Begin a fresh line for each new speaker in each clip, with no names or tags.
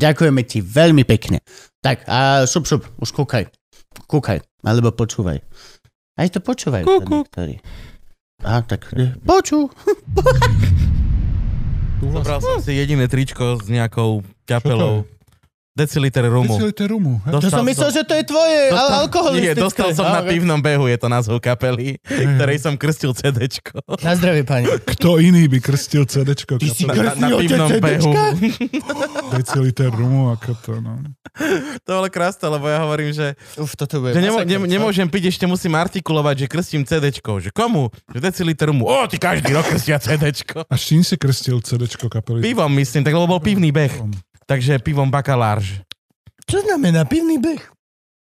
Ďakujeme ti veľmi pekne. Tak a šup šup, už kúkaj. Kúkaj, alebo počúvaj. Aj to počúvaj.
Kúku.
niektorí. Á, tak eh, poču.
Zobral som si jediné tričko s nejakou kapelou. Deciliter rumu.
Deciliter rumu. hej.
To som myslel, že to je tvoje al- alkoholistické.
Nie, dostal som na
Á, ok.
pivnom behu, je to názov kapely,
Mhm.
ktorej som krstil CDčko.
Na zdravie, pani.
Kto iný by krstil CDčko?
Ty si
kapela?
kr-
Na, na
Krstil
pivnom
tie
behu.
Deciliter rumu, ako to, no.
To bolo krásne, lebo ja hovorím, že
Uf, toto bude.
Že nemô,
masakr.
nem, nemôžem piť, ešte musím artikulovať, že krstím CDčko. Že komu? Že deciliter mu. O, ty každý rok krstia CDčko.
A s čím si krstil CDčko kapely?
Pivom myslím, tak lebo bol pivný beh. Takže pivom bakalárž.
Čo znamená pivný beh?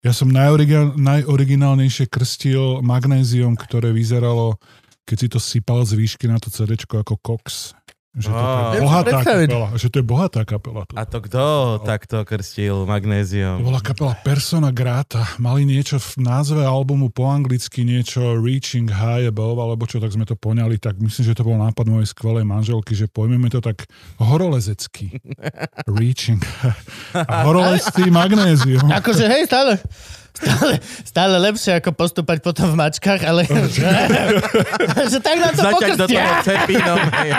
Ja som najorigi- najoriginálnejšie krstil magnézium, ktoré vyzeralo, keď si to sypal z výšky na to CDčko ako koks. Že
Á.
to, je
Viem si
bohatá
predstaviť.
kapela. Že to je bohatá kapela. To.
A to kto takto krstil
To
magnéziom?
bola kapela Persona Grata. Mali niečo v názve albumu po anglicky, niečo Reaching High Above, alebo čo, tak sme to poňali. Tak myslím, že to bol nápad mojej skvelej manželky, že pojmeme to tak horolezecky. Reaching High. A horolezci magnézium.
Akože hej, stále, stále, stále lepšie ako postúpať potom v mačkách, ale že, že tak na
Zaťať do
to
toho
pokrstia.
cepinom. hej.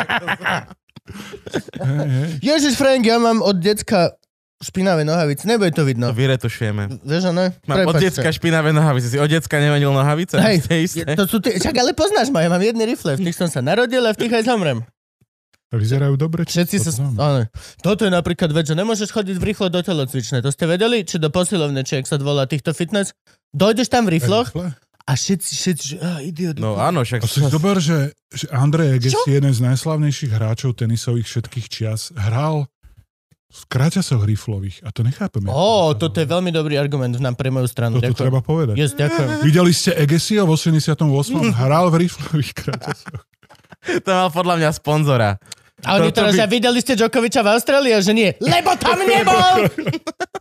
Hej, hej.
Ježiš Frank, ja mám od decka špinavé nohavice, nebude to
To
vidno.
vyretušujeme.
Vieš, ano?
No, Mám od decka špinavé nohavice. Si od decka nemenil nohavice?
Hej,
Ste
je,
isté?
to sú tie, však ale poznáš ma, ja mám jedny rifle, v tých som sa narodil a v tých aj zomrem.
Vyzerajú dobre. či-
Všetci
to
sa...
znám.
Áno. Toto je napríklad vec, že nemôžeš chodiť v rýchlo do telocvične, to ste vedeli? Či do posilovne, či ak sa volá týchto fitness? Dojdeš tam v rifloch
Rifle?
a všetci, všetci, že á, idiot.
No áno, však...
A si dober, že, že Andrej Eges,
Čo?
jeden z najslavnejších hráčov tenisových všetkých čias, hral v kráťasoch riflových. A to nechápeme.
Ó, toto je veľmi dobrý argument nám pre moju stranu.
Toto
ďakujem.
treba povedať.
Yes, ďakujem.
Videli ste Egesio v 88. hral v riflových kráťasoch.
To mal podľa mňa sponzora.
A oni
Toto
teraz,
by-
by... videli ste Djokoviča v Austrálii? A že nie, lebo tam nebol!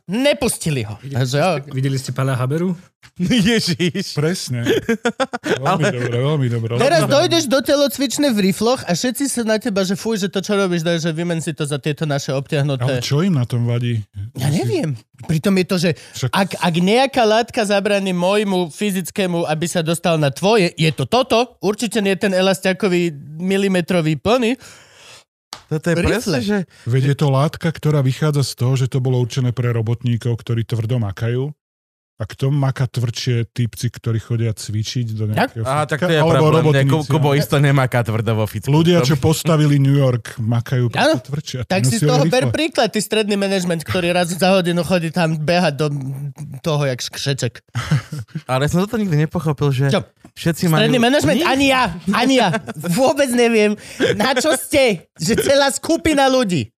Nepustili ho. A že, ó,
Videli ste pána Haberu?
Ježiš.
Presne. Veľmi dobre, veľmi dobre. Veľmi
Teraz
dobre.
dojdeš do telocvične v rifloch a všetci sa na teba, že fuj, že to čo robíš, daj, že vymen si to za tieto naše
Ale
obtiahnuté.
čo im na tom vadí?
Ja neviem. Pritom je to, že
Však-
ak, ak nejaká látka zabráni môjmu fyzickému, aby sa dostal na tvoje, je to toto. Určite nie ten elastiakový milimetrový plný.
Toto je presne,
Rifle.
že...
Veď je to látka, ktorá vychádza z toho, že to bolo určené pre robotníkov, ktorí tvrdo makajú. A kto maká tvrdšie typci, ktorí chodia cvičiť do nejakého
Á, tak to je
alebo
problém. Nie, Ku-
no.
robotníci,
Kubo
áno.
isto nemaká tvrdo vo Ficku.
Ľudia,
To-
čo postavili New York, makajú
Áno.
proste tvrdšie. a tí
Tak si z
nosia
toho
rifle.
ber príklad, ty stredný manažment, ktorý raz za hodinu chodí tam behať do toho, jak škřeček.
Ale ja som toto nikdy nepochopil, že
Čo?
všetci majú...
Stredný manažment?
Nie.
Ani ja, ani ja. Vôbec neviem, na čo ste, že celá skupina ľudí.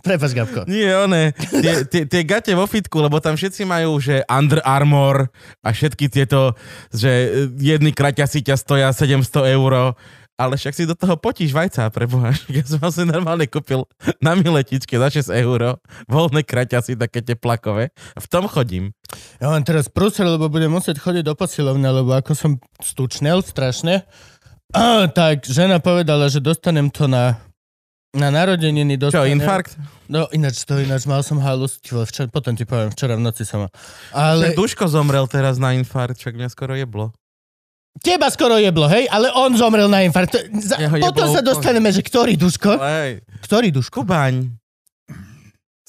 Prepač, Gabko.
Nie, one. Tie, tie, tie gate vo fitku, lebo tam všetci majú, že Under Armour a všetky tieto, že eh, jedny kraťasy ťa stoja 700 eur, ale však si do toho potíš vajca, preboha. Ja som si normálne kúpil na miletičke za 6 eur voľné kraťasy, také teplakové. V tom chodím.
Ja mám teraz prúser, lebo budem musieť chodiť do posilovne, lebo ako som stučnel strašne, a, tak žena povedala, že dostanem to na, na narodeniny.
Čo,
Dostanem,
infarkt?
No ináč to, ináč mal som halus, ty vole, včera, potom ti poviem, včera v noci som mal. Ale
Ale... Duško zomrel teraz na infarkt, však mňa skoro jeblo.
teba skoro jeblo, hej, ale on zomrel na infarkt. To- Za,
Jeho jeblo
potom sa
úplne.
dostaneme, že ktorý Duško?
Hej.
Ktorý Duško?
Kubaň.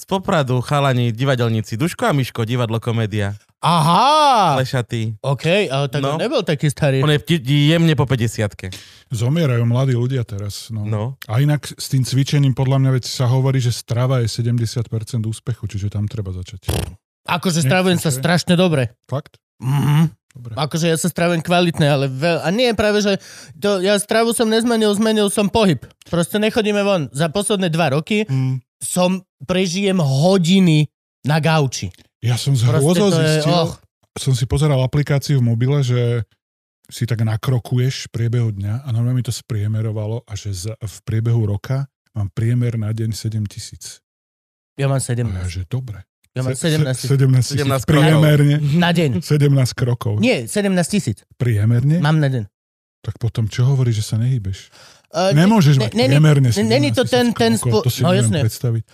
Z Popradu, chalani, divadelníci. Duško a Miško, divadlo, komédia.
Aha,
Lešatý.
OK, ale tak
No.
on nebol taký starý.
On je ti- jemne po 50
Zomierajú mladí ľudia teraz. No.
No.
A inak s tým cvičením podľa mňa veď sa hovorí, že strava je 70% úspechu, čiže tam treba začať.
Akože stravujem sa
Nechcem, že?
strašne dobre.
Fakt?
Mhm.
Dobre.
Akože ja sa stravujem kvalitne, ale veľ... A nie, práve, že to, ja stravu som nezmenil, zmenil som pohyb. Proste nechodíme von. Za posledné dva roky
Mm.
som, prežijem hodiny na gauči.
Ja som z
Proste
hrôzou
to je,
zistil,
oh,
som si pozeral aplikáciu v mobile, že si tak nakrokuješ v priebehu dňa a normálne mi to spriemerovalo a že za, v priebehu roka mám priemer na deň 7 tisíc.
ja
A
mám
ja,
17.
že dobre.
Ja mám 17 tisíc.
17 tisíc
17 krokov.
priemerne.
Na deň.
17 krokov.
Nie, 17 tisíc.
Priemerne?
Mám na deň.
Tak potom čo hovorí, že sa nehybeš?
Uh,
Nemôžeš mať
ne- ne- ne-
priemerne
ne- není to
17
ten-
tisíc
ten
krokov,
spo-
To si
no
neviem
jasné.
predstav-
uh,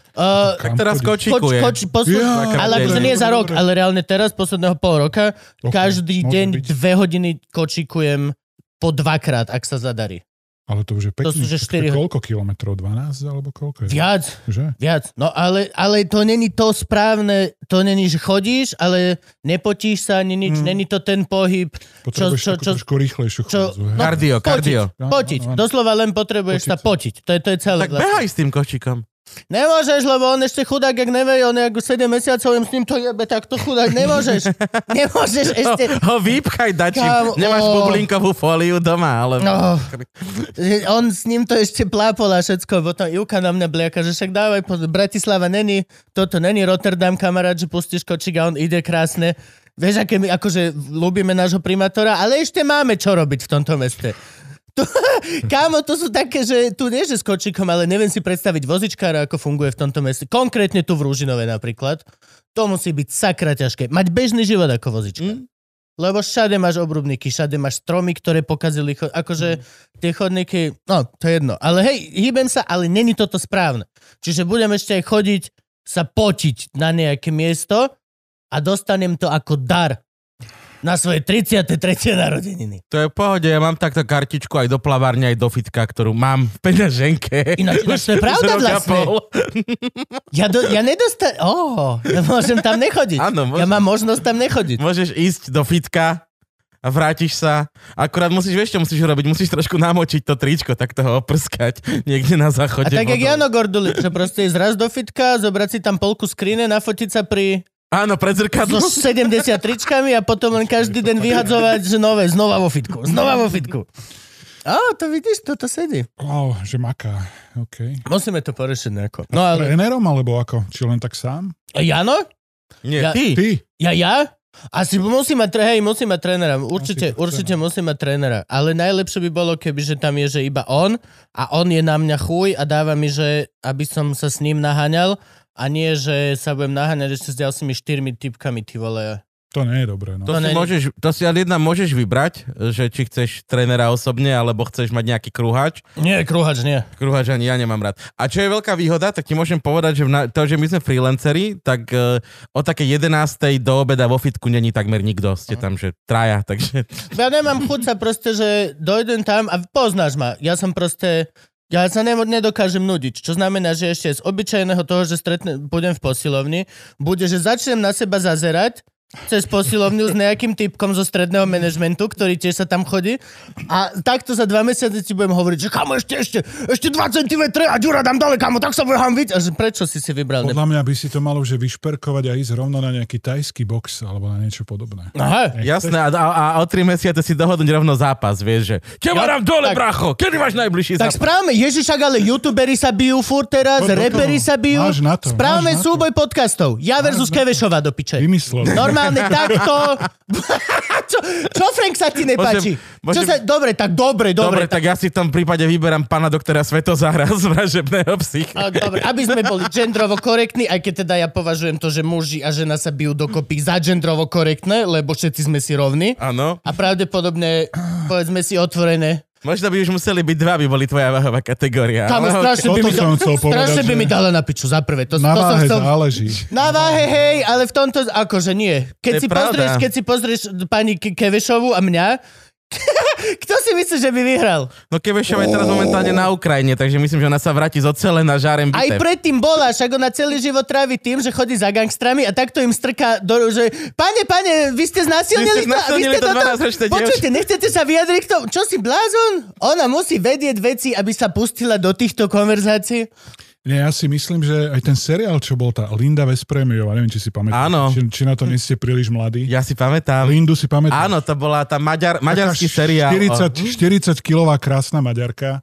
Tak
Kam
teraz
chodíš?
Koč,
kočikuje.
koč, poslu...
Ja,
ale akože
dobre,
nie za
dobre.
rok, ale reálne teraz, posledného pol roka,
Ok,
každý
môže
deň
byť.
dve hodiny kočikujem po dvakrát, ak sa zadarí.
Ale to už je pekný.
sú,
Počkaj,
že štyri-
Koľko kilometrov? 12 alebo koľko je?
Viac,
Že?
viac. No ale, ale to není to správne, to není, že chodíš, ale nepotíš sa ani nič,
Mm.
není to ten pohyb.
Potrebuješ
čo-
takú
čo-
trošku rýchlejšiu
čo-
chôdzu. hej?
no,
Kardio,
potiť.
kardio.
Áno,
Potiť,
áno, áno.
doslova len potrebuješ
No, Potiť.
sa potiť. To je, to je celé.
Tak behaj s tým kočikom.
Nemôžeš, lebo on ešte chudák, ak nevie, on je ako 7 mesiacov, jem s ním to jebe, tak to chudák, nemôžeš. Nemôžeš ešte...
Ho, ho vypchaj dačím.
Kámo,
Nemáš
o.
bublinkovú fóliu doma, ale...
No, on s ním to ešte plápol a všetko, potom Juka na mňa bliaka, že však dávaj, po- Bratislava není, toto není Rotterdam, kamarát, že pustíš kočík a on ide krásne. Vieš, aké my akože ľúbime nášho primátora, ale ešte máme čo robiť v tomto meste. To, kámo, to sú také, že tu nie, že s kočikom, ale neviem si predstaviť vozičkára, ako funguje v tomto meste. Konkrétne tu v Rúžinove napríklad. To musí byť sakra ťažké. Mať bežný život ako vozičkár.
Mm.
Lebo všade máš obrubníky, všade máš stromy, ktoré pokazili, cho- akože tie chodníky, no to je jedno. Ale hej, hýbem sa, ale není toto správne. Čiže budem ešte aj chodiť sa potiť na nejaké miesto a dostanem to ako dar na svoje 33. narodeniny.
To je v pohode, ja mám takto kartičku aj do plavárne, aj do fitka, ktorú mám v peňaženke.
Ináč- ináč to je
Už- už
pravda
roka
vlastne.
pol.
Ja, do, ja nedostanem... Oh, ja môžem tam nechodiť.
Áno,
Ja
môžem.
mám možnosť tam nechodiť.
Môžeš ísť do fitka a vrátiš sa. Akurát musíš, vieš čo musíš robiť? Musíš trošku namočiť to tričko, tak to ho oprskať niekde na
A
záchode.
tak jak
vodou.
Jano Gordulič, že proste ísť raz do fitka, zobrať si tam polku skrine, nafotiť sa pri
Áno, pred
so
zrkadlom.
70 tričkami a potom len každý deň vyhadzovať, že nové, znova vo fitku, znova vo fitku. Á, to vidíš, toto sedí.
Wow, že maká. OK.
Musíme to porešiť nejako. No ale,
Trénerom alebo ako? Či len tak sám?
Jano?
Nie,
Ja-
ty.
Ty?
Ja, ja? Asi musí mať, tre- hej, musí mať trénera,
Musí
určite,
mať
určite musí mať trénera, ale najlepšie by bolo, keby, že tam je, že iba on a on je na mňa chuj a dáva mi, že aby som sa s ním naháňal a nie, že sa budem naháňať ešte s ďalšími štyrmi typkami, ty vole.
To nie je dobré. No.
To,
To
si
není-
môžeš, to si ale jedna môžeš vybrať, že či chceš trénera osobne, alebo chceš mať nejaký krúhač.
Nie, krúhač, nie.
Krúhač ani ja nemám rád. A čo je veľká výhoda, tak ti môžem povedať, že v na, to, že my sme freelanceri, tak uh, o také 11. do obeda vo fitku není takmer nikto. Ste tam, že traja, takže...
Ja nemám chuť sa proste, že dojdem tam a poznáš ma. Ja som proste... Ja sa ne, nedokážem nudiť, čo znamená, že ešte z obyčajného toho, že stretne, budem v posilovni, bude, že začnem na seba zazerať cez posilovňu s nejakým typkom zo stredného manažmentu, ktorý tiež sa tam chodí a takto za dva mesiace ti budem hovoriť, že kamo ešte, ešte, ešte 2 cm a ďura dám dole, kamo, tak sa budem hambiť. A že prečo si si vybral? Ne...
Podľa mňa by si to malo že vyšperkovať a ísť rovno na nejaký tajský box alebo na niečo podobné.
Aha,
Jasné, a, a, a o tri mesiace si dohodnúť rovno zápas, vieš, že teba
Ja-
dám dole,
tak-
bracho, kedy máš najbližší zápas?
Tak správame, Ježiš, ak ale youtuberi sa bijú furt
Poď
teraz,
do
reperi
toho.
sa bijú.
Máš na to, máš na
správame
to.
súboj podcastov. Ja versus Kevešova do piče.
Vymyslel.
Normálne takto. čo, čo Frank sa ti nepáči?
Môžem-
Čo sa, dobre, tak dobre,
Dobre,
dobre.
tak ja si v tom prípade vyberám pána doktora Svetozára z vražebného psycha.
A, dobre, aby sme boli gendrovo korektní, aj keď teda ja považujem to, že muži a žena sa bijú dokopy za gendrovo korektné, lebo všetci sme si rovní.
Áno.
A pravdepodobne, povedzme si otvorené,
Možno by už museli byť dva, by boli tvoja váhová kategória.
Kámo,
ale-
strašne by,
Toto
mi,
som chcel
da- strašne
povedať,
by
že-
mi dala na piču za prvé. To,
Na
to som
váhe
chcel,
záleží.
Na váhe, hej, ale v tomto, akože nie.
No.
Keď
To je
si, pozrieš,
pravda.
keď si pozrieš e, pani Ke- Kevešovu a mňa, kto si myslí, že by vyhral?
No Kevešova je teraz momentálne na Ukrajine, takže myslím, že ona sa vráti z ocele na žárem
Aj
bitev.
predtým bola, však ona celý život trávi tým, že chodí za gangstrami a takto im strká do že pane, pane, vy
Vy
ste znásilnili
ste
to, a vy
znásilnili
ste
to
toto...
12-ročné dievča."
Počujte, nechcete sa vyjadriť k tomu? Čo si blázon? Ona musí vedieť veci, aby sa pustila do týchto konverzácií.
Nie, ja si myslím, že aj ten seriál, čo bol tá Linda Vespremiová, neviem, či si pamätáte.
Áno.
Či, či, na to nie ste príliš mladí.
Ja si pamätám.
Lindu si pamätáte.
Áno, to bola tá maďar,
Taká
maďarský seriál. Mhm.
40, 40 kilová krásna maďarka,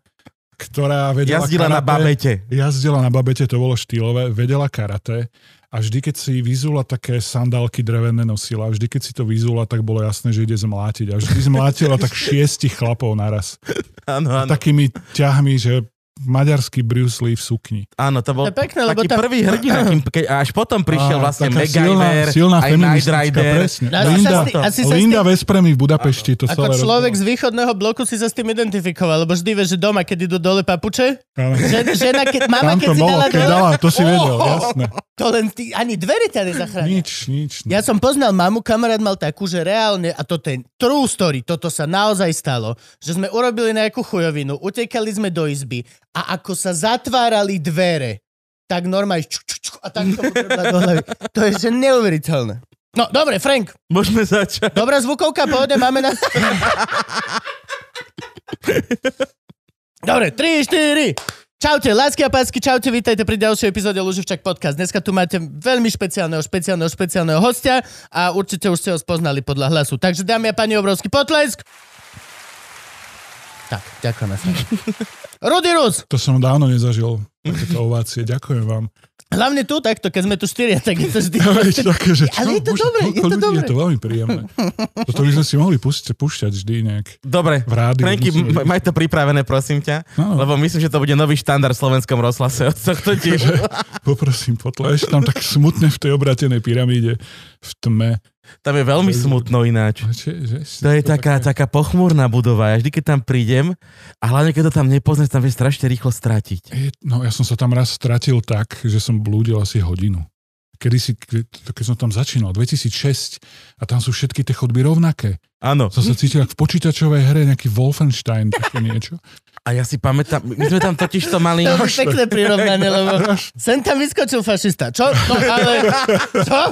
ktorá vedela
Jazdila na
karate.
babete.
Jazdila na babete, to bolo štýlové, vedela karate a A vždy, keď si vyzula také sandálky drevené nosila, a vždy, keď si to vyzula, tak bolo jasné, že ide zmlátiť. A vždy zmlátila tak šiestich chlapov naraz.
Áno, áno.
Takými ťahmi, že maďarský Bruce Lee v sukni.
Áno, to bol
To je pekné, lebo
taký
tá-
prvý hrdina, kým, keď, až potom prišiel
Á,
vlastne
taká
MacGyver,
silná, silná
aj Knight
feministická,
Rider.
Presne.
No, asi sa
Linda,
s tý- asi sa s
Linda
tým-
Vespremy v Budapešti to celé
Ako človek
robila.
z východného bloku si sa s tým identifikoval, lebo vždy vieš, že doma, keď idú dole papuče,
Áno.
že, žena, keď,
Tam
mama, keď
to
si
bolo,
dala
keď
dole,
dala, to si vedel,
Oh.
jasné.
to len ty, ani dvere ťa nezachrání.
Nič, nič.
Ja som poznal mamu, kamarát mal takú, že reálne, a toto je true story, toto sa naozaj stalo, že sme urobili nejakú chujovinu, utekali sme do izby a ako sa zatvárali dvere, tak normálne čuk, čuk, čuk, a tak to mu prebehla do hlavy. To je že neuveriteľné. No, dobre, Frank,
Môžeme začať.
dobrá zvukovka, pohode, máme na... dobre, 3, 4... Čaute, lásky a pásky, čaute, vítajte pri ďalšej epizóde Luživčak podcast. Dneska tu máte veľmi špeciálneho, špeciálneho, špeciálneho hostia a určite už ste ho spoznali podľa hlasu. Takže dámy a páni, obrovský potlesk. Tak, ďakujeme. Frank. Rudy Rus,
To som dávno nezažil, takéto ovácie. Ďakujem vám.
hlavne tu takto, keď sme tu štyria, tak je to vždy...
Vieš, také, že čo,
Ale je to
bože,
dobré, je
koľko
to
ľudí,
dobré.
Je to veľmi príjemné. Toto by sme si mohli pustiť, púšťať vždy nejak.
Dobre,
V rádiu
Franky,
musíme No,
m-
byť.
maj to pripravené, prosím ťa,
Áno.
lebo myslím, že to bude nový štandard v slovenskom rozhlase od tohto tiež.
Poprosím, potlež tam tak smutne v tej obratenej pyramíde, v tme.
Tam je veľmi smutno ináč.
Že, že,
To je taká, taká pochmúrna budova. Ja vždy, keď tam prídem, a hlavne keď to tam nepoznáš, tam vieš strašne rýchlo stratiť.
Je- No ja som sa tam raz stratil tak, že som blúdil asi hodinu. Kedy si, ke- keď som tam začínal, 2006, a tam sú všetky tie chodby rovnaké.
Áno.
Som sa cítil ako v počítačovej hre, nejaký Wolfenstein, také niečo.
A ja si pamätám, my sme tam totiž to mali...
To je pekné prirovnanie, lebo sem tam vyskočil fašista. Čo? No ale... Čo?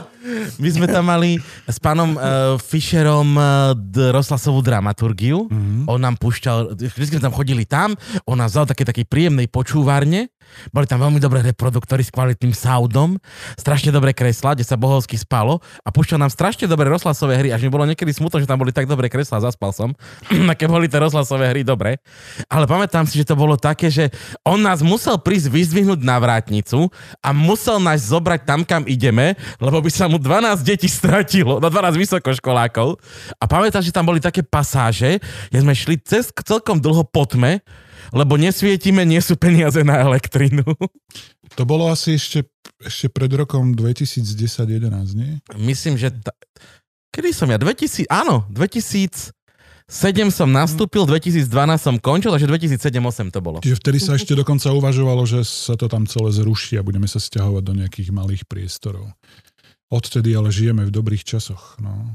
My sme tam mali s pánom uh, Fischerom uh, d- rozhlasovú dramaturgiu. Mm-hmm. On nám púšťal, vždy sme tam chodili tam, on nás dal také, také príjemnej počúvarne. Boli tam veľmi dobré reproduktory s kvalitným soundom, strašne dobré kresla, kde sa bohovsky spalo a púšťal nám strašne dobré rozhlasové hry, až mi bolo niekedy smutno, že tam boli tak dobré kresla, zaspal som. Aké boli tie rozhlasové hry dobre. Ale pamätám si, že to bolo také, že on nás musel prísť vyzdvihnúť na vrátnicu a musel nás zobrať tam, kam ideme, lebo by sa mu 12 detí stratilo, no 12 vysokoškolákov. A pamätám, že tam boli také pasáže, kde sme šli cez celkom dlho po tme, lebo nesvietime, nie sú peniaze na elektrinu.
To bolo asi ešte, ešte pred rokom 2010-2011, nie?
Myslím, že... Ta... Kedy som ja? 2000... Áno, 2000... 7 som nastúpil, 2012 som končil, takže 2007-2008 to bolo.
Čiže vtedy sa ešte dokonca uvažovalo, že sa to tam celé zruší a budeme sa stiahovať do nejakých malých priestorov. Odtedy ale žijeme v dobrých časoch. No.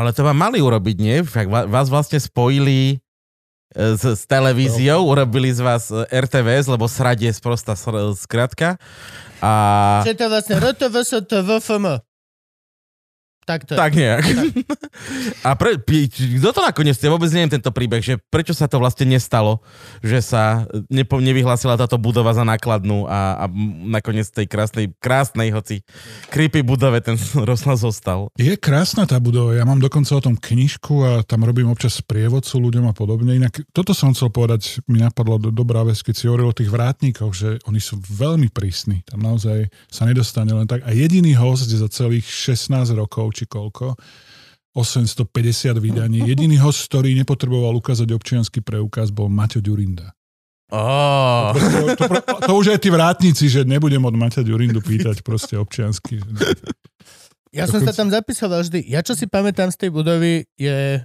Ale to vám mali urobiť, nie? Však va- vás vlastne spojili e, s, s televíziou, urobili z vás e, RTVS, lebo srad je sprosta sr- skratka. A...
Čo je to vlastne RTVSTVFM? Tak to je.
Tak nejak. A pre, pi- či- kto to nakoniec, ja vôbec neviem tento príbeh, že prečo sa to vlastne nestalo, že sa nepo, nevyhlásila táto budova za nákladnú a, a m- nakoniec tej krásnej, krásnej, hoci creepy budove ten rozhlas zostal.
Je krásna tá budova, ja mám dokonca o tom knižku a tam robím občas sprievodcu ľuďom a podobne. Inak toto som chcel povedať, mi napadlo do, dobrá vec, keď si hovoril o tých vrátnikoch, že oni sú veľmi prísni, tam naozaj sa nedostane len tak. A jediný host za celých 16 rokov, či koľko, 850 vydaní, jediný host, ktorý nepotreboval ukázať občianský preukaz, bol Maťo Ďurinda.
Oh.
To, to, pro- to už aj tí vrátnici, že nebudem od Maťa Ďurindu pýtať proste občiansky.
Ja som sa tam zapisoval vždy. Ja čo si pamätám z tej budovy je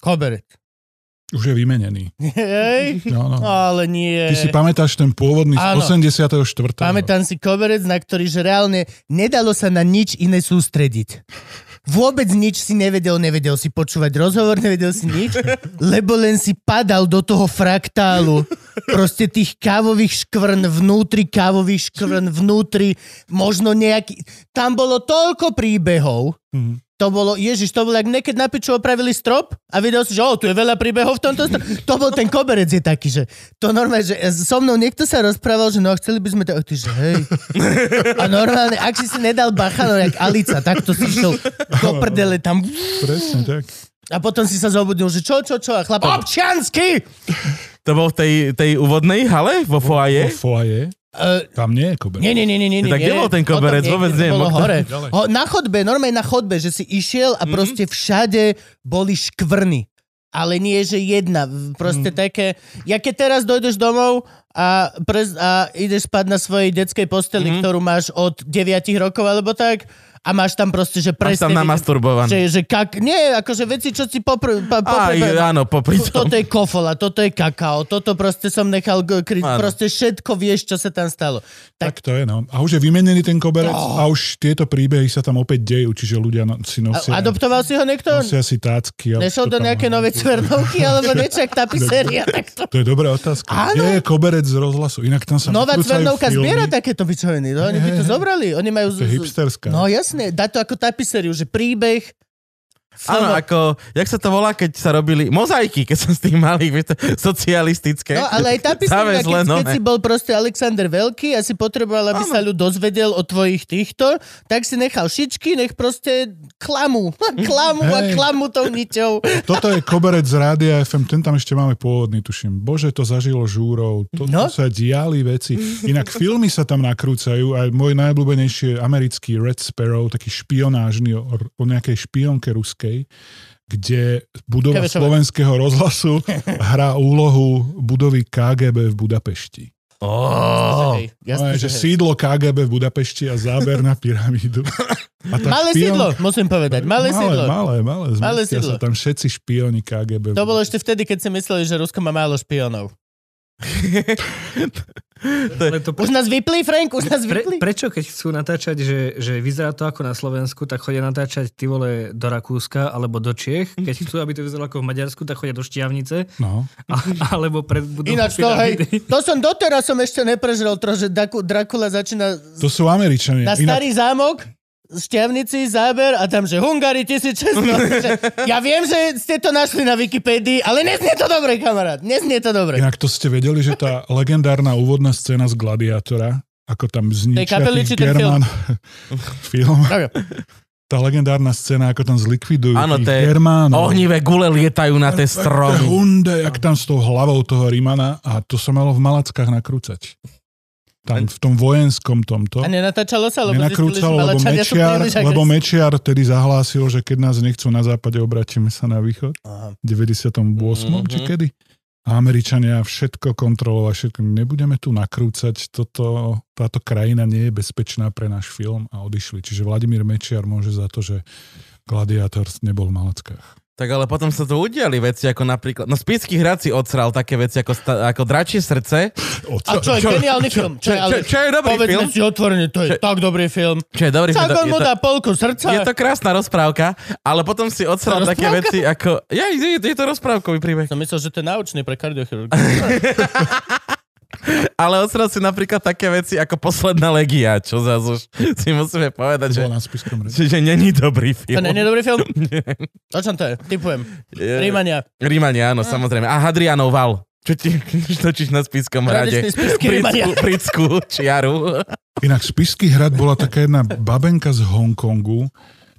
koberec.
Už je vymenený.
Hej?
No, no.
Ale nie.
Ty si pamätáš ten pôvodný z
Áno.
84.
Pamätám si koberec, na ktorý že reálne nedalo sa na nič iné sústrediť. Vôbec nič si nevedel, nevedel si počúvať rozhovor, nevedel si nič, lebo len si padal do toho fraktálu. Proste tých kávových škvrn vnútri, kávových škvrn vnútri, možno nejaký... Tam bolo toľko príbehov,
Mhm.
to bolo, ježiš, to bolo, jak niekedy na piču opravili strop a videl si, že o, tu je veľa príbehov v tomto strope. To bol ten koberec je taký, že to normálne, že e, so mnou niekto sa rozprával, že no chceli by sme to, a ty, že hej. A normálne, ak si si nedal bacha, no jak Alica, tak to si šiel do prdele tam.
Presne tak.
A potom si sa zobudil, že čo, čo, čo, a chlap, občiansky!
To bol v tej, tej úvodnej hale vo foaje?
Po foaje.
Eh,
Tam nie je koberec.
Nie, nie, nie, nie, nie.
Teda
nie,
kde
nie.
bol ten koberec?
Potom niekde
Vôbec
to
neviem,
Bolo
odkiaľ-
hore.
Ďalej.
Ho, na chodbe, normálne na chodbe, že si išiel
Mhm.
a proste všade boli škvrny. Ale nie, že jedna. v-
Mhm.
Proste také... Ja keď teraz dojdeš domov a, prez, a ideš spať na svojej detskej
Mhm.
posteli, ktorú máš od 9 rokov alebo tak, a máš tam proste, že
Máš
presne...
tam namasturbovaný.
že, že kak... Nie, akože veci, čo si popr... Pa,
Aj,
popr-
áno, popri
to-
tom.
Toto je kofola, toto je kakao, toto proste som nechal g- kryť,
Áno.
proste všetko vieš, čo sa tam stalo. Tak, No.
Tak to je, no. A už je vymenený ten koberec a už tieto príbehy sa tam opäť dejú, čiže ľudia no- si
a,
nosia,
adoptoval si ho niekto?
nosia si tácky. a
Nešiel
to
do
tam-
nejaké novej cvernovky, alebo niečo, jak tapiseria, tak to...
To je dobrá otázka.
Áno.
Kde je koberec z rozhlasu? Inak tam sa
Nová
nakrúcajú
cvernovka
filmy.
zbiera takéto pičoviny, no, oni by to
Hej, hej.
zobrali, oni majú...
To je
z- z-
hipsterská.
No jasne, dá to ako tapiseriu, že príbeh...
Áno,
slovo-
ako, jak sa to volá, keď sa robili mozaiky, keď som s tým malých, vieš, to, socialistické.
No, ale aj tá
Záväz
písmenka, keď,
len, no,
keď
ne.
si bol proste Alexander Veľký a si potreboval, aby
Áno.
sa ľud dozvedel o tvojich týchto, tak si nechal šičky, nech proste klamu, klamu a
Hej.
klamu tou niťou.
Toto je koberec z Rádia FM, ten tam ešte máme pôvodný, tuším. Bože, to zažilo žúrov, to, no?
No.
to sa diali veci. Inak filmy sa tam nakrúcajú a môj najobľúbenejší je americký Red Sparrow, taký špionážny o, o nejakej špionke ruskej, kde budova
Kevesové.
slovenského rozhlasu hrá úlohu budovy KGB v Budapešti.
Oh,
Hej,
Jasne,
jasné,
že
hej.
sídlo KGB v Budapešti a záber na pyramídu. A tá
Malé sídlo, musím povedať, malé sídlo.
Malé, malé,
Malé
malé
sídlo.
sídlo. sa tam všetci špioni KGB.
To bolo ešte vtedy, keď si mysleli, že Rusko má málo špionov.
Ale to
Už
pre,
nás vypli, Frank, už nás
pre,
vypli.
prečo, keď chcú natáčať, že, že vyzerá to ako na Slovensku, tak chodia natáčať ty vole do Rakúska alebo do Čiech. Keď chcú, aby to vyzeralo ako v Maďarsku, tak chodia do Štiavnice
No.
a, alebo pred budovu
Ináč to, hej,
pyramidy.
to som doteraz som ešte neprežrel to, že Daku- Dracula začína
To sú Američania.
na
Inak,
starý zámok, šťavnici, záber a tam, že Hungari 1600. že, ja viem, že ste to našli na Wikipédii, ale neznie to dobre, kamarát. Neznie to dobre.
inak to ste vedeli, že tá legendárna úvodná scéna z Gladiátora, ako tam zničia
kapely, či
tých
ten
German... film.
Dobre.
Tá legendárna scéna, ako tam zlikvidujú
Áno,
tých
to je
Germánov.
ohnivé gule lietajú na tie
To je
stromy.
Hunde, jak
No.
tam s tou hlavou toho Rimana a to sa malo v Malackách nakrúcať. Tam v tom vojenskom tomto.
A nenatáčalo sa, lebo zistili, že
Nenakrúcal, lebo
Malačania sú
Mečiar,
príliš
lebo
agresívni.
Mečiar tedy zahlásil, že keď nás nechcú na západe, obratíme sa na východ.
Aha.
V 98. Mm-hmm. či
Mhm.
kedy. A Američania všetko kontrolovať, všetko. Nebudeme tu nakrúcať, toto, táto krajina nie je bezpečná pre náš film a odišli. Čiže Vladimír Mečiar môže za to, že Gladiátor nebol v Malackách.
Tak ale potom sa tu udiali veci, ako napríklad... No Spický hrad si odsral také veci ako, sta, ako dračie srdce,
A čo je
čo-
geniálny film?
čo,
Čo, je ale,
čo, čo je dobrý
povedzme
film.
si otvorene, to je
Čo-
tak dobrý film.
Čo je dobrý film.
Čak on
je
mu
to,
dá polku srdca.
je to krásna rozprávka, ale potom si odsral
To
také
rozprávka?
veci ako... Ja, je, je to rozprávkový príbeh.
Som No myslel, že to je naučný pre kardiochirurgu.
Ale odsral si napríklad také veci ako Posledná legia, čo zase už si musíme povedať,
To
že,
bolo na spiskom reči.
že, že není dobrý film.
To nie je dobrý film? O čom to je? Typujem.
Je-
Rímania.
Rímania, áno,
Hm.
samozrejme. A Hadrianov val. Čo ti točíš na spiskom rade?
Tradičný spisky Rímania.
Britskú, britskú čiaru.
Inak Spišský hrad bola taká jedna babenka z Hongkongu,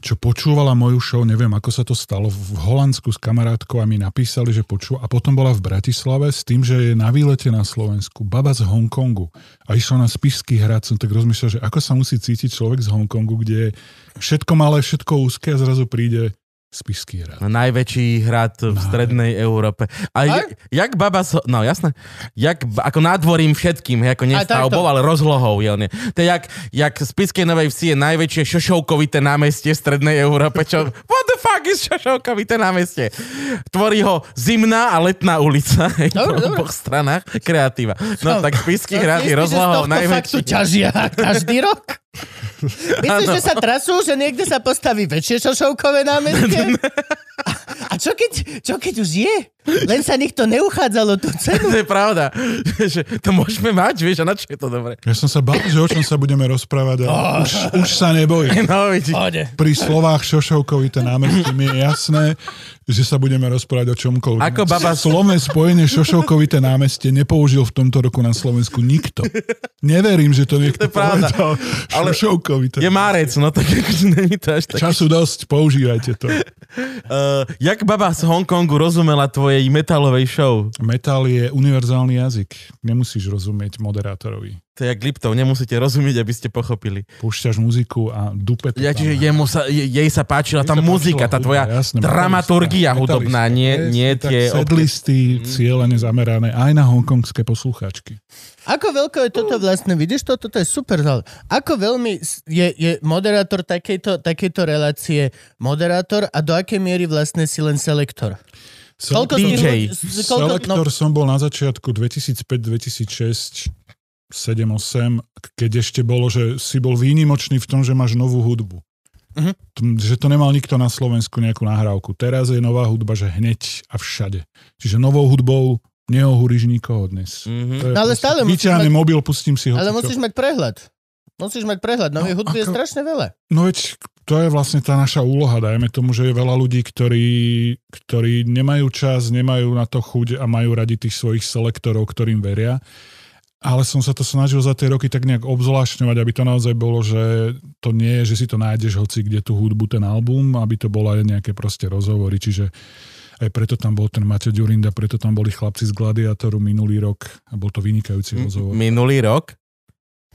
čo počúvala moju show, neviem ako sa to stalo, v Holandsku s kamarátkou a mi napísali, že počú a potom bola v Bratislave s tým, že je na výlete na Slovensku, baba z Hongkongu a išla na Spišský hrad, som tak rozmýšľal, že ako sa musí cítiť človek z Hongkongu, kde je všetko malé, všetko úzke a zrazu príde Spišský hrad.
Najväčší hrad v strednej Európe. A
Aj?
jak, jak baba, so, no jasné, jak, ba- ako nádvorím všetkým, hej, ako nie
Aj takto.
stavbou, ale rozlohou je on. je. To je jak, jak z Piskej Novej Vsi je najväčšie šošovkovité námestie v strednej Európe, čo, what the fuck is šošovkovité námestie? Tvorí ho zimná a letná ulica, hej, po
Dobre, dobre.
oboch stranách, kreatíva. No
Som-
tak Piský hrad je
Myslíš, že z
rozlohou
tohto faktu
najväčší.
ťažia každý rok? Myslíš,
Áno.
že sa trasú, že niekde sa postaví väčšie šošovkové námestie? A čo keď, čo keď už je? Len sa nikto neuchádzalo tú cenu.
To je pravda, že to môžeme mať, vieš, a na čo je to dobré?
Ja som sa bál, že o čom sa budeme rozprávať a už, už sa nebojím.
No, vidíš.
Pohode.
pri slovách Šošovkovité námestie mi je jasné, že sa budeme rozprávať o čomkoľvek.
Ako baba-
Slovné spojenie Šošovkovité námestie nepoužil v tomto roku na Slovensku nikto. Neverím, že to
To
niekto
je pravda.
povedal.
Ale
Šošovkovité.
Je Márec, no tak akože není to až tak.
Času dosť, používajte to.
Uh, jak baba z Hongkongu rozumela tvojej metalovej show?
Metal je univerzálny jazyk. Nemusíš rozumieť moderátorovi.
To je jak Liptov, nemusíte rozumieť, aby ste pochopili.
Púšťaš muziku a dupe to
Ja,
tam.
čiže jemu sa, je- jej sa páčila tá
Jej sa
muzika,
páčila
tá tvoja
hudba, jasné,
dramaturgia
metalista,
hudobná,
metalista.
nie,
Presne
nie
tak,
tie... Mhm.
Sedlisty, cieľene zamerané aj na hongkongské poslucháčky.
Ako veľko je toto vlastne, vidíš, to, toto je super. ale Ako veľmi s- je, je moderátor takejto, takejto relácie moderátor a do akej miery vlastne si len selektor? Koľko
DJ.
tých ľudí- s- koľko- no-
Selektor som bol na začiatku 2005-2006 7, 8, keď ešte bolo, že si bol výnimočný v tom, že máš novú hudbu.
Mhm.
T- Že to nemal nikto na Slovensku nejakú nahrávku. Teraz je nová hudba, že hneď a všade. Čiže novou hudbou neohúriš nikoho dnes.
Mhm.
To je
No ale
proste-
stále musíš
Vyťahnem mobil, pustím si ho.
Ale musíš mať prehľad. Musíš mať prehľad. Novej
No,
hudby je
ako-
strašne veľa.
No veď to je vlastne tá naša úloha, dajme tomu, že je veľa ľudí, ktorí, ktorí nemajú čas, nemajú na to chuť a majú radi tých svojich selektorov, ktorým veria. Ale som sa to snažil za tie roky tak nejak obzvlášňovať, aby to naozaj bolo, že to nie je, že si to nájdeš hoci kde tú hudbu, ten album, aby to bolo aj nejaké proste rozhovory, čiže aj preto tam bol ten Maťo Ďurinda, preto tam boli chlapci z Gladiatoru minulý rok a bol to vynikajúci rozhovor.
Minulý rok,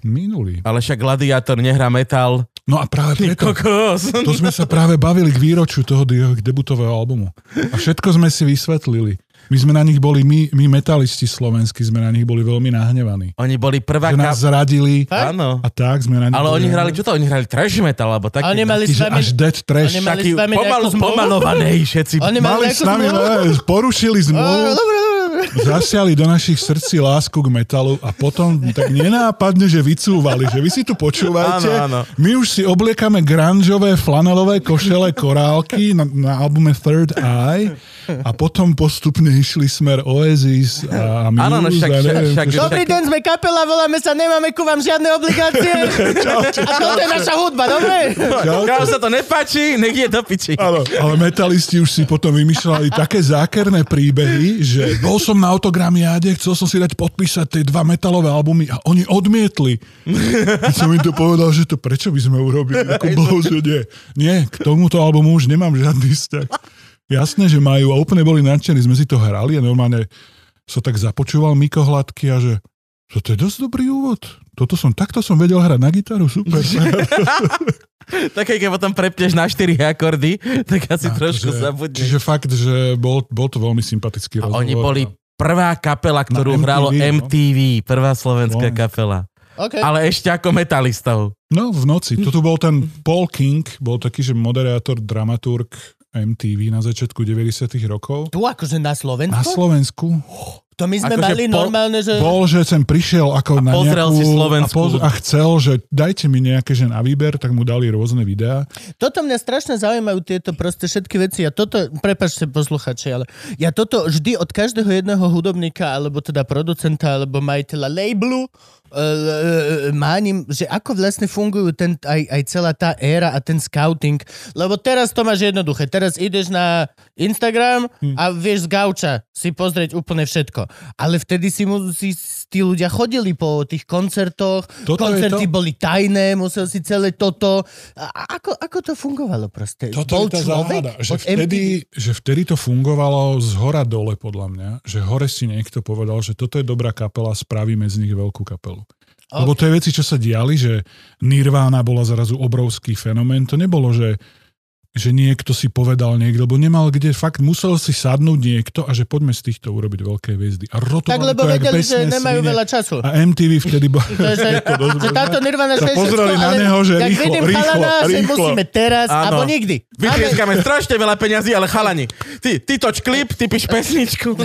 Minulý.
ale však Gladiátor nehrá metal.
No a práve
Ty
preto...
kokos.
To sme sa práve bavili k výročiu toho jeho debutového albumu. A všetko sme si vysvetlili. My sme na nich boli, my, my metalisti slovenskí sme na nich boli veľmi nahnevaní.
Oni boli prvá
Že nás
kapela.
zradili
Fakt?
Áno.
a tak sme na nich
Ale
boli
oni hrali,
nahnevaní.
čo to? Oni hrali trash metal, alebo taký.
A nemali
Taký,
s
že
vami...
až dead trash.
Oni mali
taký
s vami
pomal,
nejakú zmluvu?
pomalovanej všetci.
Oni mali
Mali s
nejakú
nami,
zmluvu?
ne, porušili
Á,
zmluvu,
dobre, dobre, dobre.
zasiali do našich srdcí lásku k metalu a potom tak nenápadne, že vycúvali, že vy si tu počúvajte.
Áno, áno.
My už si obliekame granžové, flanelové košele, korálky na, na albume Third Eye a potom postupne išli smer Oasis a Muse
Áno, no však-
a neviem,
však-
čo-
Dobrý deň, sme kapela, voláme sa, nemáme ku vám žiadne obligácie. A toto je naša hudba, dobre?
Kam sa to nepáči, nech je do piči.
Áno, ale metalisti už si potom vymýšľali také zákerné príbehy, že bol som na autogramiáde, chcel som si dať podpísať tie dva metalové albumy a oni odmietli. Keď som im to povedal, že to prečo by sme urobili, ako bolo, že nie. Nie, k tomuto albumu už nemám žiadny vzťah. Jasné, že majú a úplne boli nadšení, sme si to hrali a normálne som tak započúval Miko Hladky a že to je dosť dobrý úvod. Toto som, takto som vedel hrať na gitaru, super.
Také, keď potom prepneš na 4 akordy, tak asi trošku
Takže-
zabudneš.
Čiže fakt, že bol, bol to veľmi sympatický
A
rozhovor. no.
oni boli prvá kapela, ktorú
MTV,
hralo
no.
MTV, prvá slovenská
Wow.
kapela.
OK.
Ale ešte ako metalistov.
No, v noci. Toto bol ten Paul King, bol taký, že moderátor, dramaturg MTV na začiatku 90 rokov.
Tu akože na
Na
Slovensku?
Slovensku
To my sme
Akože
mali
po-
normálne, že...
bol, že sem prišiel ako na
pozrel
nejakú...
si Slovensku.
A, a chcel, že dajte mi nejaké, že na výber, tak mu dali rôzne videá.
Toto mňa strašne zaujímajú tieto proste všetky veci. Ja toto, prepačte posluchači, ale ja toto vždy od každého jedného hudobníka, alebo teda producenta, alebo majiteľa labelu e, e, e, mánim, že ako vlastne fungujú ten, aj, aj celá tá éra a ten scouting. Lebo teraz to máš jednoduché. Teraz ideš na Instagram
Hm.
a vieš z gauča si pozrieť úplne všetko. Ale vtedy si, mu, si tí ľudia chodili po tých koncertoch,
Toto je
koncerty
to.
boli tajné, musel si celé toto. A a ako, ako to fungovalo proste? Bol
Toto je tá
človek
záhada, že
od MTV?
vtedy, že vtedy to fungovalo z hora dole podľa mňa, že hore si niekto povedal, že toto je dobrá kapela, spravíme z nich veľkú kapelu. Okay. Lebo to je veci, čo sa diali, že Nirvana bola zrazu obrovský fenomén. To nebolo, že, že niekto si povedal niekto, lebo nemal kde, fakt musel si sadnúť niekto a že poďme z týchto urobiť veľké hviezdy. A
Tak
rotovali
lebo
to jak
vedeli,
besné
že nemajú
svine.
veľa času.
A MTV vtedy bo...
To je, že, že táto Nirvana
Sa
že je
pozreli
všetko,
na
ale
neho, že
jak
rýchlo,
vidím
rýchlo,
chalana, že
rýchlo.
musíme teraz,
Áno.
alebo nikdy. Máme-
Vytrieskame strašne veľa peňazí, ale chalani, ty, ty toč klip, ty píš pesničku.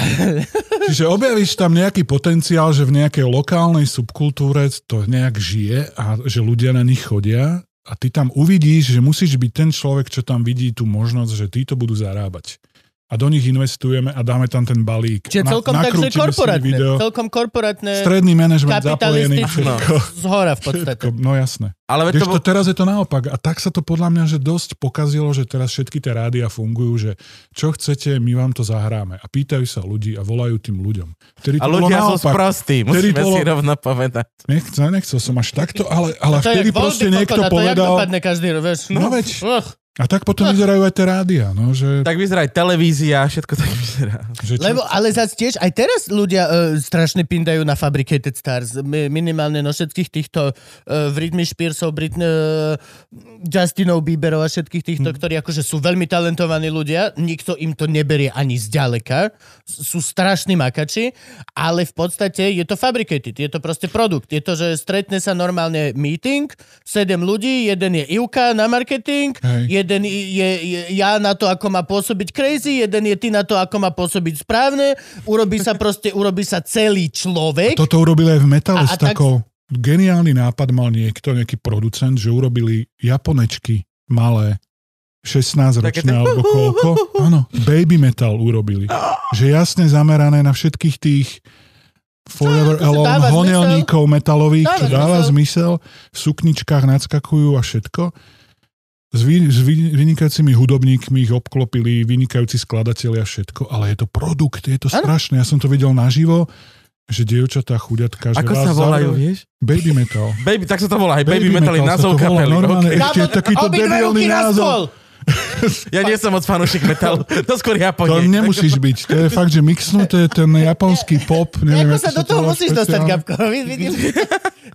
Čiže objavíš tam nejaký potenciál, že v nejakej lokálnej subkultúre to nejak žije a že ľudia na nich chodia a ty tam uvidíš, že musíš byť ten človek, čo tam vidí tú možnosť, že títo budú zarábať. A do nich investujeme a dáme tam ten balík.
Čiže celkom tak, že
nakrútime si
korporátne.
video.
Celkom korporátne
Stredný manažment zapojený.
kapitalistické
Všetko,
z hora v podstate.
všetko, no jasné.
Ale veď to,
Vieš,
bol-
to teraz je to naopak. A tak sa to podľa mňa, že dosť pokazilo, že teraz všetky tie rádia fungujú, že čo chcete, my vám to zahráme. A pýtajú sa ľudí a volajú tým ľuďom. Vtedy
a
to bolo
ľudia sú
naopak.
sprostí,
Vtedy
musíme
bolo-
si rovno povedať.
Nechcel, nechcel som až takto, ale, ale
To je
vtedy
jak voľby
proste
kokota,
niekto
To jak
povedal...
dopadne každý, vieš.
No veď,
Uch,
A tak potom vyzerajú aj tie rádia, no, že...
Tak vyzerá aj televízia, všetko tak vyzerá.
že čo-
Lebo, ale zase tiež, aj teraz ľudia e, strašne pindajú na Fabricated Stars. Mi- Minimálne na všetkých týchto e, v Britney Spearsov, Britney, e, Justinov Bieberov a všetkých
Hm.
týchto, ktorí akože sú veľmi talentovaní ľudia. Nikto im to neberie ani zďaleka. S- Sú strašní makači, ale v podstate je to fabricated. Je to proste produkt. Je to, že stretne sa normálne meeting, sedem ľudí, jeden je Ivka na marketing,
Hej.
Jeden je, je ja na to, ako má pôsobiť crazy, jeden je ty na to, ako má pôsobiť správne. Urobí sa proste, urobí sa celý človek.
Toto urobili aj v metale
A-
s
a tak-
takou... Geniálny nápad mal niekto, nejaký producent, že urobili japonečky malé, 16
Také
ročné
tie-
alebo koľko. Áno, baby metal urobili. Že jasne zamerané na všetkých tých Forever
Áno, to
Alone
dáva
honelníkov metalových,
Dáva
čo dáva
zmysel.
zmysel. V sukničkách nadskakujú a všetko. S, vy, s vy, vynikajúcimi hudobníkmi ich obklopili, vynikajúci skladatelia a všetko, ale je to produkt, je to
Áno.
strašné. Ja som to videl naživo, že dievčatá chudiatka, že
Ako
vás
sa volajú,
zavrú-
vieš?
Baby metal.
Baby, tak sa to volá, aj Baby, Metal je
sa
názov
to volá,
kapely.
Normálne,
Okay.
ešte je takýto
obidve
debilný
ruky na
názov.
stôl.
Ja nie som moc fanúšik metalu, to skôr
To
Japonie.
nemusíš byť, to je fakt, že mixnuté ten japonský pop. Neviem,
Ako
ako
sa do toho
volá
musíš dostať,
špeciálne.
Gabko? Vid- Vidím,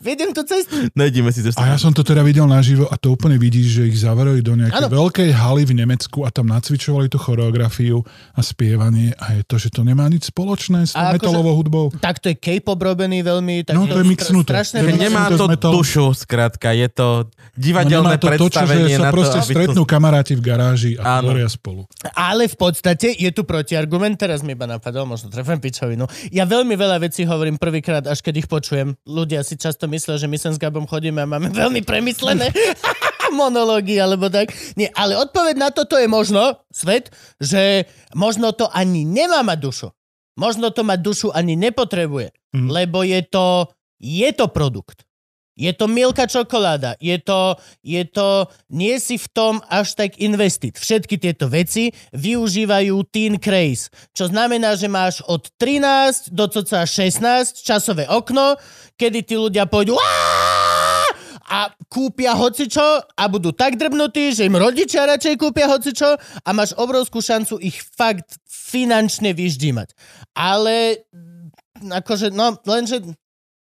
vidím tú cestu.
Nejdeme si to ešte.
A ja som to teda videl naživo a to úplne vidíš, že ich zavreli do nejakej
Áno.
veľkej haly v Nemecku a tam nacvičovali tú choreografiu a spievanie a je to, že to nemá nič spoločné s tou
A akože-
metalovou hudbou.
Tak to je K-pop robený veľmi. Tak
No, to je
stra-
mixnuté.
Strašné
To je
veľa-
mixnuté.
Nemá
som to
to
s metalom.
dušu, skrátka, je to
No nemá
divadelné
to to, čo, že
predstavenie
sa
na to,
proste
aby
stretnú
to...
kamaráti v garáži a
Áno.
hovoria spolu.
Ale v podstate je tu protiargument, teraz mi iba napadol, možno trefem pičovinu. Ja veľmi veľa vecí hovorím prvýkrát, až keď ich počujem. Ľudia si často myslia, že my sem s Gabom chodíme a máme veľmi premyslené monológy alebo tak. Nie, ale odpoveď na toto je možno, svet, že možno to ani nemá mať dušu. Možno to mať dušu ani nepotrebuje,
Mm.
lebo je to, je to produkt. Je to milka čokoláda, je to, je to, nie si v tom až tak investit. Všetky tieto veci využívajú teen craze, čo znamená, že máš od 13 do cca 16 časové okno, kedy tí ľudia pôjdu "Aaah!" a kúpia hocičo a budú tak drbnutí, že im rodičia radšej kúpia hocičo a máš obrovskú šancu ich fakt finančne vyždímať. Ale akože, no, lenže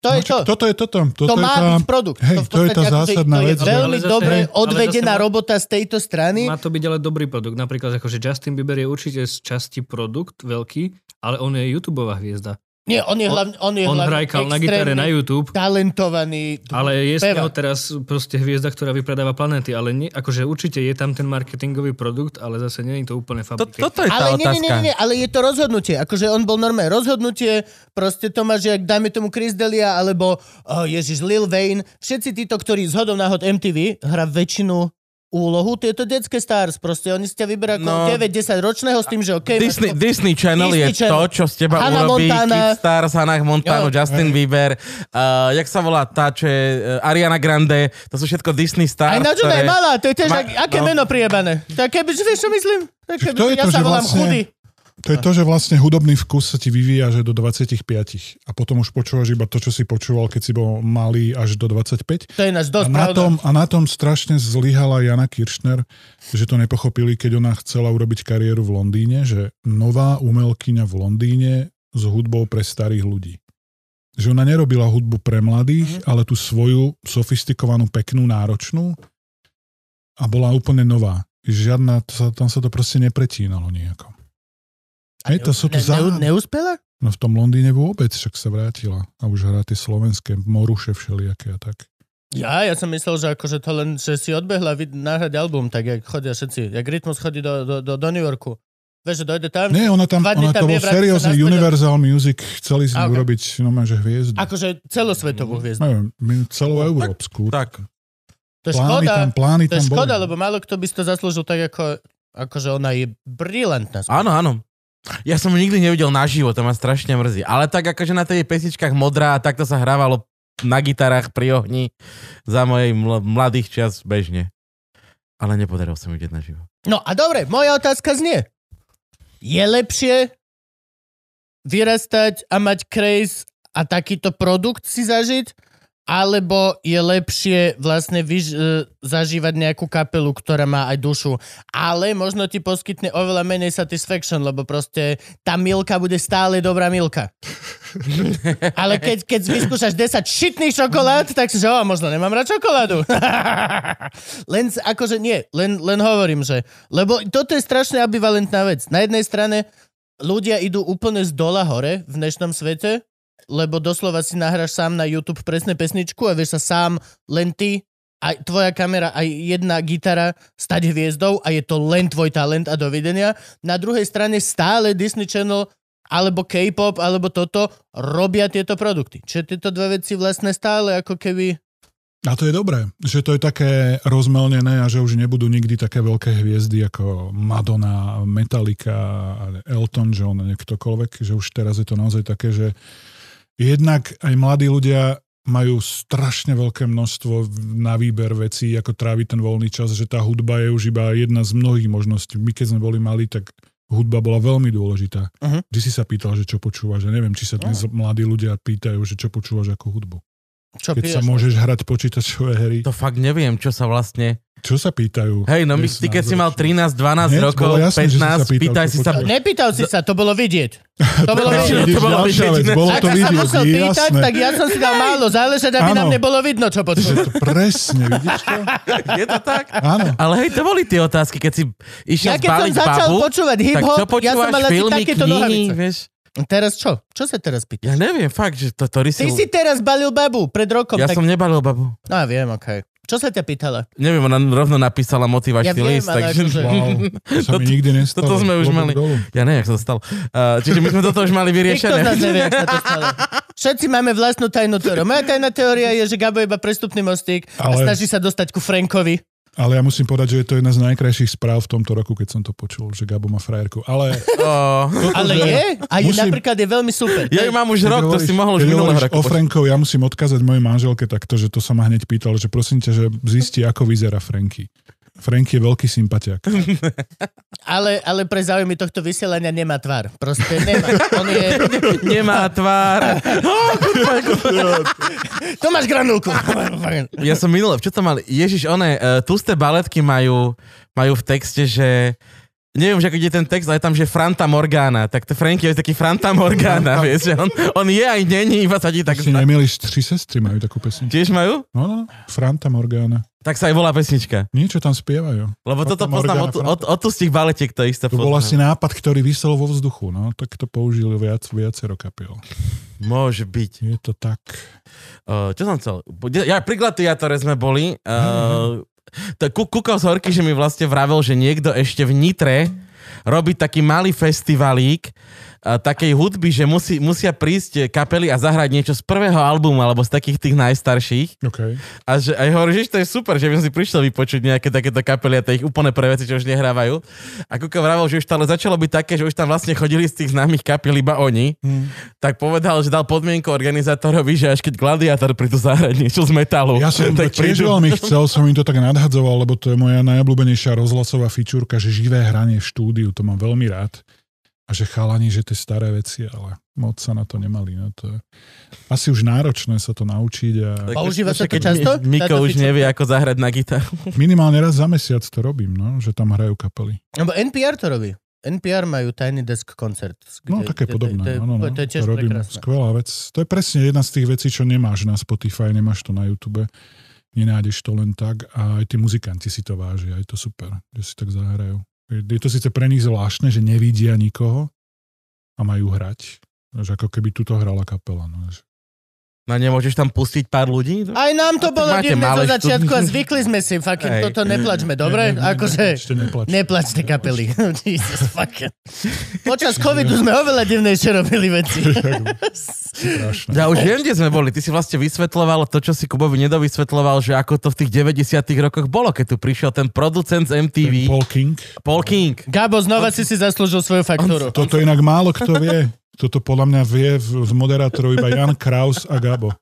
to je
No, čak,
to
toto je toto. Toto
to
je
má
tá...
byť produkt.
Hej,
v
to je tá
podstate akože
zásadná
to
vec,
Je
že-
veľmi
Ale zase-
dobre
hej, ale zase
odvedená
má-
robota z tejto strany.
Má to byť ale dobrý produkt. Napríklad akože Justin Bieber je určite z časti produkt veľký, ale on je YouTubeová hviezda.
Nie, on je
on-
hlavne, on je
On
hlavne
hrajkal na gitare
extrémne
na YouTube,
talentovaný.
ale je z
Speva.
neho teraz proste hviezda, ktorá vypredáva planéty. Ale nie, akože určite je tam ten marketingový produkt, ale zase nie je to úplne
To,
fabrika.
toto je tá
Ale nie, nie, nie, nie,
otázka.
ale je to rozhodnutie. Akože on bol normálne rozhodnutie, proste to máš, jak dáme tomu Chris Delia, alebo oh, Ježiš Lil Wayne, všetci títo, ktorí z hodom náhod MTV hrá väčšinu úlohu, to je to detské stars, proste oni ste vyberá
No.
no, 9-10 ročného s tým, že OK, máš
Disney,
po-
Disney Channel je
Disney
to,
Channel.
čo z teba
Hannah
urobí
Montana.
Kid Stars, Hannah Montana,
Jo.
Justin Bieber, uh, jak sa volá tá, čo je uh, Ariana Grande, to sú všetko Disney
Aj
Stars,
na Džuna je malá, to je tiež,
Ma-
ak- aké
no.
meno priebané. Tak keby, že vieš, čo myslím? Tak
Čiže
keby,
to je
ja
to,
sa
že
volám
vlastne-
chudý.
To je to, že vlastne hudobný vkus sa ti vyvíja, že do 25 a potom už počúvaš iba to, čo si počúval, keď si bol malý až do 25.
To je
A
náš dosť
na,
pravda.
tom, a na tom strašne zlyhala Jana Kiršner, že to nepochopili, keď ona chcela urobiť kariéru v Londýne, že nová umelkyňa v Londýne s hudbou pre starých ľudí. Že ona nerobila hudbu pre
Mhm.
mladých, ale tú svoju sofistikovanú, peknú, náročnú a bola úplne nová. Žiadna, to sa, tam sa to proste nepretínalo nejako. Hej, to sú tu
Ne- neu-
záhady.
Neúspela?
No v tom Londýne vôbec, však sa vrátila. A už hrá tie slovenské moruše všelijaké a tak.
Ja, ja som myslel, že akože to len, že si odbehla vid- nahrať album, tak jak chodia všetci, jak Rytmus chodí do, do, do, do New Yorku. Vieš, že dojde tam,
Nie, ona tam,
Dva
ona
dni
to
tam
bol
je, vráti sa
seriózny
naspäť a-
Universal Music, chceli z nej
A, ok.
urobiť normálne, že hviezdu.
akože celosvetovú hviezdu.
Neviem, my- celú európsku.
Tak,
To je
Plány tam,
škoda,
plány
to je
tam boli.
škoda, lebo málo kto by si to zaslúžil tak ako, akože ona je brilantná.
áno, áno. Ja som ju nikdy nevidel naživo, to ma strašne mrzí. Ale tak akože na tej pesničkách Modrá, takto sa hrávalo na gitarách pri ohni za mojej ml- mladých čas bežne. Ale nepodarilo sa mi vidieť naživo.
No a dobre, moja otázka znie. Je lepšie vyrastať a mať craze a takýto produkt si zažiť, alebo je lepšie vlastne vyž, e, zažívať nejakú kapelu, ktorá má aj dušu. Ale možno ti poskytne oveľa menej satisfaction, lebo proste tá milka bude stále dobrá milka. Ale keď, keď vyskúšaš 10 šitných čokolád, tak si že, o, možno nemám rád čokoládu. len, s- akože nie, len, len hovorím, že... Lebo toto je strašne ambivalentná vec. Na jednej strane ľudia idú úplne z dola hore v dnešnom svete, lebo doslova si nahráš sám na YouTube presne pesničku a vieš sa sám len ty aj tvoja kamera, aj jedna gitara stať hviezdou a je to len tvoj talent a dovidenia. Na druhej strane stále Disney Channel alebo K-pop, alebo toto, robia tieto produkty. Čiže tieto dve veci vlastne stále ako keby...
A to je dobré, že to je také rozmelnené a že už nebudú nikdy také veľké hviezdy ako Madonna, Metallica, Elton John, a ktokoľvek, že už teraz je to naozaj také, že jednak aj mladí ľudia majú strašne veľké množstvo na výber vecí, ako tráviť ten voľný čas, že tá hudba je už iba jedna z mnohých možností. My keď sme boli mali, tak hudba bola veľmi dôležitá.
Mhm.
Ty si sa pýtal, že čo počúvaš. Ja neviem, či sa dnes mladí ľudia pýtajú, že čo počúvaš ako hudbu.
Čo
Keď sa
piješ?
môžeš hrať počítačové hry.
To fakt neviem, čo sa vlastne...
Čo sa pýtajú?
Hej, no my, ty keď si mal 13, 12
Nie, to
rokov,
bolo jasné, že si sa
15,
pýtal,
pýtaj
čo
si sa...
počúvaš.
Nepýtal si sa, to bolo vidieť. To bolo
Prečo?
vidieť.
to bolo
ďalšia
vidieť,
vec,
ne?
bolo
Ak
to
sa
vidieť,
musel pýtať,
jasné.
tak ja som si dal málo záležať, aby
Áno.
nám nebolo vidno, čo
Že
počuť.
to presne, vidíš to?
Je to tak?
Áno.
Ale hej, to boli tie otázky, keď si išiel
Ja keď som
zbaliť
začal
babu,
počúvať
tak čo
hip-hop, ja som
počúvaš,
mal asi
filmy,
takéto
knihy,
nohavice.
vieš?
Teraz čo? Čo sa teraz
Ja
pýtaš?
neviem, fakt, že to, to
Ty si teraz balil babu pred rokom.
Ja
tak...
som nebalil babu.
No, ja viem, okej. Čo sa ťa pýtala?
Neviem, ona rovno napísala motivačný
Ja viem,
list,
ale
takže...
akože-
Wow, to sa mi
Toto-
nikdy nestalo.
toto sme už
Klobúk
mali.
dolu.
Ja neviem, ako sa to stalo. Uh, čiže my sme toto už mali
Nikto z nás
vyriešené.
nevie, ak sa to stalo. Všetci máme vlastnú tajnú teóriu. Moja tajná teória je, že Gabo je iba prestupný mostík a
Ale-
snaží sa dostať ku Frankovi.
Ale ja musím povedať, že je to jedna z najkrajších správ v tomto roku, keď som to počul, že Gabo má frajerku. Ale
Oh,
Ale je, a je
Musím-
napríklad je veľmi super.
ja ju mám už
keď
rok, to
hovoríš-
si mohol už
keď
minulého
hovoríš
roku.
O
počuť.
Frankov, ja musím odkázať mojej manželke takto, že to sa ma hneď pýtal, že prosím ťa, že zisti, ako vyzerá Franky. Franky je veľký sympatiak.
Ale, ale pre záujmy tohto vysielania nemá tvár. Proste nemá. On je...
Nemá tvár.
To máš granulku.
Ja som minule, čo to mali? Ježiš, one, uh, tlusté baletky majú, majú v texte, že neviem, že ako ide ten text, ale je tam, že Franta Morgana, tak to Franky je taký Franta Morgana, vieš, že on, on je aj není, iba sa ti tak...
Si nemieliš, tri sestry majú takú pesničku.
Tiež majú?
No, no, Franta Morgana.
Tak sa aj volá pesnička.
Niečo tam spievajú.
Lebo
Franta
toto poznám
Morgana,
od, od, od tustých baletiek, to isto
To bol
poznám.
asi nápad, ktorý vysel vo vzduchu, no, tak to použili viac, viacero kapiel.
Môže byť.
Je to tak.
Uh, čo som chcel? Bude- Ja, pri gladiátore sme boli. Uh, to ku, kúkol z horky, že mi vlastne vravel, že niekto ešte v Nitre robí taký malý festivalík uh, takej hudby, že musí, musia prísť kapely a zahrať niečo z prvého albumu alebo z takých tých najstarších.
OK.
A že aj hovorí, že to je super, že by som si prišiel vypočuť nejaké takéto kapely a tie ich úplne prvé veci, čo už nehrávajú. A Kuka vravel, že už to ale začalo byť také, že už tam vlastne chodili z tých známych kapiel iba oni. Hmm. Tak povedal, že dal podmienku organizátorovi, že až keď Gladiátor prídu zahrať niečo z metalu.
Ja som to
tak
tiež veľmi chcel, som im to tak nadhadzoval, lebo to je moja najobľúbenejšia rozhlasová fičúrka, že živé hranie v štúdiu, to mám veľmi rád. A že chalani, že tie staré veci, ale moc sa na to nemali. No to je asi už náročné sa to naučiť a
Tak-
Používa sa to
keď
často?
Mi- Miko
Táto
už
fička?
nevie, ako zahrať na gitaru.
minimálne raz za mesiac to robím, no, že tam hrajú kapely.
Lebo NPR to robí. NPR majú Tiny Desk koncert.
No
kde-
také
kde-
podobné.
To, je-
áno, no,
to je tiež
to robím.
prekrásne.
Skvelá vec. To je presne jedna z tých vecí, čo nemáš na Spotify, nemáš to na YouTube. Nenájdeš to len tak a aj tí muzikanti si to vážia. Je to super, že si tak zahrajú. Je je to síce pre nich zvláštne, že nevidia nikoho a majú hrať. Že ako keby tuto hrala kapela. No. že-
No nemôžeš tam pustiť pár ľudí?
Aj nám
A
to
tak
bolo
máte
divné
malé
zo začiatku a
štúdio.
zvykli sme si. Fucking
Hej.
toto neplačme, dobre?
Ne, ne, ne,
Akože...
Ešte neplač.
Neplačte kapely. Jesus fucking. Počas covidu sme oveľa divnejšie robili veci.
Strašné.
Ja už viem, kde sme boli. Ty si vlastne vysvetloval to, čo si Kubovi nedovysvetloval, že ako to v tých 90 rokoch bolo, keď tu prišiel ten producent z
Ten
MTV,
Paul King.
Paul King.
Gabo, znova si si zaslúžil svoju faktúru.
Toto inak málo kto vie. Toto podľa mňa vie v- z moderátorov iba Jan Kraus a Gabo.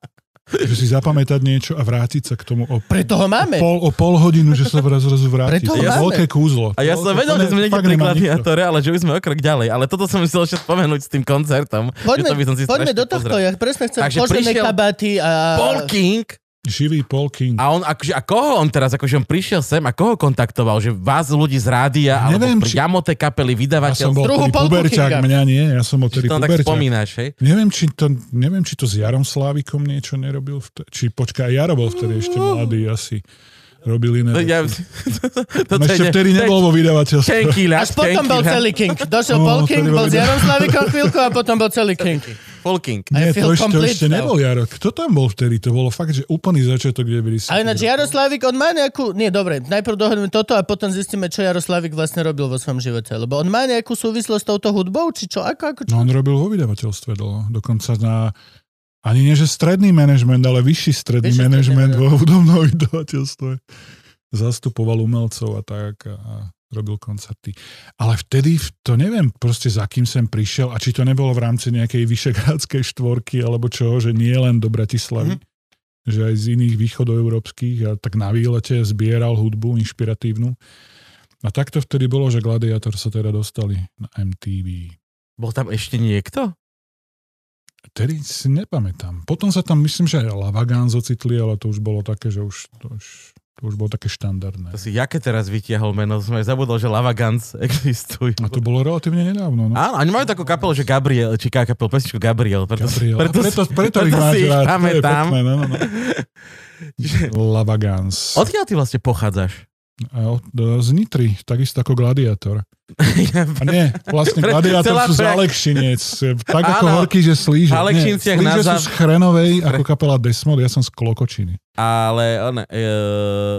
Že si zapamätať niečo a vrátiť sa k tomu o,
Preto ho máme.
pol, o pol hodinu, že sa raz zrazu vráti. To
Preto ho
je
máme.
veľké kúzlo.
A ja som vedel, že sme niekde pri
to.
gladiátore, ale že už sme o krok ďalej. Ale toto som musel ešte spomenúť s tým koncertom. že
Poďme,
to by som si strašne
poďme do tohto,
pozrel.
ja presne chcem
Takže
kožené
prišiel
kabaty a...
Paul King
Živý Paul King.
a on akože, a koho on teraz, akože on prišiel sem a koho kontaktoval, že vás ľudí z rádia,
Ja
alebo
neviem, či-
priamo tej kapely
Ja som bol
vydavateľstva,
Druhú
tedy
Paul
puberťák,
Kinga.
mňa nie, ja som bol
že
tedy
to on tak
puberťák.
spomínaš, hej?
Neviem či, to, neviem, či to s Jarom Slávikom niečo nerobil. Vtedy, či počkaj, Jaro bol vtedy ešte mladý asi. Robili iné.
To- No,
veci.
Ja,
On
toto je
ešte
ne-
vtedy
to je
nebol vo vydavateľstve.
Čenkýľa,
Až potom bol
Čenkýľa.
celý King. Došiel
No,
Paul
to
King,
nebolo
bol s
iné.
Jaroslavikom chvíľku a potom bol celý King.
Paul King.
Nie,
I feel
to ešte, to
complete
ešte
now.
nebol Jaro. Kto tam bol vtedy? To bolo fakt, že úplný začiatok 90.
A ináč Jaroslavik, on má nejakú... Nie, dobre, najprv dohodneme toto a potom zistíme, čo Jaroslavik vlastne robil vo svojom živote. Lebo on má nejakú súvislosť s touto hudbou, či čo? Ako, ako, čo?
No on robil vo vydavateľstve dlho. Dokonca na ani nie, že stredný manažment, ale vyšší stredný vyšší
Vyšší stredný
manažment
manažment.
vo hudobnom vydavateľstve. Zastupoval umelcov a tak a, a robil koncerty. Ale vtedy, v- to neviem proste za kým sem prišiel a či to nebolo v rámci nejakej vyšegrádskej štvorky alebo čoho, že nie len do
Mhm.
Bratislavy, mm-hmm. že aj z iných východoeurópskych a tak na výlete zbieral hudbu inšpiratívnu. A takto vtedy bolo, že Gladiator sa teda dostali na MTV.
Bol tam ešte niekto?
Vtedy si nepamätám. Potom sa tam, myslím, že aj Lavagán zocitli, ale to už bolo také, že už to už, to už bolo také štandardné.
To si jaké teraz vytiahol meno? Som aj zabudol, že Lavagans existujú.
A to bolo relatívne nedávno. No.
Áno, oni majú takú kapelu, že Gabriel, či ká- kapelu, pesničku Gabriel. Preto,
Gabriel.
Preto,
preto, preto,
preto
ich máš
si ich
rád. To je
pamätám.
pekné, no, no, no.
Že-
Lavagans.
Odkiaľ ty vlastne pochádzaš?
A od- Z Nitry, takisto ako Gladiator.
Ja
A nie, vlastne
Pre-
Gladiátor
celá
sú z
pre-
Alekšinec. Tak ako
Áno.
horký, že slíže.
V Alekšinciach
slíže
na
sú
záv-
z Chrenovej, ako kapela Desmod, ja som z Klokočiny.
Ale on, e,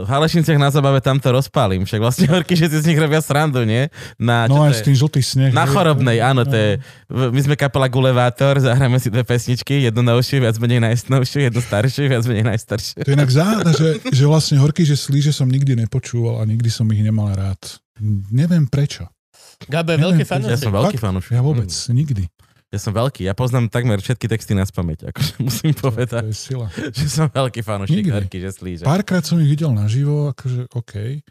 v Halešinciach na zabave tam to rozpálim. Však vlastne horky, že si z nich robia srandu, nie? Na, čo to
No aj s
je?
tým No. žltý sneh.
Na
hej.
chorobnej, áno, to je. My sme kapela Gulevátor, zahráme si dve pesničky, jednu novšiu, viac menej najnovšiu, jednu staršiu, viac menej najstaršiu.
To je inak záhada, že, že vlastne horky, že slíže som nikdy nepočúval a nikdy som ich nemal rád. Neviem prečo.
Gabo je
neviem,
veľký
Ja
ja
som
fanúšik.
veľký
Fakt?
fanúšik. Hm.
Ja vôbec,
Hmm.
nikdy.
Ja som veľký, ja poznám takmer všetky texty na spamäť, akože musím
To
povedať,
je sila.
že som veľký fanúšik
Nikdy.
horky, že slíže.
Párkrát som ich videl naživo, akože OK.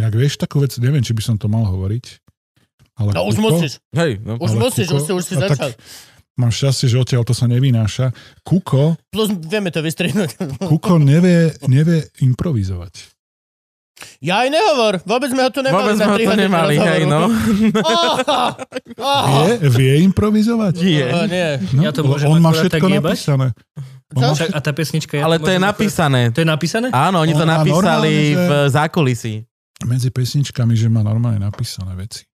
Inak vieš takú vec, neviem, či by som to mal hovoriť. Ale
No už
Kuko-
musíš.
Hej, no.
Už
Ale
musíš,
Kuko-
už si, už si
a tak-
začal.
Mám šťastie, že odtiaľ to sa nevynáša. Kuko,
Plus vieme to vystrihnúť.
Kuko nevie, nevie improvizovať.
Ja aj nehovor, vôbec sme ho tu nemali.
Vôbec
na
sme ho
tri
to
hodiny
nemali,
rozhovoru.
hej, no.
Oh, oh,
Vie, vie improvizovať?
Nie.
oh, nie.
No,
Ja to môžem
on má
akurát
všetko
tak jebať?
napísané. On
Čo?
má
Však, a tá pesnička...
no,
Ale to je
možno-
napísané.
To je napísané?
Áno, oni to
Ona
napísali v
No, normálne,
zákulisí.
medzi pesničkami, že má normálne napísané veci.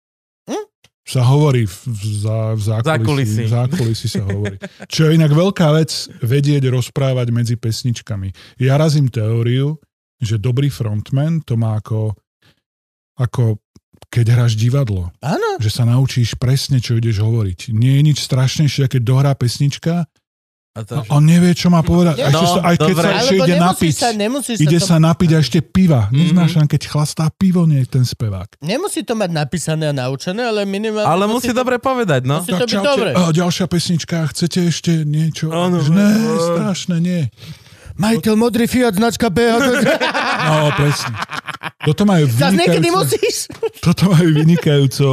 Hm?
Sa hovorí v, v, za, v zákulisí.
Zákulisí.
V zákulisí sa hovorí. Čo je inak veľká vec, vedieť rozprávať medzi pesničkami. Ja razím teóriu, že dobrý frontman to má ako, ako keď hráš divadlo.
Áno.
Že sa naučíš presne, čo ideš hovoriť. Nie je nič strašnejšie, keď dohrá pesnička
A to,
No, a on nevie, čo má povedať. A ešte
No,
sa, aj keď
dobre.
sa ešte
Alebo
ide
nemusíš
napiť.
sa, nemusíš
Ide
sa, to,
sa napiť a ešte piva.
Mhm.
Neznášam, keď chlastá pivo, nie je ten spevák.
nemusí to mať napísané a naučené, ale minimálne...
ale musí dobre povedať, no.
Musí to byť
čaute.
dobre.
A ďalšia pesnička, chcete ešte niečo?
Áno.
Že ne, strašne, nie.
Majiteľ modrý Fiat značka BH.
No, presne. Toto majú
Zas niekedy
vynikajúco,
musíš.
toto majú vynikajúco,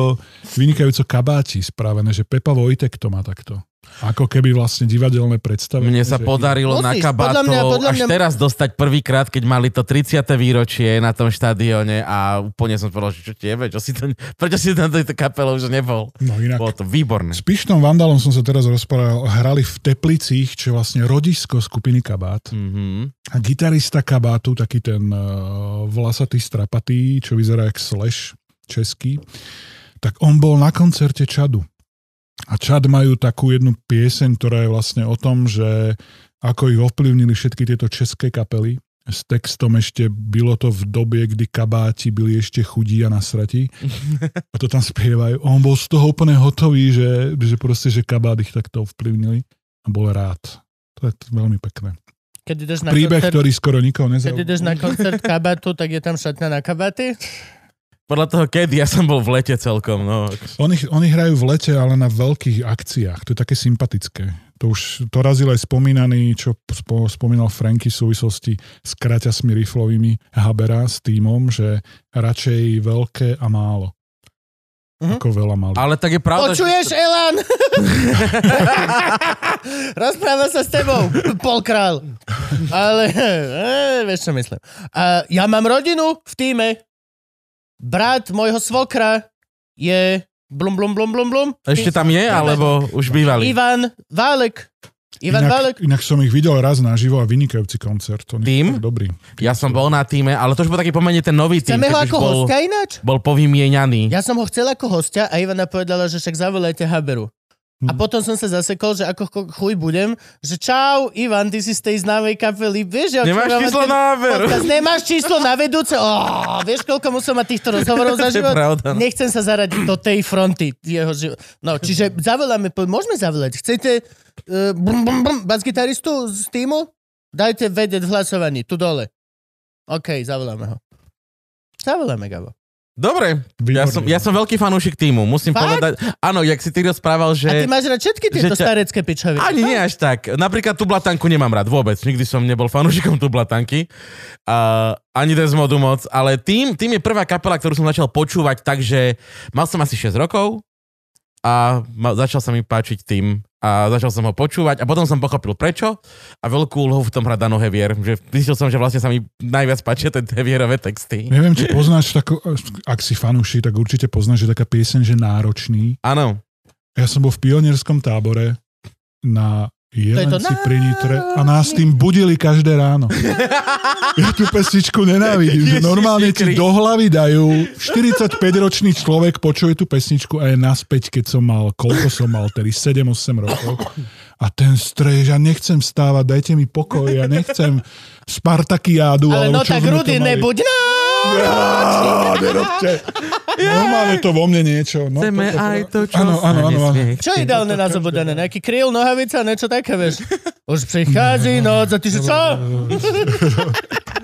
vynikajúco kabáti spravené, že Pepa Vojtek to má takto. Ako keby vlastne divadelné predstavenie.
Mne sa
že-
podarilo
Musíš,
na
podľa mňa-
kabátov
podľa
až
mňa-
teraz dostať prvýkrát, keď mali to 30. výročie na tom štadióne a úplne som povedal, že čo tiebe, čo si to, prečo si na tejto kapele už nebol.
No inak.
Bolo to výborné.
S Pištom Vandalom som sa teraz rozprával, hrali v Teplicích, čo je vlastne rodisko skupiny Kabát.
Mhm.
A gitarista kabátu, taký ten uh, vlasatý strapatý, čo vyzerá jak slash český, tak on bol na koncerte Čadu. A Čad majú takú jednu pieseň, ktorá je vlastne o tom, že ako ich ovplyvnili všetky tieto české kapely. S textom ešte bylo to v dobie, kdy kabáti byli ešte chudí a nasratí. A to tam spievajú. On bol z toho úplne hotový, že, že proste, že kabát ich takto ovplyvnili. A bol rád. To je t- veľmi pekné
Keď ideš na
príbeh,
koncert,
ktorý skoro nikoho
Keď
nezaujíma.
ideš na koncert kabatu, tak je tam šatňa na kabaty.
Podľa toho, kedy ja som bol v lete celkom, no.
Oni, oni hrajú v lete, ale na veľkých akciách. To je také sympatické. To už to razil aj spomínaný, čo spo, spomínal Franky v súvislosti s kraťasmi riflovými Habera s týmom, že radšej veľké a málo.
Mhm.
Ako veľa malých.
Ale tak je pravda,
Počuješ, Elan? Rozpráva sa s tebou, polkrál. Ale, e, vieš čo myslím. A ja mám rodinu v týme. Brat môjho svokra je blum, blum, blum, blum, blum.
že ešte tam je, alebo už bývali.
Ivan Válek. Ivan
inak,
Válek.
inak som ich videl raz naživo a vynikajúci koncert. Oni sú
Tým?
tak Dobrý.
Ja som bol na týme, ale to už bol taký pomene ten nový tým,
Chceme ho
keď už
ako
bol,
hostia ináč?
bol povymieňaný.
Ja som ho chcel ako hostia a Ivana povedala, že však zavolajte Haberu. A
Mhm.
potom som sa zasekol, že ako ko- chuj budem, že čau, Ivan, ty si z tej známej kapely, vieš, ja
Nemáš
odkrývam
číslo
ten
na Haberu.
podcast, Nemáš číslo na vedúce? Oh, vieš, koľko musel mať týchto rozhovorov za
To je
život?
pravda. no.
Nechcem sa zaradiť do tej fronty jeho život. No, čiže zavoláme, po- môžeme zavolať. Chcete uh, bum, bum, bum, basgitaristu z týmu? Dajte vedieť v hlasovaní, tu dole. OK, zavoláme ho. Zavoláme, Gabo.
Dobre, ja
Výborný.
som, ja som veľký fanúšik týmu, musím
Fakt?
povedať. Áno, jak si ty rozprával, že...
A ty máš rád všetky
že
tieto
ťa-
starecké pičoviny?
Ani nie až tak. Napríklad tú blatanku nemám rád vôbec. Nikdy som nebol fanúšikom tú blatanky. A ani ten z modu moc. Ale tým, tým je prvá kapela, ktorú som začal počúvať, takže mal som asi 6 rokov a ma, začal sa mi páčiť tým a začal som ho počúvať a potom som pochopil prečo a veľkú úlohu v tom hrá Dano Hevier, že zistil som, že vlastne sa mi najviac páčia tie Hevierové texty.
Neviem, či poznáš takú, ak si fanúši, tak určite poznáš, že taká pieseň, že náročný.
Áno.
Ja som bol v pionierskom tábore na
To je to
Jelenci pri Nitre a nás tým budili každé ráno. Ja tú pesničku nenávidím, že
Ježiši
normálne ti
Kriste.
do hlavy dajú. 45-ročný človek počuje tú pesničku a je naspäť, keď som mal, koľko som mal, tedy 7-8 rokov. A ten strej, že ja nechcem stávať, dajte mi pokoj, ja nechcem Spartakiádu.
Ale
alebo
no
čo
tak
sme to
rudy
mali.
nebuď. No!
Á, nerobte. Normálne to vo mne niečo. No,
Chceme
toto-
aj to, čo
Áno,
sa
áno, áno.
nesmie.
Čo je ideálne na zobudené? Nejaký kryl, nohavica, niečo také, vieš. Už prichádzi noc a ty že čo?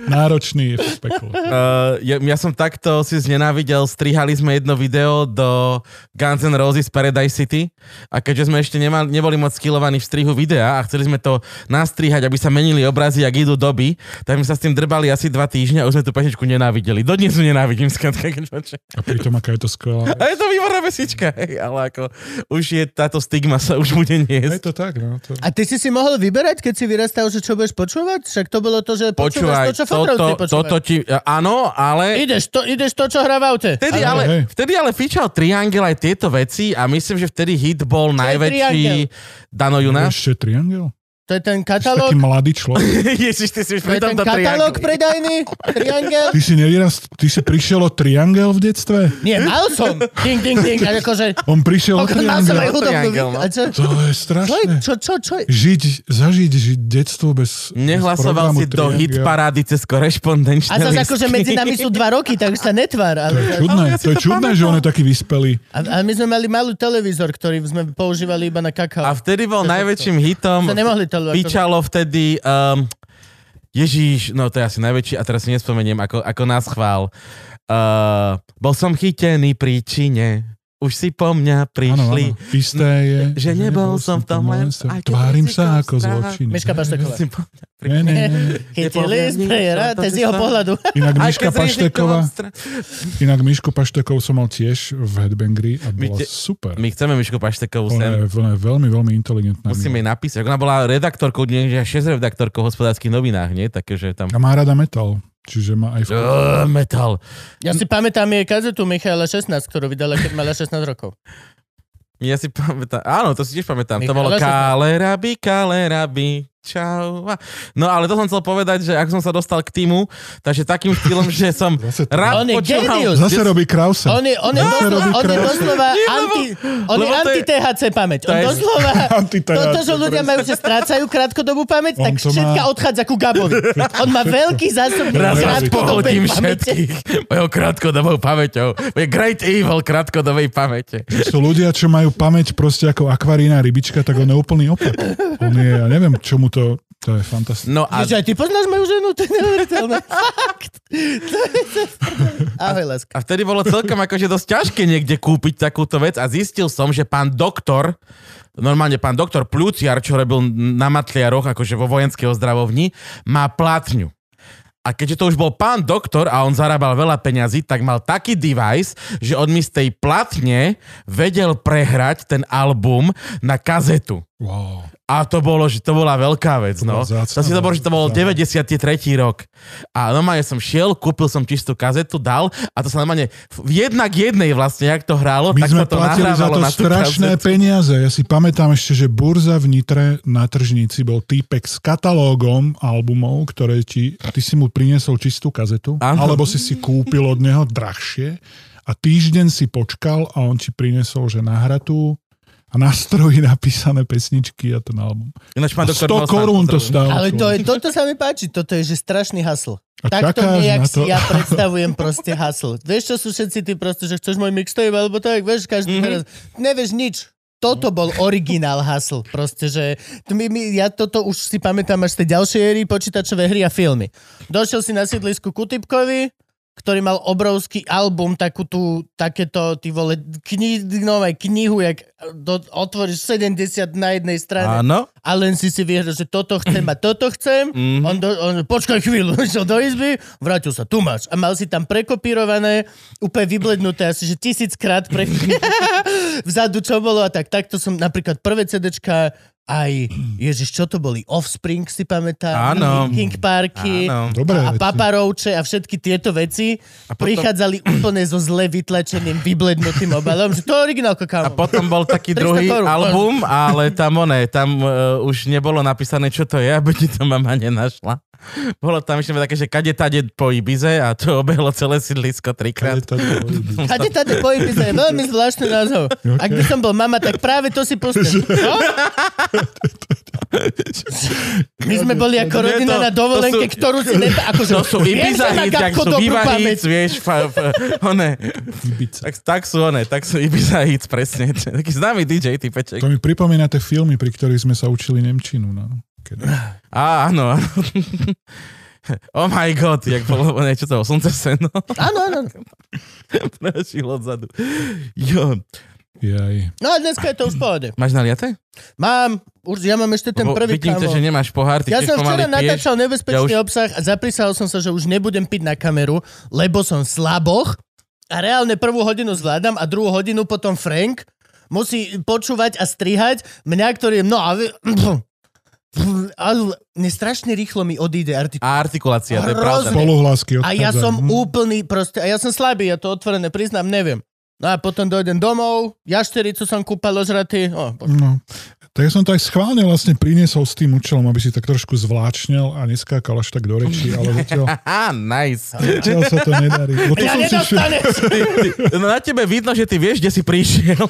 Náročný je v pekle.
Uh, ja, ja som takto si znenávidel, strihali sme jedno video do Guns N' Roses Paradise City a keďže sme ešte nemali, neboli moc skillovaní v strihu videa a chceli sme to nastrihať, aby sa menili obrazy, ak idú doby, tak sme sa s tým drbali asi dva týždne a už sme tú pesničku nenávideli. Dodnes ju nenávidím, skrátka. keď-
A pritom aká je to skvelá.
A je to výborná pesnička, hej, ale ako už je táto stigma sa už bude
Je
niesť.
to tak, no. To...
A ty si si mohol vyberať, keď si vyrastal, že čo budeš počúvať? Však to bolo to, že počúvaš
Počúvaj,
to, čo v
toto,
autovci
toto
počúvaš.
ti, áno, ale...
Ideš to, ideš to, čo hrá v aute.
Vtedy ale,
Ale- Hej.
vtedy ale fičal Triangel aj tieto veci a myslím, že vtedy hit bol najväčší Dano Juna.
Ešte triangel?
To je ten
Ty si taký
katalóg,
mladý človek.
Ježiš, ty si už
to je
pri
ten
tomto
katalóg
Triangli.
predajný, triangel.
Ty si nevyrast... Ty si prišiel o triangel v detstve?
Nie, mal som. Ding, ding, ding. A akože,
On prišiel o
mal som
triangel.
aj hudobnú.
Triangel, no.
A čo,
To je
čo, je-
strašné.
čo, čo, čo, je?
Žiť, zažiť žiť detstvo bez
Nehlasoval si
bez programu
do
Triangel.
hit parády cez korespondenčné
A zase akože medzi nami sú dva roky, tak už sa netvár.
To je
Ale,
čudné,
Ale ja si
to je
to
čudné, že on je taký vyspelý.
a, a my sme mali malý televízor, ktorý sme používali iba na kakao.
A vtedy bol najväčším hitom,
Sa nemohli akože- to ľudia-
pičalo vtedy, um, Ježíš, no to je asi najväčší, a teraz si nespomeniem, ako, ako nás chvál. Uh, bol som chytený príčine, už si po mňa
Áno,
prišli.
áno. Isté je,
Že nebol som v tom len-
monstrom.
aj keď
Tvárim
vznikol
sa ako
strach.
zločinec.
Meška Pašteková.
Si po mňa
Ne,
prišli.
ne, ne.
Chytili
Nepoviem nič,
sprejera, to je
to
z jeho
sa-
pohľadu.
Inak
Aj
Miška
keď
Pašteková,
zrizikoval stra-
inak Mišku Paštekov som mal tiež v Headbangri a
My
bola
te-
super.
My chceme Mišku Paštekovú
Ona
sem.
je, ona je veľmi, veľmi inteligentná.
Musíme jej napísať. Ona bola redaktorkou, nie, že šesť redaktorkou v hospodárských novinách, nie? Takže že tam...
A má rada metal, čiže má aj... Uh.
Uh, metal.
Ja si pamätám jej kazetu Michaela 16, ktorú vydala, keď mala 16 rokov.
Ja si pamätám. Áno, to si tiež pamätám. To
Michal
bolo
Lašek.
Kále rabi, kále rabi. Čau. a- No ale to som chcel povedať, že ako som sa dostal k týmu, takže takým štýlom, že som
Zase to-
rád
On je
počúval...
genius.
Zase robí Krause.
On je, on je,
Zase
doslova,
robí
on je
krásne.
doslova
Nie, lebo-
anti, on je
lebo to je-
anti-THC pamäť.
to
On
je-
doslova...
Anti-THC,
Toto, že ľudia majú, že strácajú krátkodobú pamäť,
On
tak
to má-
všetka odchádza ku Gabovi. On má veľký zásob
Raz, raz
krátkodobej
pohodím
pamäte.
všetkých mojou krátkodobou pamäťou. Je great evil krátkodobej pamäte.
Sú ľudia, čo majú pamäť proste ako akvarína rybička, tak on je úplný opak. On je, ja neviem, čomu to... To je fantastické.
No a
A... Ježiš, aj ty poznáš moju ženu, to je neuveriteľné. Fakt. To je to... Ahoj, láska.
A vtedy bolo celkom akože dosť ťažké niekde kúpiť takúto vec a zistil som, že pán doktor, normálne pán doktor Plúciar, čo robil na matliaroch, akože vo vojenskej ozdravovni, má plátňu. A keďže to už bol pán doktor a on zarábal veľa peňazí, tak mal taký device, že on mi z tej platne vedel prehrať ten album na kazetu.
Wow.
A to bolo, že to bola veľká vec, no.
bola
To
vzácna
si to bolo,
vec,
že to bol
vzácna.
93. rok. A normálne som šiel, kúpil som čistú kazetu, dal a to sa normálne v- jedna k jednej vlastne, jak to hrálo,
My
tak
sme
sa to
platili za
nahrávalo
to
na tú
strašné
kazetu.
peniaze. Ja si pamätám ešte, že burza v Nitre na tržnici bol týpek s katalógom albumov, ktoré ti... Ty si mu priniesol čistú kazetu,
Áno.
alebo si si kúpil od neho drahšie a týždeň si počkal a on ti priniesol, že nahratú a na stroji napísané pesničky a ten album.
Ináč pán
A
doktor
100
bol sám
korún to
pozdravil.
stálo.
Ale to je,
človek.
toto sa mi páči, toto je že strašný hasl.
A
Takto
čakáš
nejak
na
si
to.
ja predstavujem proste hasl. Vieš, čo sú všetci tí proste, že chceš môj mixtape, alebo tak, vieš, každý mm-hmm. teraz, nevieš nič. Toto bol originál hasl, proste, že t- my, my, ja toto už si pamätám až z tej ďalšej éry počítačové hry a filmy. Došiel si na sídlisku Kutipkovi, ktorý mal obrovský album, takú tú, takéto, ty vole, kni, nové knihu, jak do, otvoríš 70 na jednej strane
Áno.
a len si si vyhral, že toto chcem a toto chcem.
Mhm.
Mm-hmm. On, do, on počkaj chvíľu, išiel do izby, vrátil sa, tu máš. A mal si tam prekopírované, úplne vyblednuté, asi že tisíckrát pre... vzadu čo bolo a tak. Takto som napríklad prvé CDčka aj, ježiš, čo to boli? Offspring si pamätám,
Áno.
King Parky,
Áno.
Dobré
a
veci.
paparovče a všetky tieto veci a potom...
potom-
prichádzali úplne so zle vytlačeným, vyblednutým obalom, že to je originálka,
A
kámo.
potom bol taký
300
druhý
korún.
album, ale tam oné, tam uh, už nebolo napísané, čo to je, aby ti to mama nenašla. Bolo tam ešte také, že kade tade po Ibize a to obehlo celé sídlisko trikrát.
Ale to je-
Kade tady pohyby je veľmi zvláštny názov. Ak by som bol mama, tak práve to si pustím. No? My sme boli ako
Nie,
rodina
to-
na dovolenke,
to sú-
ktorú si nepa... Akože,
To sú Ibiza
Viem, že má
hits, tak
Gabko
sú
dobrú
Viva
pamäť.
hits, vieš, fa, fa, one,
Ibiza.
tak, tak sú one, tak sú Ibiza hits, presne. Taký známy DJ, ty peček.
To mi pripomína tie filmy, pri ktorých sme sa učili Nemčinu. No. Kedy.
Á, áno. Oh my god, jak bolo, ne, čo to bolo, slnce seno,
Áno, áno.
prešiel odzadu. Jo,
Jaj.
No a dneska je to už v pohode.
máš naliate?
Mám, už, ja mám ešte ten
Lebo
prvý
Vidím to,
kámo.
že nemáš pohár, ty
Ja
tiež
som včera
pomaly piješ.
natáčal nebezpečný
Ja
ja obsah a zapísal som sa, že už nebudem piť na kameru, lebo som slaboch a reálne prvú hodinu zvládam a druhú hodinu potom Frank musí počúvať a strihať mňa, ktorý je... No a... vy- Ale mne strašne rýchlo mi odíde artikulát.
A artikulácia, to je pravda.
Hrozne.
Spoluhlásky
A ja
odchádzajú.
som
Hm.
úplný proste... A ja som slabý, ja to otvorené priznám, neviem. No a potom dojdem domov, jaštericu som kúpal ožratý. O, bože.
No. Tak ja som to aj schválne vlastne priniesol s tým účelom, aby si tak trošku zvláčnel a neskákal až tak do rečí, ale zatiaľ,
Aha, nice.
zatiaľ sa to nedarí. Bo to
Ja
som si všim-
nedostaneš!
No na tebe vidno, že ty vieš, kde si prišiel.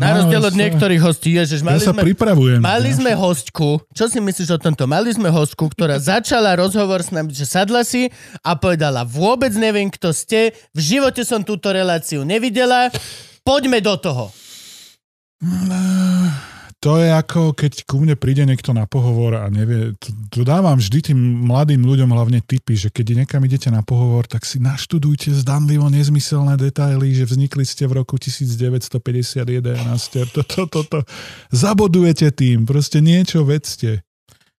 Na rozdiel
No,
od
jasné.
niektorých hostí, ježiš,
Ja
mali
sa
sme...
pripravujem.
Mali
Ja.
sme hostku, čo si myslíš o tomto? Mali sme hostku, ktorá začala rozhovor s nami, že sadla si a povedala, vôbec neviem, kto ste, v živote som túto reláciu nevidela, poďme do toho.
To je ako, keď ku mne príde niekto na pohovor a nevie, to, to dávam vždy tým mladým ľuďom hlavne tipy, že keď niekam idete na pohovor, tak si naštudujte zdanlivo nezmyselné detaily, že vznikli ste v roku 1951 a ste toto, toto, to, zabodujete tým, proste niečo vedzte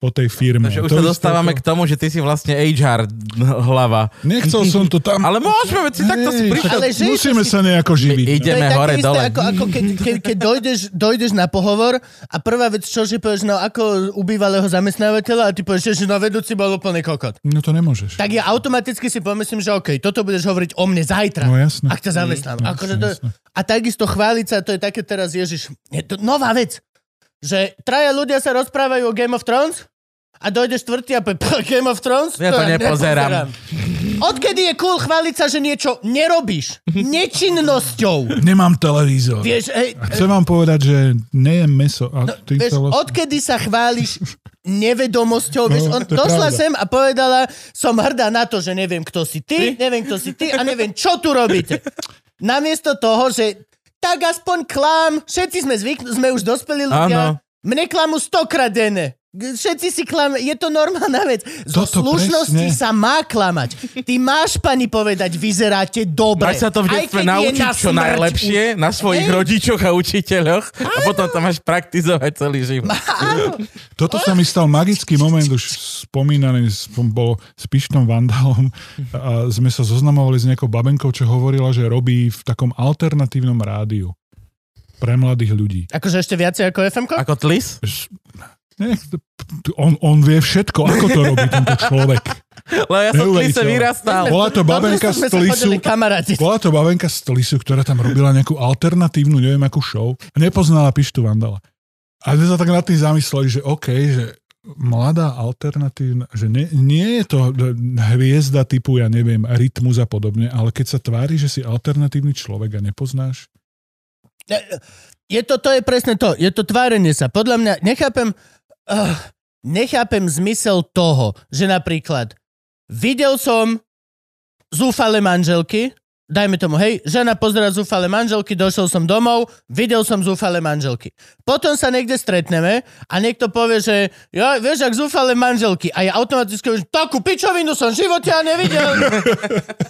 o tej firme.
Takže už
No, To
sa
isté
dostávame
ako-
k tomu, že ty si vlastne HR hlava.
Nechcel som to tam...
Ale môžeme, veď si takto si
Hej,
prišiel.
Ale že je to
musíme
si-
sa nejako živiť. no.
My ide- Ideme
to je také
hore,
isté,
dole.
Ako, ako keď, keď, keď dojdeš, dojdeš na pohovor a prvá vec, čo že povieš, no ako u bývalého zamestnávateľa a ty povieš, že no vedúci bol úplný kokot.
No to nemôžeš.
Tak ja automaticky si pomyslím, že OK, toto budeš hovoriť o mne zajtra.
No jasné.
Ak ťa zamestnám.
Mm,
akože
jasné, jasné.
to, a takisto chváliť sa, to je také teraz, Ježiš, je to nová vec, že traja ľudia sa rozprávajú o Game of Thrones a dojde štvrtý a povie, "Pff, Game of Thrones?
Ja to nepozerám."
Odkedy je cool chváliť sa, že niečo nerobíš? Nečinnosťou.
Nemám televízor.
Vieš, hej,
A chcem vám povedať, že nejem meso. A no, ty sa
vieš,
vlastne...
odkedy sa chváliš nevedomosťou,
No,
vieš, on
to je
došla
pravda.
sem a povedala, som hrdá na to, že neviem, kto si ty, neviem, kto si ty a neviem, čo tu robíte. Namiesto toho, že tak aspoň klám, všetci sme zvykli, sme už dospeli ľudia,
Áno.
mne klamu stokrát denne. Všetci si klame, je to normálna vec. Zo
Toto
slušnosti
presne.
sa má klamať. Ty máš pani povedať, vyzeráte dobre.
Máš sa to v
Aj
detstve
keď je
naučiť
na
čo
smrť.
najlepšie na svojich
Hej.
rodičoch a učiteľoch a potom to máš praktizovať celý život.
Áno.
Toto sa mi stal magický moment, už spomínaný, spom- bol s Pištom Vandalom a sme sa zoznamovali s nejakou babenkou, čo hovorila, že robí v takom alternatívnom rádiu pre mladých ľudí.
Akože ešte viacej ako FMK?
Ako tlis?
Ne, on, on vie všetko, ako to robí tento človek.
Lebo ja som v tlise
Neuveriteľné.
vyrastal.
Bola to babenka z
sme sa
Tlisu,
chodili kamaráti.
bola to babenka z Tlisu, ktorá tam robila nejakú alternatívnu, neviem akú show. A nepoznala Pištu Vandala. A sme sa tak nad tým zamysleli, že OK, že mladá alternatívna, že nie, nie je to hviezda typu, ja neviem, rytmus a podobne, ale keď sa tvári, že si alternatívny človek a nepoznáš,
Je to, to je presne to. Je to tvárenie sa. Podľa mňa, nechápem, uh, nechápem zmysel toho, že napríklad videl som zúfale manželky, dajme tomu, hej, žena pozera zúfale manželky, došiel som domov, videl som zúfale manželky. Potom sa niekde stretneme a niekto povie, že jo, vieš, ak zúfale manželky. A ja automaticky už takú pičovinu som v živote ja nevidel.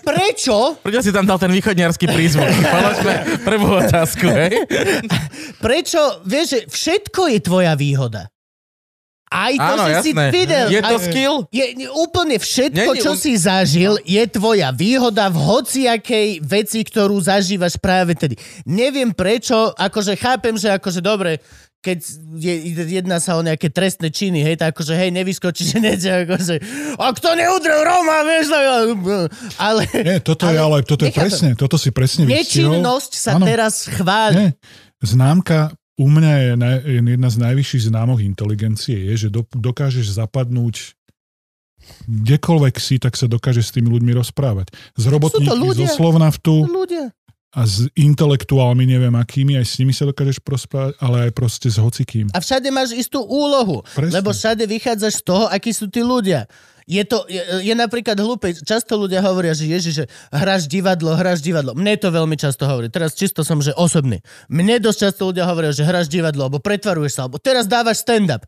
Prečo?
Prečo si tam dal ten východňarský prízvuk? Položme prvú otázku, hej?
Prečo, vieš, že všetko je tvoja výhoda. Aj to,
Áno,
že si
jasné.
videl.
Je to
aj-
skill?
Je, je úplne všetko,
Není
čo
un-
si zažil, je tvoja výhoda v hociakej veci, ktorú zažívaš práve tedy. Neviem prečo, akože chápem, že akože dobre, keď je, jedná sa o nejaké trestné činy, hej, tak akože hej, nevyskočíš hneď, že akože, a kto neudrel Roma, vieš, tak, ale...
nie, toto je ale, toto je
nechápem.
presne, toto si presne vystihol.
Nečinnosť sa
Áno.
teraz chváli.
Nie. Známka u mňa je naj, jedna z najvyšších známok inteligencie, je, že do, dokážeš zapadnúť kdekoľvek si, tak sa dokáže s tými ľuďmi rozprávať. S robotníkmi, so
ľudia.
slovnaftu
Ľudia.
a s intelektuálmi, neviem akými, aj s nimi sa dokážeš prosprávať, ale aj proste s hocikým.
A všade máš istú úlohu,
Presne.
lebo všade vychádzaš z toho, akí sú tí ľudia. Je to, je, je napríklad hlúpe, často ľudia hovoria, že ježiš, že hráš divadlo, hráš divadlo. Mne to veľmi často hovorí, teraz čisto som, že osobný. Mne dosť často ľudia hovoria, že hráš divadlo, alebo pretvaruješ sa, alebo teraz dávaš stand-up.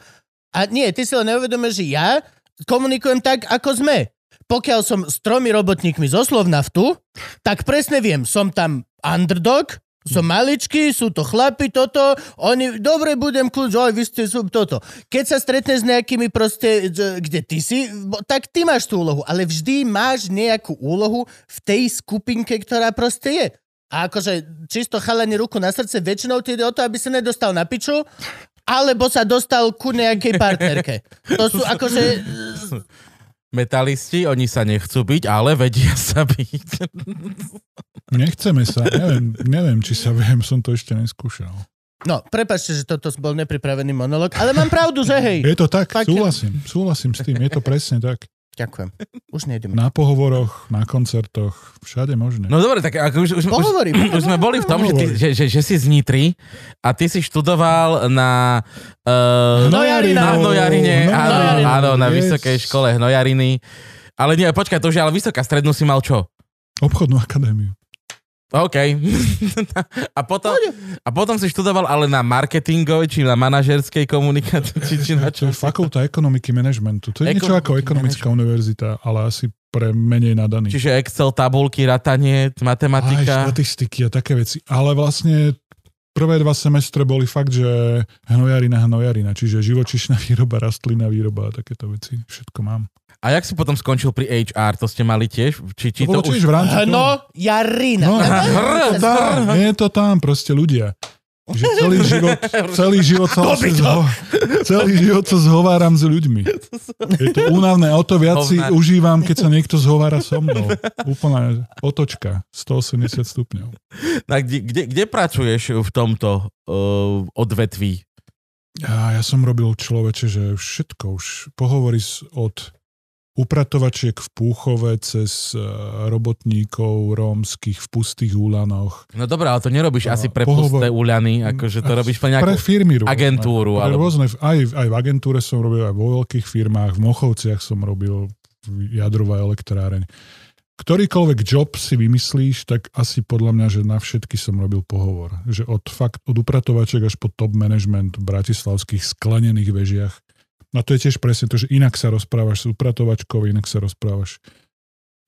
A nie, ty si len neuvedomíš, že ja komunikujem tak, ako sme. Pokiaľ som s tromi robotníkmi zo Slovnaftu, tak presne viem, som tam underdog, som maličký, sú to chlapi, toto, oni, dobre, budem kľúč, oj, vy ste sú toto. Keď sa stretneš s nejakými proste, d- kde ty si, bo- tak ty máš tú úlohu, ale vždy máš nejakú úlohu v tej skupinke, ktorá proste je. A akože čisto chalani ruku na srdce, väčšinou ti ide o to, aby sa nedostal na piču, alebo sa dostal ku nejakej partnerke. To sú akože...
Metalisti, oni sa nechcú byť, ale vedia sa byť.
Nechceme sa, neviem, neviem, či sa viem, som to ešte neskúšal.
No, prepačte, že toto bol nepripravený monolog, ale mám pravdu, že hej.
Je to tak,
Tak-
súhlasím, súhlasím s tým, je to presne tak.
Ďakujem. Už nejdem.
Na pohovoroch, na koncertoch, všade možné.
No dobre, tak ako už, už, už,
Pohovorím.
už sme boli v tom, že, ty, že, že, že si z Nitry a ty si študoval na... Uh,
Hnojarina.
Na Hnojarine, áno,
Hnojarina.
áno, na
Yes.
Vysokej škole Hnojariny. Ale nie, počkaj, to už je ale vysoká strednú si mal čo?
Obchodnú akadémiu.
OK. a, potom, a potom si študoval ale na marketingovej, či na manažerskej komunikácii, či, či na čo?
To je fakulta ekonomiky managementu. To je
Ekonomiky
niečo ako ekonomická univerzita, ale asi pre menej nadaných.
Čiže Excel, tabulky, ratanie,
Aj no
matematika.
štatistiky a také veci. Ale vlastne prvé dva semestre boli fakt, že hnojarina, hnojarina, čiže živočišná výroba, rastlina výroba a takéto veci. Všetko mám.
A jak si potom skončil pri HR? To ste mali tiež? Či, či
To bolo
to, už...
tiež v rámci toho.
Hno Jarina.
No,
Hr,
to tam, nie je to tam, proste ľudia. Že celý život, celý život sa vlastne zho- celý život sa zhováram s ľuďmi. Je to únavné, o to viac si
Hovnar.
užívam, keď sa niekto zhovára so mnou. Úplná otočka, 180 stupňov.
Tak kde, kde, kde pracuješ v tomto uh, odvetví?
Ja, ja som robil človeče, že všetko už pohovorí s- od upratovačiek v Púchove cez eh, robotníkov rómskych v pustých úlanoch.
No dobré, ale to nerobíš
No,
asi pre
pohovor-
pusté uľany, akože to
A
robíš pre
Pre
nejakú...
firmy rôzne.
agentúru,
Pre
alebo-
rôzne, aj, aj v agentúre som robil, aj vo veľkých firmách, v Mochovciach som robil v jadrová elektráreň. Ktorýkoľvek job si vymyslíš, tak asi podľa mňa, že na všetky som robil pohovor. Že od, fakt, od upratovaček až po top management v bratislavských sklenených vežiach No to je tiež presne to, že inak sa rozprávaš s upratovačkou, inak sa rozprávaš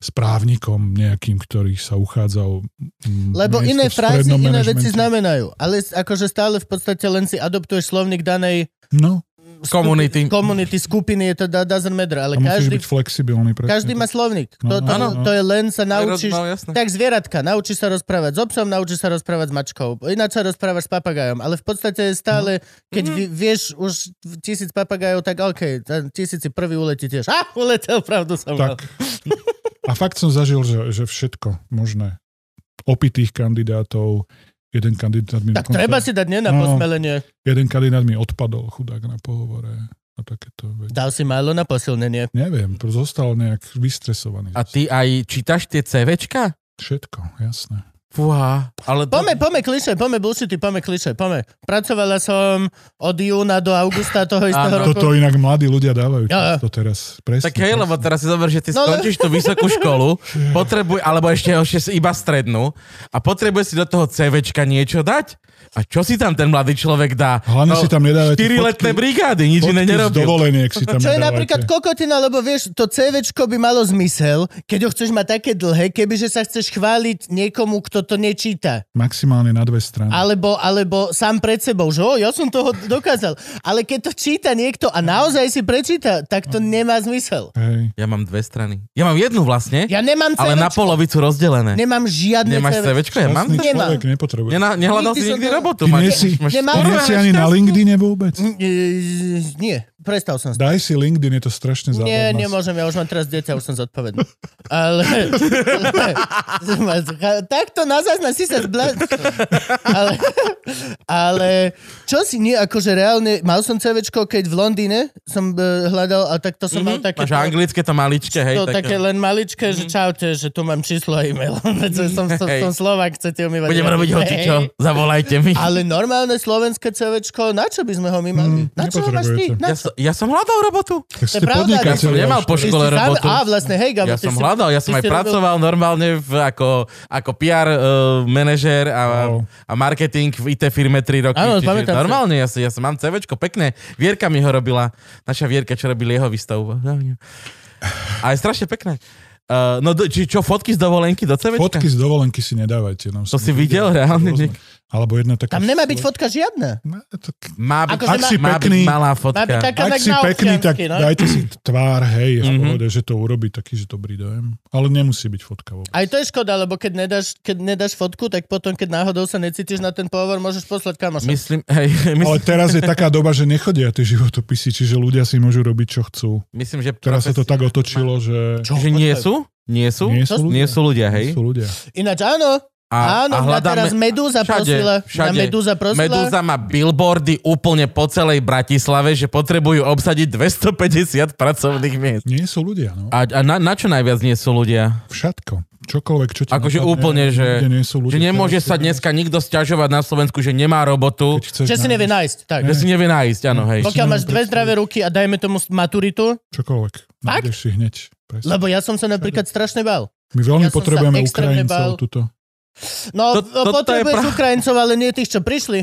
s právnikom nejakým, ktorý sa uchádza o mm,
Lebo
miesto
iné
v
frázy,
strednom
iné
manažmente.
veci znamenajú. Ale s- akože stále v podstate len si adoptuješ slovník danej
No,
Komunity.
komunity skupiny, je to da- doesn't matter, ale
a musíš
každý,
byť No, flexibilný. Presne,
každý má slovník. To, to,
Áno.
to je len sa naučíš,
No, jasné.
Tak zvieratka, naučí sa rozprávať s obsom, naučí sa rozprávať s mačkou, ináč sa rozprávaš s papagajom, ale v podstate stále,
No.
keď
Mhm.
vy, vieš už tisíc papagajov, tak OK, ten tisíci prvý uletí tiež. A, uletel, pravdu som mal.
Tak. A fakt som zažil, že, že všetko možné. Opitých kandidátov, jeden kandidát mi
Tak
dokonca,
treba si dať nie na
No.
posmelenie.
jeden kandidát mi odpadol, chudák na pohovore a takéto veci.
Dal si málo na posilnenie.
Neviem, to zostal nejak vystresovaný.
A ty aj čítaš tie CVčka?
Všetko, jasné.
Fúha. Ale to,
Pome, pome, kliše, pome, bullshity, pome, kliše, pome. Pracovala som od júna do augusta toho istého
Áno.
roku.
Toto inak mladí ľudia dávajú
Ja, ja.
ja, to teraz. Presne,
tak hej,
presne.
lebo teraz si zober, že ty
No, ale-
skončíš tú vysokú školu, potrebuj, alebo ešte, ešte si iba strednú a potrebuje si do toho CVčka niečo dať. A čo si tam ten mladý človek dá?
Hlavne si tam nedávajte
4 letné
fotky-
brigády, nič
Fotky
iné
z
nerobil.
dovoleniek si tam
Čo je
nedávajte.
napríklad kokotina, lebo vieš, to CVčko by malo zmysel, keď ho chceš mať také dlhé, kebyže sa chceš chváliť niekomu, kto to nečíta.
Maximálne na dve strany.
Alebo, alebo sám pred sebou, že o, ja som toho dokázal. Ale keď to číta niekto a naozaj si prečíta, tak to nemá zmysel.
Hej.
Ja mám dve strany. Ja mám jednu vlastne,
Ja nemám CV,
ale na polovicu rozdelené.
nemám žiadne
Nemáš
CV.
CVčko? Ja mám
Vlastný
Nemá.
človek nepotrebuje.
Nena, nehľadal
Nikdy
si
som
nikdy
ne-
robotu.
Ty
máš-
nie si-
máš
nemám-
Ty nie si
porvané
ani na
šťastie.
LinkedIn vôbec.
Mm, e, Nie, prestal som s
Daj si LinkedIn, je to strašne zábavná.
Nie, nemôžem, ja už mám teraz dieťa, už som zodpovedný. Ale... Takto na záznam si sa zbla... Ale... Ale čo si nie, akože reálne, mal som CVčko, keď v Londýne som e, hľadal a tak to som
Mhm,
mal také...
Máš anglické to maličké, hej.
to také
také- Mhm.
len maličké, že čaute, že tu mám číslo a e-mail. Veď som, som,
Hej.
som Slovak, chcete umývať.
Budem
jazyk.
robiť hocičo,
Hej.
zavolajte mi.
Ale normálne slovenské CVčko, na čo by sme ho my mali?
Mm,
na čo ho máš ty?
nepotrebujete.
Na
Ja,
čo?
so, ja som hľadal robotu.
Tak ste
To je
Ja
pravda,
som
podnikateľi.
nemal po
Ty si
škole
sám-
robotu.
Á, vlastne, hej, Gabo,
Ja
ty
som
si-
hľadal, ja
ty
som aj
si robil-
pracoval normálne v, ako, ako PR uh, manažer a,
Wow.
a marketing v IT firme 3 roky.
Áno,
Čiže
pamätám si.
normálne, ja, si, ja som mám CVčko, pekné. Vierka mi ho robila, naša Vierka, čo robili jeho výstavu. A je strašne pekné. Uh, no do, či čo, fotky z dovolenky do CVčka?
Fotky z dovolenky si nedávajte. No,
To
som
si videl reálne?
Rôzne. Alebo jedna taká...
Tam nemá byť fotka žiadna.
No, tak-
Má byť,
Akože
ak
má-
si
má byť
pekný, má byť malá fotka.
Má byť taká
Ak
tak
si
na
pekný, tak
občiansky, no.
dajte si tvár, hej, je v
Mhm.
pohode, že to urobí taký, že dobrý dojem. Ale nemusí byť fotka vôbec.
Aj to je škoda, lebo keď nedáš, keď nedáš fotku, tak potom, keď náhodou sa necítiš na ten pohovor, môžeš poslať kamoša.
Myslím, hej,
Ale
myslím,
teraz je taká doba, že nechodia tie životopisy, čiže ľudia si môžu robiť, čo chcú.
myslím, že...
Teraz sa to tak otočilo, že...
Čo?
Že nie sú? Nie sú?
Nie sú
Nie
ľudia.
sú ľudia,
Nie
hej?
sú ľudia.
Ináč áno,
A,
áno,
a
mňa teraz
hľadáme...
Medúza
všade,
prosila.
všade.
Mňa Medúza prosila.
Medúza má billboardy úplne po celej Bratislave, že potrebujú obsadiť 250 pracovných miest.
Nie sú ľudia, no.
A, a na, na čo najviac nie sú ľudia?
Všetko. Čokoľvek, čo ti
Akože
napadne,
úplne, že-
nikde nie sú ľudia.
Že nemôže
Teraz
sa
si-
dneska nikto stiažovať na Slovensku, že nemá robotu,
keď chceš
Že si
nájsť
nevie nájsť, tak.
že si nevie nájsť, áno, hej.
Pokiaľ
neviem
máš dve
predstaviť.
zdravé ruky a dajme tomu maturitu,
Čokoľvek. Nájdeš si hneď. Presne.
lebo ja som sa napríklad strašne bál.
My veľmi
Ja som sa
potrebujeme
extrémne
Ukrajincov
bál.
tuto.
No,
To- toto je
potrebuješ
prav-
Ukrajincov, ale nie tých, čo prišli.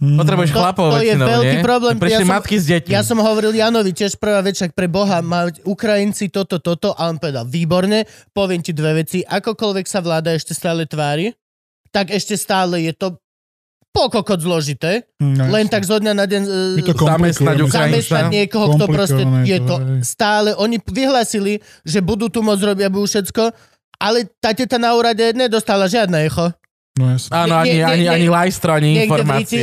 Mm.
Potrebuješ
To-
chlapov
to je
väčšinou,
veľký
nie?
problém.
Prišli
Ja som-
matky s deťmi.
Ja som hovoril Janovi tiež prvá vec, však pre Boha mať Ukrajinci toto, toto a on povedal, výborne, poviem ti dve veci, akokoľvek sa vláda ešte stále tvári, tak ešte stále je to pokokot zložité,
No,
len
jasne.
tak zo dňa na deň
My to
e,
Zamestnať
komplikujeme.
Ukrajincov.
zamestnať
Ukrajinca.
niekoho, kto proste
Komplikované
je
to,
to
hej.
stále. Oni vyhlásili, že budú tu môcť robiť abu všetko, ale tá teta na úrade nedostala žiadne echo.
No jasne.
Áno,
Nie-
ani,
nie-
ani,
nie-
ani lajstro, ani
Niekde v Líci,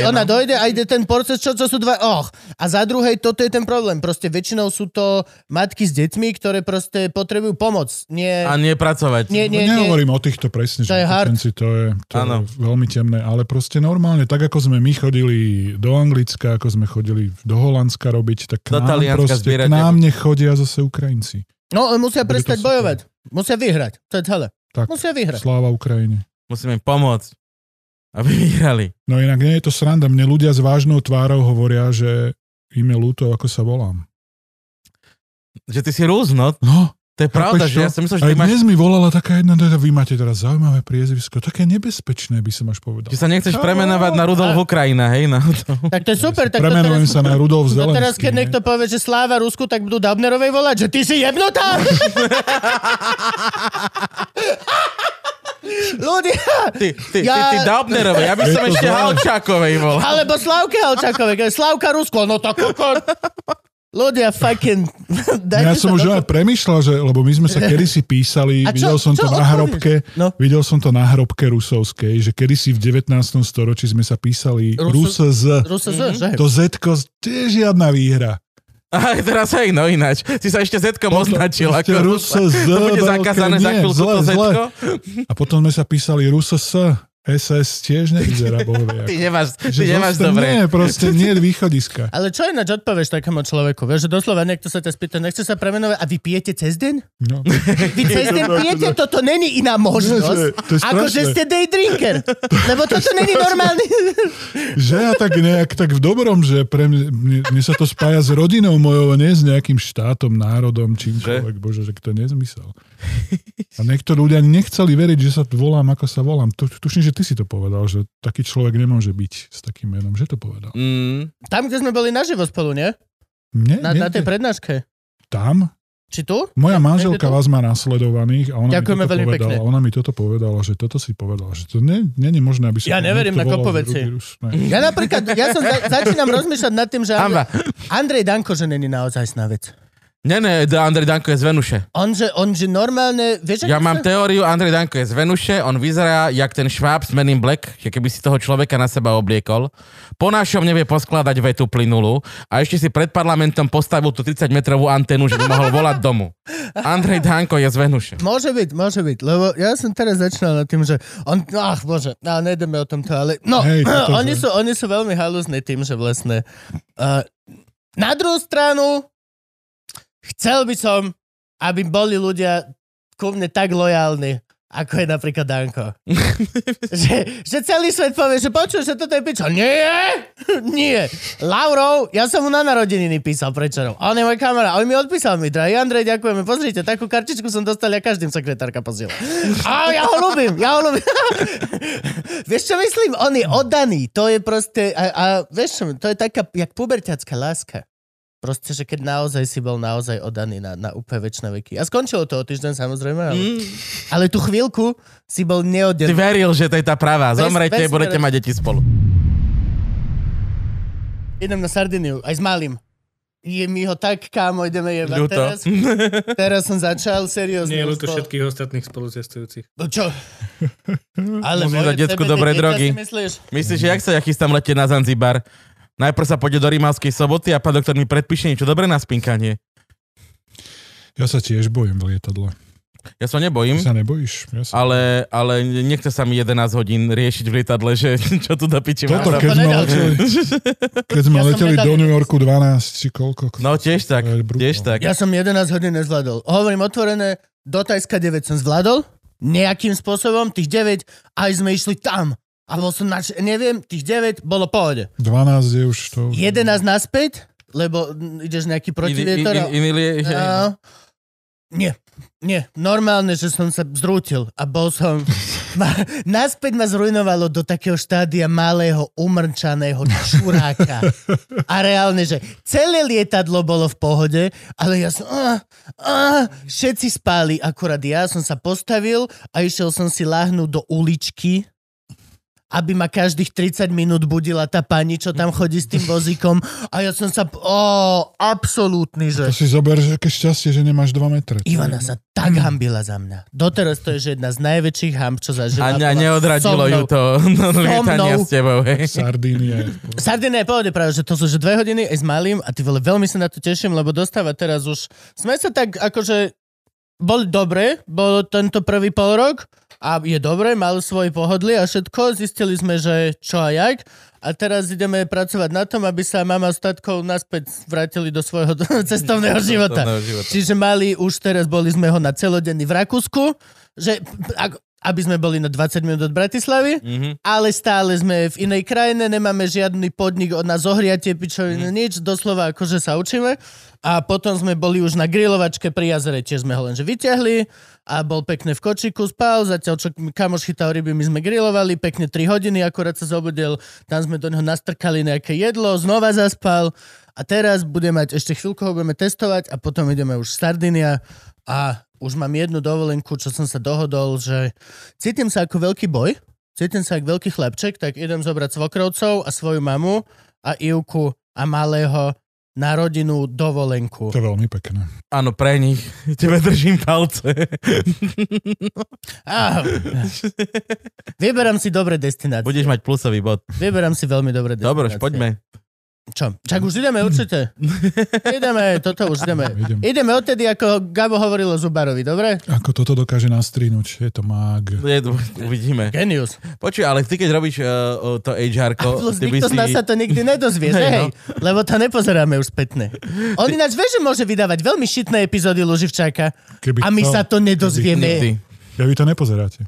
informácie.
ona
no.
dojde a ide ten proces, čo, čo sú dva, och. A za druhej, toto je ten problém. Proste väčšinou sú to matky s deťmi, ktoré proste potrebujú pomoc.
A
Nie,
nie pracovať.
nie, nie, nie.
No, Nehovorím o týchto presne, že
To je hard.
Ukrajinci, to je, to je
Áno.
veľmi temné, ale proste normálne, tak ako sme my chodili do Anglicka, ako sme chodili do Holandska robiť, tak k
Do
nám,
Talianska
proste,
zbierať
k nám nechodia zase Ukrajinci.
No, musia
Bude to
prestať
super.
bojovať. Musia vyhrať. To je celé.
Tak,
Musia vyhrať.
sláva Ukrajine.
Musíme im pomôcť, aby vyhrali.
No inak nie je to sranda. Mne ľudia s vážnou tvárou hovoria, že im je ľúto, ako sa volám.
Že ty si rúzno.
No,
To je pravda,
Chápeš
že
to?
ja som myslel, že
Aj
ty máš...
dnes mi volala taká jedna, teda vy máte teraz zaujímavé priezvisko, také nebezpečné by som až povedal.
Že sa nechceš premenovať na Rudolf
A-
Ukrajina, hej, na to.
Tak to je super. Tak to
Premenujem
teraz,
sa na Rudolf
to
Zelenský.
teraz, keď
nie?
niekto povie, že sláva Rusku, tak budú Dabnerovej volať, že ty si jebnutá! Ľudia,
Ty, ty, ty,
Ja-
ty Daubnerovej, ja by som
to
ešte
zlé.
Halčákovej volal.
Alebo Slavke Halčákovej, keď je Slavka Rusko, no to kokot. Ľudia, fucking...
No Ja
dajte
som
sa
už
dokopy.
aj premyšľal, že, lebo my sme sa kedysi písali,
A čo-
videl som
čo
to na
odpovieš?
hrobke,
No.
videl som to na hrobke rusovskej, že kedysi v 19. storočí sme sa písali Rus
Rusu-
z...
Rusa, mm-hmm. že?
Mhm. To Z je žiadna výhra.
A teraz hej, no ináč. Si sa ešte Zetkom označil.
Ešte
Ako,
Rus z...
to bude
veľké-
zakázané za
nie,
chvíľku
zle,
to
zle.
Zetko.
A potom sme sa písali Rus s... SS tiež nevyzerá, bohovia.
Ty nemáš, ty nemáš dobre.
Nie, proste nie je východiska.
Ale čo ináč odpovieš takému človeku? Vieš, že doslova niekto sa ťa spýta, nechce sa premenovať a vy pijete cez deň?
No.
Vy cez deň pijete? Toto není
Nie,
iná
že-
možnosť.
to je
Ako, že
strašné.
ste day drinker. Lebo toto není normálny.
Že ja tak nejak tak v dobrom, že pre mne, mne, mne sa to spája s rodinou mojou, nie s nejakým štátom, národom, čímkoľvek. Bože, že to je nezmysel. A niektorí ľudia ani nechceli veriť, že sa volám, ako sa volám. Tu, tuším, že ty si to povedal, že taký človek nemôže byť s takým menom. Že to povedal?
Mm.
Tam, kde sme boli naživo spolu, nie?
Nie,
Na,
nie,
na tej
nie.
prednáške.
Tam?
Či tu?
Moja
Niekde
manželka
tu?
vás má nasledovaných a ona mi
Ďakujeme
toto
veľmi
povedala.
pekne.
Ona mi toto povedala, že toto si povedala, že to nie, nie je možné, aby sa...
Ja
to
neverím
niekto
na
volal
kopu veci.
Rudirus. Ne.
Ja napríklad, ja som za, začínam rozmýšľať nad tým, že Andrej,
Amba.
Andrej Danko, že není naozaj snavec.
Nie, nie, Andrej Danko je z Venuše.
On že, on že normálne, vieš,
Ja
ako
mám
sa-
teóriu, Andrej Danko je z Venuše, on vyzerá jak ten šváb z Men in Black, že keby si toho človeka na seba obliekol. Po našom nevie poskladať vetu plynulú a ešte si pred parlamentom postavil tú 30-metrovú anténu, že by mohol volať domu. Andrej Danko je z Venuše.
Môže byť, môže byť, lebo ja som teraz začínal nad tým, že on, ach bože, no, nejdeme o tomto, ale no,
Hej, toto,
oni,
že-
sú, oni sú veľmi halúzni tým, že vlastne uh, na druhú stranu chcel by som, aby boli ľudia ku mne tak lojálni, ako je napríklad Danko. že, že celý svet povie, že počuj, že toto je pičo. Nie, nie. Laurov, ja som mu na narodeniny písal prečerom. On je môj kamera, on mi odpísal mi. Drahý Andrej, ďakujeme. Pozrite, takú kartičku som dostal, ja každým sekretárka posiela. A ja ho ľúbim, ja ho ľúbim. vieš, čo myslím? On je oddaný. To je proste, a, a vieš čo, to je taká, jak puberťacká láska. Proste, že keď naozaj si bol naozaj oddaný na, na úplne väčšie veky. A skončilo to o týždeň samozrejme, ale, mm. ale tú chvíľku si bol
Ty
neoddelný.
veril, že to je tá pravá.
Bez-
Zomrete,
bez-
budete mať deti spolu.
Idem na Sardiniu, aj s malým. Je mi ho tak, kámo, ideme jebať.
Ľuto.
Teraz, teraz som začal seriózne.
Nie,
už
ľúto
po-
všetkých ostatných spolucestujúcich.
No čo? Ale
Musím
moje
dať decku
CBD
dobré
dieťa
drogy.
Si myslíš?
Myslíš, že jak sa ja chystám letieť na Zanzibar? Najprv sa pôjde do Rimavskej soboty a pán doktor mi predpíše niečo dobré na spinkanie.
Ja sa tiež bojím v lietadle.
Ja sa nebojím.
Ty sa nebojíš? Ja sa...
Ale, ale nechce sa mi 11 hodín riešiť v lietadle, že čo tu do piči
Toto,
mám.
keď sme
nedal.
leteli, keď sme
Ja som
leteli do
nedal.
New Yorku 12, či koľko.
No tiež tak,
To je brutál.
tiež tak.
Ja som 11 hodín nezvládol. Hovorím otvorené, do Tajska 9 som zvládol, nejakým spôsobom, tých 9, aj sme išli tam. A bol som nač... Neviem, tých 9 bolo v pohode.
12 je už to...
11 naspäť, lebo mm, ideš nejaký protivietor. a-
iný lie...
No, nie, nie. Normálne, že som sa zrútil a bol som... Ma, naspäť ma zrujnovalo do takého štádia malého, umrčaného čuráka. A reálne, že celé lietadlo bolo v pohode, ale ja som... Uh, uh, všetci spáli, akurát ja som sa postavil a išiel som si láhnuť do uličky aby ma každých 30 minút budila tá pani, čo tam chodí s tým vozíkom. A ja som sa... Ó, absolútny,
To
že...
si zober, že aké šťastie, že nemáš 2 metre.
Ivana sa tak
Mhm.
hambila za mňa. Doteraz to je že jedna z najväčších hamb, čo
A, ne, a
zažila. Bola
neodradilo
so mnou.
ju to
So
lietania
mnou.
s tebou, hej.
Sardínie.
Sardina je pohode práve, že to sú že dve hodiny aj s malým a ty vole, veľmi sa na to teším, lebo dostáva teraz už... Sme sa tak akože... Bol dobre, bol tento prvý pol rok a je dobre, mal svoje pohodlie a všetko, zistili sme, že čo a jak. A teraz ideme pracovať na tom, aby sa mama statkov naspäť vrátili do svojho cestovného života.
Cestovného života.
Čiže mali, už teraz boli sme ho na celodenný v Rakúsku, že ak, aby sme boli na 20 minút od Bratislavy,
Mhm.
ale stále sme v inej krajine, nemáme žiadny podnik od nás ohriatie, pičoviny, nič, doslova akože sa učíme. A potom sme boli už na grilovačke pri jazere, tiež sme ho lenže vyťahli a bol pekne v kočiku, spal, zatiaľ čo kamoš chytal ryby, my sme grilovali, pekne 3 hodiny, akorát sa zobudil, tam sme do neho nastrkali nejaké jedlo, znova zaspal a teraz bude mať, ešte chvíľku ho budeme testovať a potom ideme už Sardinia a už mám jednu dovolenku, čo som sa dohodol, že cítim sa ako veľký boj, cítim sa ako veľký chlapček, tak idem zobrať svokrovcov a svoju mamu a Ivku a malého na rodinu dovolenku.
To je veľmi pekné.
Áno, pre nich. Tebe držím palce.
Ah, vyberám si dobré destinácie.
Budeš mať plusový bod.
Vyberám si veľmi dobré destinácie.
Dobre, už poďme.
Čo? Čak už ideme určite. ideme, toto už ideme.
Idem.
Ideme odtedy, ako Gabo hovoril o Zubarovi, dobre?
Ako toto dokáže nastrihnúť, je to mág.
Je, uvidíme.
Genius.
Počuj, ale ty keď robíš uh, to
A
HR-ko,
plus
ty by
nikto z
si...
nás sa to nikdy nedozvie, že
Hej,
hej?
no.
Lebo to nepozeráme už spätne. On ináč vie, že môže vydávať veľmi šitné epizódy Luživčáka
Keby
a my
chcel,
sa to
Nikdy.
nedozvieme.
Ja vy to nepozeráte.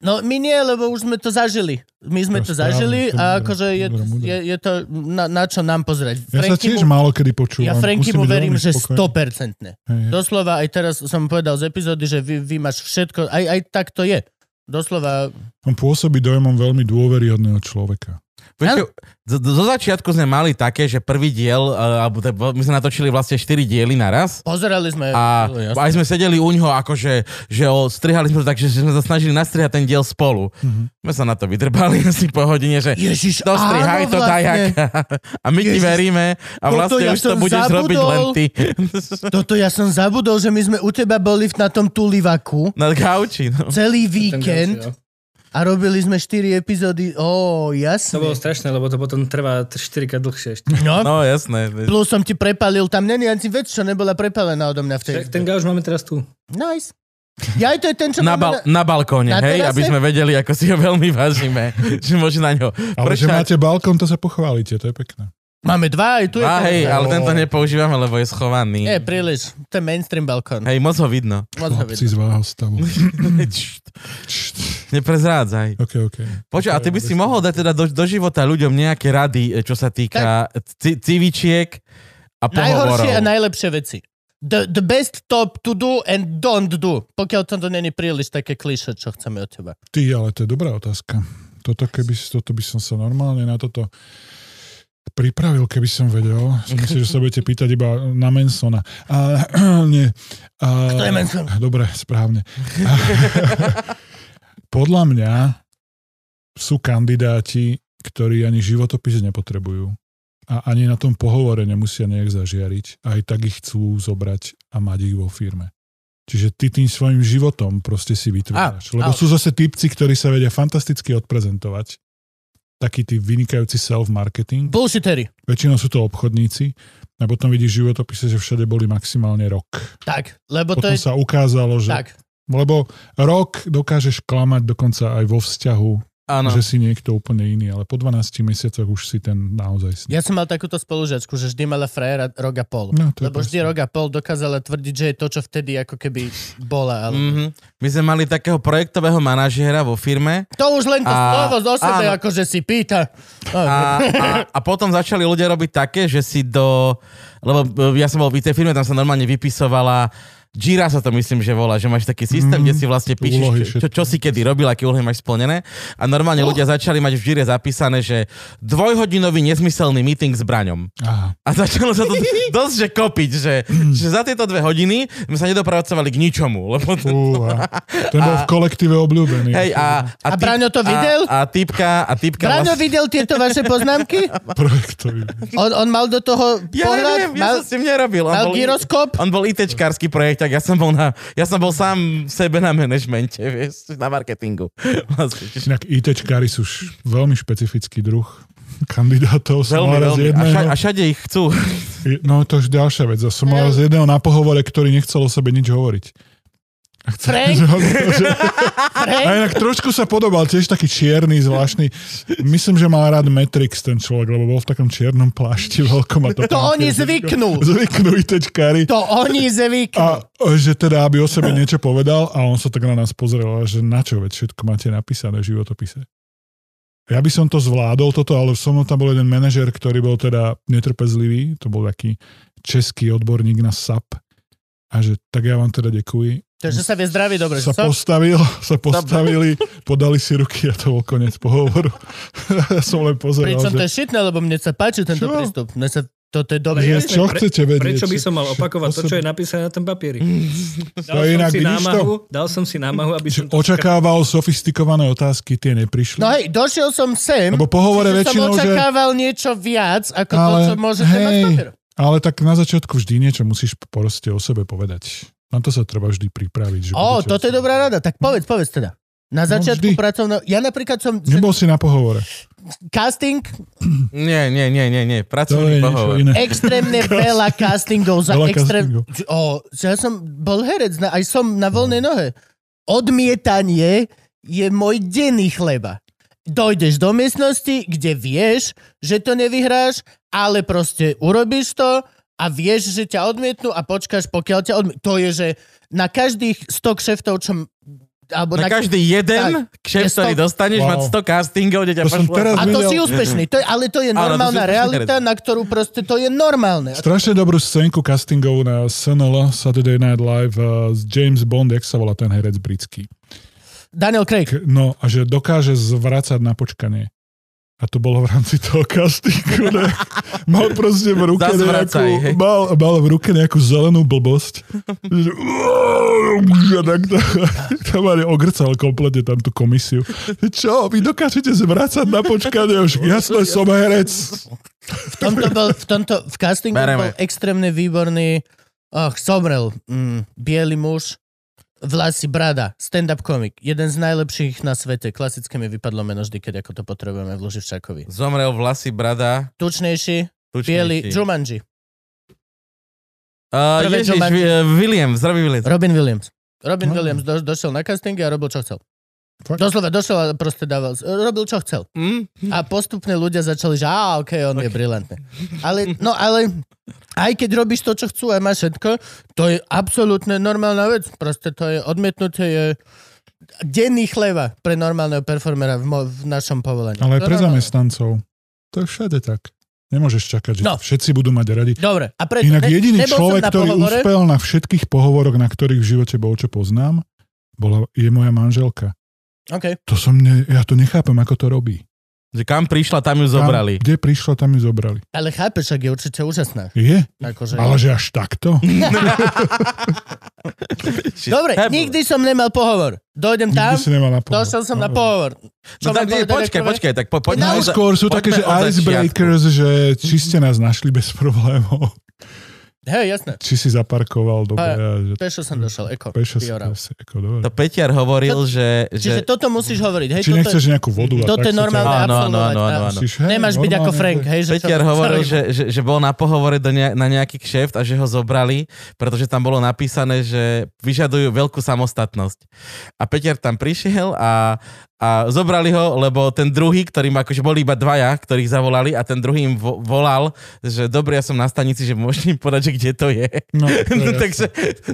No my nie, lebo už sme to zažili. My sme
To je
to
správne,
zažili
to je
a
múdre,
akože je,
múdre, múdre.
je, je to na, na čo nám pozerať.
Ja sa
Franky
tiež
mu-
málo kedy počúvam.
ja Franky
Musím
mu
byť
verím,
veľmi
že
spokojný.
100%.
Hej, hej.
Doslova aj teraz som povedal z epizódy, že vy, vy máš všetko, aj, aj tak to je. Doslova,
On pôsobí dojmom veľmi dôveryhodného človeka.
Počkaj, zo, zo začiatku sme mali také, že prvý diel, uh, alebo te- my sme natočili vlastne 4 diely naraz.
pozerali sme.
A
No, jasné.
aj sme sedeli u ňoho, akože, že ho strihali sme to tak, že sme sa snažili nastrihať ten diel spolu.
Mhm.
Mm-hmm. My sa na to vydrbali asi po hodine, že
Ježiš,
dostrihaj
áno,
to
tak,
dajak.
vlastne.
A my ti
Ježiš,
veríme a
toto
vlastne
ja
už to
som
budeš
zabudol.
robiť len ty.
Toto ja som zabudol, že my sme u teba boli v- na tom tulivaku
Na gauči. No.
celý
Ten
víkend
ďalší, no.
a robili sme 4 epizódy. Ó,
To bolo
jasne.
strašné, lebo to potom trvá 4 krát dlhšie
Hm.
ešte.
No,
no jasné.
plus som ti prepalil, tam není ani vec, čo nebola prepalená odo mňa v tej.
Však ten gauč máme teraz tu.
Nice. Ja aj to je ten, čo
Na,
máme
bal- na balkóne,
Na
hej,
terase?
aby sme vedeli, ako si ho veľmi vážime, že môže na ňo
Ale že
pršať.
máte balkón, to sa pochválite, to je pekné.
Máme dva, aj tu je.
Á, hej,
pohoda.
ale tento nepoužívame, lebo je schovaný.
Nie, príliš. To je mainstream balkón.
Hej, moc ho vidno.
Moc ho
Chlapci no,
vidno.
z váho stavu.
Čšt, Neprezrádzaj.
OK, OK.
Počkaj, a ty by si mohol dať teda do, do života ľuďom nejaké rady, e, čo sa týka ci, civičiek a pohovorov.
Najhoršie a najlepšie veci. The, the best top to do and don't do. Pokiaľ to není príliš také kliše, čo chceme od teba.
Ty, ale to je dobrá otázka. Toto, keby, toto by som sa normálne na toto pripravil, keby som vedel. Myslím, že sa budete pýtať iba na Mansona. A, nie. A,
Kto je Manson?
Dobre, správne. A, podľa mňa sú kandidáti, ktorí ani životopis nepotrebujú a ani na tom pohovore nemusia nejak zažiariť. Aj tak ich chcú zobrať a mať ich vo firme. Čiže ty tým svojim životom proste si vytváraš.
Á,
lebo
á.
sú zase typci, ktorí sa vedia fantasticky odprezentovať. Taký ty vynikajúci self-marketing.
Bullshittery.
Väčšinou sú to obchodníci. A potom vidíš v životopise, že všade boli maximálne rok.
Tak, lebo to
Potom
je...
sa ukázalo, že...
Tak.
Lebo rok dokážeš klamať dokonca aj vo vzťahu,
Áno.
že si niekto úplne iný, ale po 12 mesiacoch už si ten naozaj sní.
Ja som mal takúto spolužiačku, že vždy mala frajera rok a pol.
No, to je
Lebo vždy
presne.
rok a pol dokázala tvrdiť, že je to, čo vtedy ako keby bola. Ale...
Mhm. My sme mali takého projektového manažéra vo firme
To už len to
A-
slovo zo sebe,
áno.
akože si pýta.
a, a, a potom začali ľudia robiť také, že si do... Lebo e, ja som bol v tej firme, tam sa normálne vypisovala Jira sa to myslím, že volá, že máš taký systém, mm, kde si vlastne píšeš,
Mhm. úlohy
čo, čo, čo si kedy robil, aké úlohy máš splnené. A normálne ľudia začali mať v Jire zapísané, že dvojhodinový nezmyselný meeting s Braňom.
Aha.
A začalo sa to dosť, že kopiť, že, že za tieto dve hodiny sme sa nedopracovali k ničomu. Lebo to,
Fúha. Ten bol v kolektíve obľúbený.
hej, a,
A Braňo to videl?
A, a typka, a typka
Braňo
vlastne,
videl tieto vaše poznámky?
Projektový.
On, on mal do toho
ja
pohľad?
neviem, ja
mal,
som s tým nerobil. On
mal
bol-
gyroskop?
On bol ITčkársky projekt, tak ja som bol, na, ja som bol sám sebe na manažmente, vieš, na marketingu. Vlastne, čiže-
Inak ITčkári sú š- veľmi špecifický druh kandidátov. Som
Veľmi,
mal raz
veľmi. A,
jedného,
ša, a všade ich chcú.
no to už ďalšia vec. Ja Som mal raz jedného na pohovore, ktorý nechcel o sebe nič hovoriť. A chcem-
Frank?
že ho- že- A
Frank?
inak trošku sa podobal, tiež taký čierny, zvláštny. Myslím, že mal rád Matrix ten človek, lebo bol v takom čiernom plášti veľkom. A to,
To
tam
oni
tiež-
zvyknú.
Zvyknú ITčkári.
To oni zvyknú.
A e, že teda, aby o sebe niečo povedal a on sa tak na nás pozrel, a že na čo, veď všetko máte napísané v životopise. Ja by som to zvládol toto, ale som mnou tam bol jeden manažer, ktorý bol teda netrpezlivý, to bol taký český odborník na SAP a že tak ja vám teda ďakujem.
Takže sa vie zdraví dobre.
Sa
So,
postavil, sa postavili, podali si ruky a to bol koniec pohovoru. ja som len pozeral,
pričom to
že,
je šitné, lebo mne sa páči tento
Čo?
prístup. Mne sa, toto je dobré.
že
jasné,
čo
pre-
chcete vedieť.
Prečo by
že-
som mal
že
opakovať to,
o
čo
sebe-
je napísané na tom papieri?
Hm. To
Dal
je
som
inak,
si
vidíš to?
námahu, dal som si námahu, aby
že
som... to skr-
očakával sofistikované otázky, tie neprišli.
No hej, došiel som sem,
Lebo po hovore
čiže
väčšinou,
som
že...
očakával niečo viac, ako to,
Ale
čo môžete mať v
hej.
papieru.
Ale tak na začiatku vždy niečo musíš proste o sebe povedať. Na to sa treba vždy pripraviť. Že
Ó,
budete
toto
o
je
sebe-
dobrá rada. Tak povedz, povedz teda. Na
No,
začiatku
vždy.
pracovného... Ja napríklad som...
Nebol si na pohovore.
Casting,
Nie, nie, nie, nie, nie.
To je
Pracovný
niečo
pohovor.
iné.
extrémne veľa castingov za
Veľa
extrém...
castingov.
O, ja som bol herec, na, aj som na voľnej
No.
nohe. Odmietanie je môj denný chleba. Dojdeš do miestnosti, kde vieš, že to nevyhráš, ale proste urobíš to a vieš, že ťa odmietnú a počkáš, pokiaľ ťa odmietnú. To je, že na každých 100 kšeftov, čo... m- Alebo
Na každý jeden kšef,
Je sto-
ktorý dostaneš,
Wow.
mať 100 castingov, kde ťa
To som
pošlo.
teraz
A to
videl-
si úspešný, to je, ale to je
Áno, to si
normálna
úspešný
realita,
herec.
na ktorú proste to je normálne.
Strašne dobrú scénku castingovú na SNL Saturday Night Live eh, z James Bond, jak sa volá ten herec britský.
Daniel Craig.
K- No a že dokáže zvracať na počkanie. A to bolo v rámci toho castingu. Ne? Mal proste v ruke,
Zazvracaj, hej.
nejakú, mal, mal v ruke nejakú zelenú blbosť. Že- A tak to, tam ale ogrcal kompletne tam tú komisiu. Čo, vy dokážete zvracať na počkanie? Už jasné, som herec.
V tomto, bol, v tomto v castingu bol
Bereme.
extrémne výborný, ach, somrel, mm, biely muž, vlasy brada, stand-up komik, jeden z najlepších na svete, klasické mi vypadlo meno vždy, keď ako to potrebujeme v Luživčakovi.
Zomrel vlasy brada.
Tučnejší, biely,
Tučnejší.
Jumanji,
Uh,
Prvé
Ježiš,
Jumanji.
Vi- William, zdravý William.
Robin Williams. Robin
No.
Williams do, došiel na casting a robil, čo chcel.
Fakt? Mm?
Doslova došiel a proste dával, robil, čo chcel.
Hm?
A postupne ľudia začali, že á, ok, on okay. je brilantný. Ale, no ale aj keď robíš to, čo chcú a máš všetko, to je absolútne normálna vec. Proste to je odmietnutie je denný chleba pre normálneho performera v, mo- v našom povolaní.
Ale aj
To
pre
je normálne.
zamestnancov. To je všade tak. Nemôžeš čakať, že
No.
všetci budú mať radi.
Dobre, a preto
Inak
ne-
jediný
nebol som
človek,
na
ktorý
pohovore,
uspel na všetkých pohovoroch, na ktorých v živote bol, čo poznám, bola, je moja manželka.
Okay.
To som ne, ja to nechápem, ako to robí.
Že kam prišla, tam ju zobrali.
Tam, kde prišla, tam ju zobrali.
Ale chápeš, ak je určite úžasná.
Je?
Akože...
Ale že až takto?
Dobre,
Hebel.
nikdy som nemal pohovor. Dojdem tam,
Nikdy si nemal na pohovor.
došiel som na
Dobre.
pohovor.
No
Čo
tak
mám
nie,
povedať akože-
počkaj,
rektorovi?
počkaj, tak po, poďme. od-
No, Najskôr sú také, že
poďme od začiatku.
icebreakers, že či ste nás našli bez problémov,
Hej, jasné.
či si zaparkoval dobre,
Pa-
a že
Pešo som došiel, eko.
pešo si
Piora.
asi, ako dobre.
To Peťar hovoril, že... že...
Čiže toto musíš hovoriť, hej?
Či
toto
nechceš nejakú vodu. a
toto
tak
je
sa ťa-
normálne
Áno, áno,
absolvovať,
áno,
áno.
áno.
Musíš, hej,
Nemáš byť ako
normálne,
Frank, hej? Že
Peťar hovoril, že, že, že bol na pohovore do ne, na nejaký kšeft a že ho zobrali, pretože tam bolo napísané, že vyžadujú veľkú samostatnosť. A Peťar tam prišiel a, a zobrali ho, lebo ten druhý, ktorým akože boli iba dvaja, ktorých zavolali a ten druhý im vo, volal, že dobre, ja som na stanici, že môžete im povedať, že kde to je.
No, to je
No,
jasné.
takže,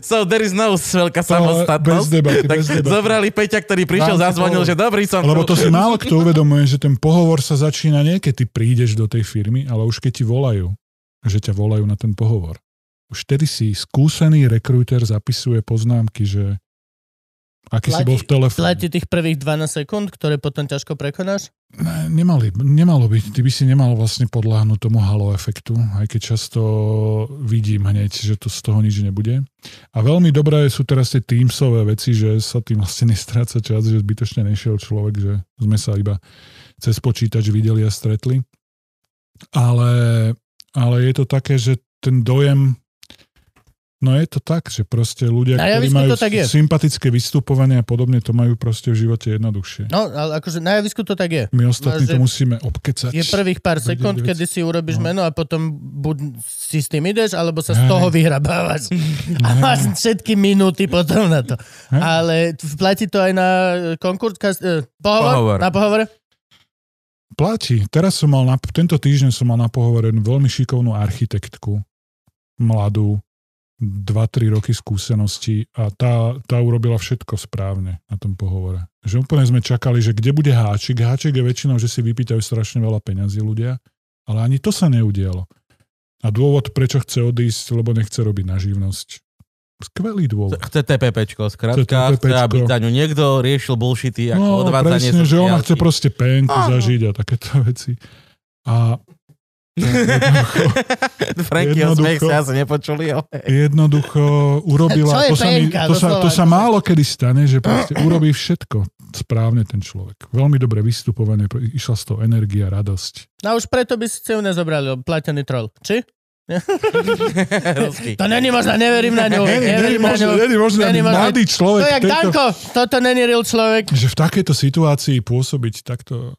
so there is no veľká
To- Bez
samostatnosť.
debaty,
Tak
bez debaty.
zobrali Peťa, ktorý prišiel,
Rámci
zazvonil,
pohovoru.
že dobrý som
Lebo to
tu.
si málo kto uvedomuje, že ten pohovor sa začína nie, keď ty prídeš do tej firmy, ale už keď ti volajú, že ťa volajú na ten pohovor. Už vtedy si skúsený rekrúter zapisuje poznámky, že aký si
Platí-
bol v telefóne.
Platí tých prvých 12 sekúnd, ktoré potom ťažko prekonáš?
Ne, Nemali, nemalo by, ty by si nemal vlastne podláhnuť tomu halo efektu, aj keď často vidím hneď, že to z toho nič nebude. A veľmi dobré sú teraz tie Teamsové veci, že sa tým vlastne nestráca čas, že zbytočne nešiel človek, že sme sa iba cez počítač videli a stretli. Ale, ale je to také, že ten dojem No je to tak, že proste ľudia, ktorí
Na javisku
majú
No to tak je.
sympatické vystupovanie a podobne, to majú proste v živote jednoduchšie.
No, ale akože na javisku to tak je.
My ostatní
Máš, že
to musíme obkecať.
Je prvých pár
Vedieť
sekúnd,
veci.
kedy si urobíš
No.
meno a potom buď si s tým ideš, alebo sa z
Hej.
toho vyhrabávaš. A máš všetky minúty potom na to.
Hej.
Ale t- platí to aj na e, konkurs, kas- e, pohovor,
Pohovor.
na pohovore?
Platí. Teraz som mal, na, tento týždeň som mal na pohovore veľmi šikovnú architektku, mladú, 2-3 roky skúsenosti a tá, tá urobila všetko správne na tom pohovore. Že úplne sme čakali, že kde bude háčik. Háčik je väčšinou, že si vypýtajú strašne veľa peňazí ľudia, ale ani to sa neudialo. A dôvod, prečo chce odísť, lebo nechce robiť na živnosť. Skvelý dôvod.
Chce TPPčko, skrátka,
Chce
chce,
TPPčko.
aby za ňu niekto riešil bullshity ako
No
odvádzanie
presne, že
sociálky.
ona chce proste penku
Áno.
zažiť a takéto veci. A
Franky ho
Jednoducho.
smech sa asi nepočuli, ale...
jednoducho
Čo
urobila, to
je
sa, mi,
penka,
to, sa, to
doslova?
sa málo kedy stane, že proste urobí všetko správne ten človek. Veľmi dobre vystupované, pro- išla z toho energia, radosť.
No už preto by ste ju nezobrali, lebo platený troll. Či?
Ruský.
To není možné, neverím na ňu.
Není
Neverím na
možné,
ňu.
není možné, aby
Není možné.
mladý
To
človek,
je jak
tejto-
Danko, toto není real človek.
že v takejto situácii pôsobiť takto...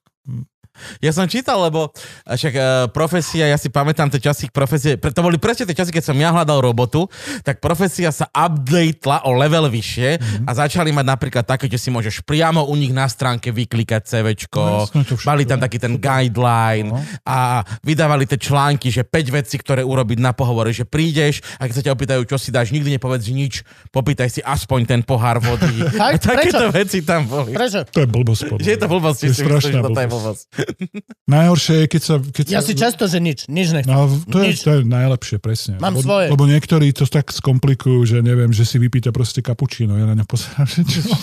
Ja som čítal, lebo a však e, profesia, ja si pamätám tie časy, profesie, pre- to boli presne tie časy, keď som ja hľadal robotu, tak profesia sa updatela o level vyššie
Mhm.
a začali mať napríklad také, že si môžeš priamo u nich na stránke vyklikať CVčko,
No, jasné, to všetko
mali tam
je.
taký ten guideline
No.
a vydávali tie články, že 5 vecí, ktoré urobiť na pohovore, že prídeš a keď sa ťa opýtajú, čo si dáš, nikdy nepovedz nič, popýtaj si aspoň ten pohár vody. a
Tak,
takéto veci tam boli.
Prečo?
To je blbosť. podľa
Že je to
mňa.
blbosť,
Je
si myslím,
strašná
že toto je
blbosť.
blbosť.
Najhoršie je, keď sa... Keď
Ja
sa,
si často, že nič, nič nechcem.
No, to, je,
Nič.
to je najlepšie, presne.
Mám
lebo,
svoje.
lebo niektorí to tak skomplikujú, že neviem, že si vypýta proste kapučino. Ja na ňa pozerám, že čo?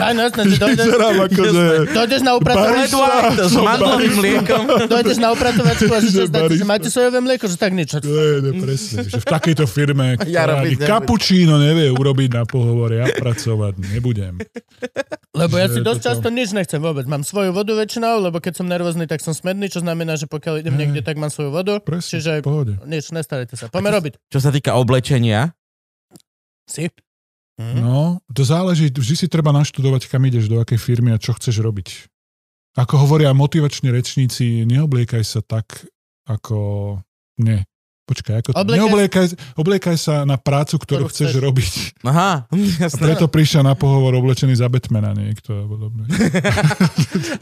Áno, no jasné, že dojdeš,
Vyzerám ako, že...
dojdeš na upratovač.
Barista.
Edward s
Som
mandlovým
barista.
mliekom.
Dojdeš na upratovačku a že, čo
Že
zdáte, že
barista.
máte sojové mlieko, že tak nič.
To je ne, presne, že v takejto firme,
Ja
ktorá
robiť
ani
nebudem.
kapučíno nevie urobiť na pohovore, ja pracovať nebudem.
Lebo ja
Že
si
je
dosť
to to.
často nič nechcem vôbec. Mám svoju vodu väčšinou, lebo keď som nervózny, tak som smedný, čo znamená, že pokiaľ idem
Hej.
niekde, tak mám svoju vodu.
Presne,
Čiže
v pohode.
nič, nestarajte sa. Poďme robiť.
Čo sa týka oblečenia,
Si? Mhm.
No, to záleží, vždy si treba naštudovať, kam ideš, do akej firmy a čo chceš robiť. Ako hovoria motivační rečníci, neobliekaj sa tak, ako... Nie, počkaj, ako... to?
Obliekaj-
Neobliekaj, obliekaj sa na prácu, ktorú,
Ktorú
chceš,
chceš.
robiť.
aha, hm,
A
jasné,
preto prišiel na pohovor oblečený za Batmana niekto a podobne.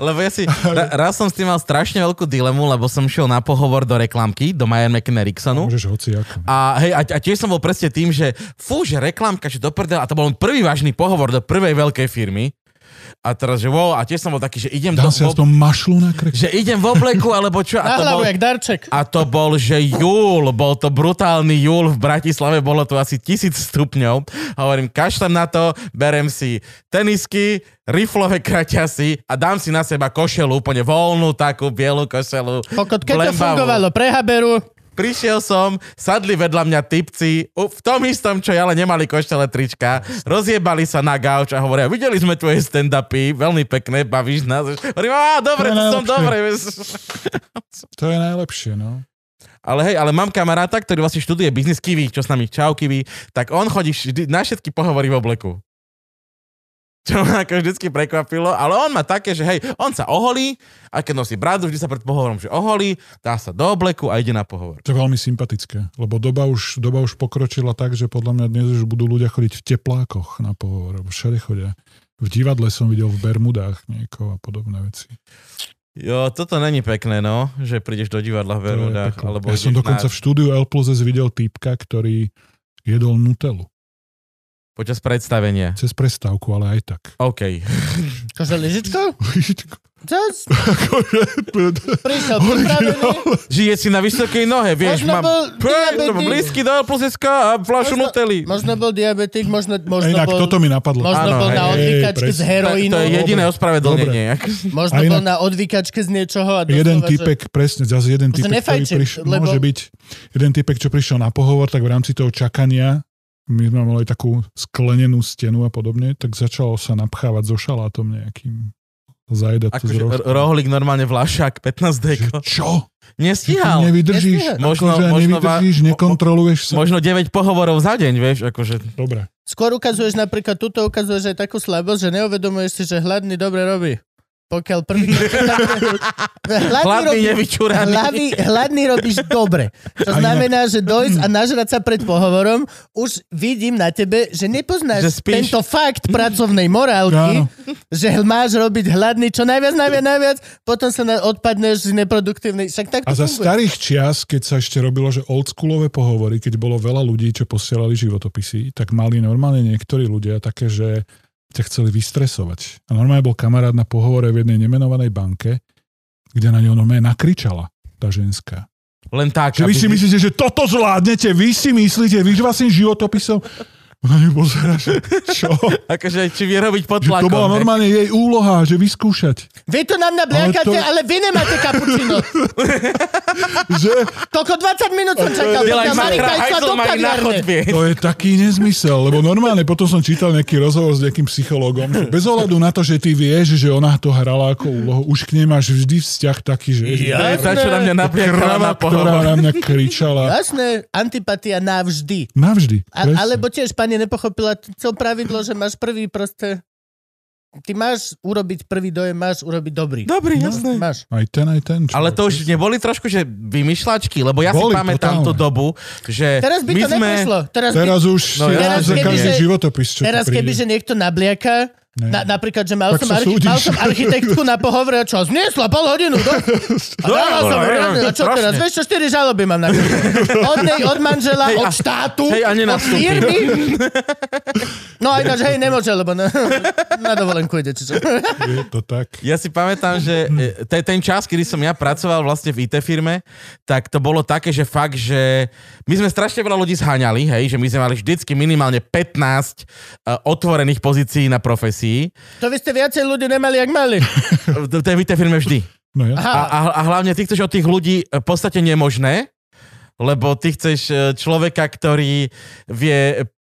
lebo ja si, ra, raz som s tým mal strašne veľkú dilemu, lebo som šiel na pohovor do reklamky, do Mayer McKenna Ericksonu.
Môžeš hoci ako.
No. A, hej, a, a tiež som bol presne tým, že fú, že reklamka, že do prdela, a to bol len prvý vážny pohovor do prvej veľkej firmy. A teraz, že wow, a tiež som bol taký, že idem, do,
Dám si
vo,
aspoň mašlu na krk.
že idem v obleku, alebo čo.
Na
A to bol,
hlavu, jak darček.
a to bol, že júl, bol to brutálny júl v Bratislave, bolo tu asi tisíc stupňov. Hovorím, kašlem na to, berem si tenisky, riflové kraťasy a dám si na seba košelu, úplne voľnú takú bielu košelu.
Pokud keď to
blembavú.
fungovalo pre Haberu,
Prišiel som, sadli vedľa mňa typci, u- v tom istom, čo ja, ale nemali koštele trička, rozjebali sa na gauč a hovoria, videli sme tvoje stand-upy, veľmi pekné, bavíš nás. Hovorím, á, dobre,
To je
to som
najlepšie.
dobre.
To je najlepšie, no.
Ale hej, ale mám kamaráta, ktorý vlastne študuje biznis Kiwi, čo s nami, čau Kiwi, tak on chodí vždy, na všetky pohovory v obleku. Čo ma ako vždycky prekvapilo, ale on má také, že hej, on sa oholí a keď nosí bradu, vždy sa pred pohovorom, že oholí, dá sa do obleku a ide na pohovor.
To je veľmi sympatické, lebo doba už, doba už pokročila tak, že podľa mňa dnes už budú ľudia chodiť v teplákoch na pohovor, lebo všade chodia. V divadle som videl v Bermudách niekoho a podobné veci.
Jo, toto není pekné, no, že prídeš do divadla v
To je
Berodách,
peklo.
alebo
ja som
ideš
dokonca
na,
v štúdiu L plus S videl týpka, ktorý jedol Nutellu
počas predstavenia.
cez prestávku, ale aj tak.
OK.
akože lyžičko, zas prišiel pripravený.
Originál.
Žije si na vysokej nohe, vieš,
Možno
mám
bol
Pre-
diabetik.
blízky do pluseska a fľašu
Možno-
Nutelly.
Možno bol diabetik,
A
možno, možno
Inak
bol...
toto mi napadlo.
Možno
Áno,
bol na
hej,
odvykačke z
presne.
To,
heroínu.
to je jediné
Dobre.
ospravedlnenie.
Možno
A
bol
inak-
na odvykačke z niečoho a
Jeden
doslova, že-
typek, presne, zase jeden typek,
Že
ktorý
nefajčím,
prišiel, lebo...
lebo-
môže byť, jeden typek, čo prišiel na pohovor, tak v rámci toho čakania, my sme mali takú sklenenú stenu a podobne, tak začal sa napchávať so šalátom nejakým. Zajedať
Akože
to z
ro- rohlík normálne vlašák, 15
Že
deko.
Čo?
Nestíhal. nestíhal.
Nevydržíš,
Možno-
akože
možno va-
nevydržíš, nekontroluješ sa.
Možno 9 pohovorov za deň, vieš, akože...
Dobre.
Skôr ukazuješ napríklad, tuto ukazuješ aj takú slabosť, že neuvedomuješ si, že hladný dobre robí. Pokiaľ prvý... hladný,
Hladný,
robí,
nevyčúraný.
hladný, hladný robíš dobre. To
A inak-
znamená, že dojsť a nažrať sa pred pohovorom, už vidím na tebe, že nepoznáš
Že spíš.
tento fakt pracovnej
Áno.
morálky, že hl- máš robiť hladný čo najviac, najviac, najviac, potom sa na, odpadneš z neproduktívnej... Však tak to
A za
funguje.
starých čias, keď sa ešte robilo, že oldschoolové pohovory, keď bolo veľa ľudí, čo posielali životopisy, tak mali normálne niektorí ľudia také, že ťa chceli vystresovať. A normálne bol kamarát na pohovore v jednej nemenovanej banke, kde na ňo normálne nakričala tá ženská.
Len tak,
Že vy si myslíte, že toto zvládnete, vy si myslíte, vy s vlastným životopisom. Ona mi pozera, že čo?
akože, či vie robiť pod
Že
tlakom.
to bola
ne?
normálne jej úloha, že vyskúšať.
Vy tu na mňa bliakate,
to-
ale, vy nemáte kapučino.
Že
Koľko 20 minút som čakal,
Delaj
pokiaľ Marika
sakra,
išla do
Heizelmani na
kaviarne.
chodbie.
To je taký nezmysel, lebo normálne potom som čítal nejaký rozhovor s nejakým psychológom, že bez ohľadu na to, že ty vieš, že ona to hrala ako úlohu, už k nej máš vždy vzťah taký, že
To je tá, čo na mňa napliakala
krava,
na
ktorá
pohovor.
na mňa kričala.
Jasné, antipatia navždy.
Navždy.
A,
presne.
alebo tiež pani nepochopila t- to pravidlo, že máš prvý proste... Ty máš urobiť prvý dojem, máš urobiť dobrý.
Dobrý,
No,
jasné.
Máš.
Aj ten, aj ten. Človek.
Ale to už neboli trošku, že vymýšľačky, lebo ja
Boli,
si pamätám
totálne.
tú dobu, že
Teraz by
my
to
sme...
neprešlo. Teraz,
Teraz
No
už si
ja-
teraz
Teraz
za
keby,
každý
že-
životopis, čo
by, teraz
ti príde.
keby, že niekto nabliaka,
Ne.
na, napríklad, že mal
Tak
som,
sa
archi-
súdiš.
mal som architektku na pohovore, čo zniesla pol hodinu. Do... A dala som
Dobre, no,
hranu. A čo
strašne.
teraz? Vieš čo, štyri žaloby mám na Od nej, od manžela,
Hej, a-
od štátu,
hej, a
od
nenastúpi.
firmy. No aj ináč, hej, nemôže, lebo na, na dovolenku ide. Či čo.
Je to tak.
Ja si pamätám, že e, te- ten čas, kedy som ja pracoval vlastne v IT firme, tak to bolo také, že fakt, že my sme strašne veľa ľudí zháňali, hej, že my sme mali vždycky minimálne 15 e, otvorených pozícií na profesii.
To vy ste viacej ľudí nemali, jak mali.
V v tej IT firme vždy.
No ja.
A,
Aha,
a, a hlavne ty chceš od tých ľudí e, v podstate nemožné, lebo ty chceš e, človeka, ktorý vie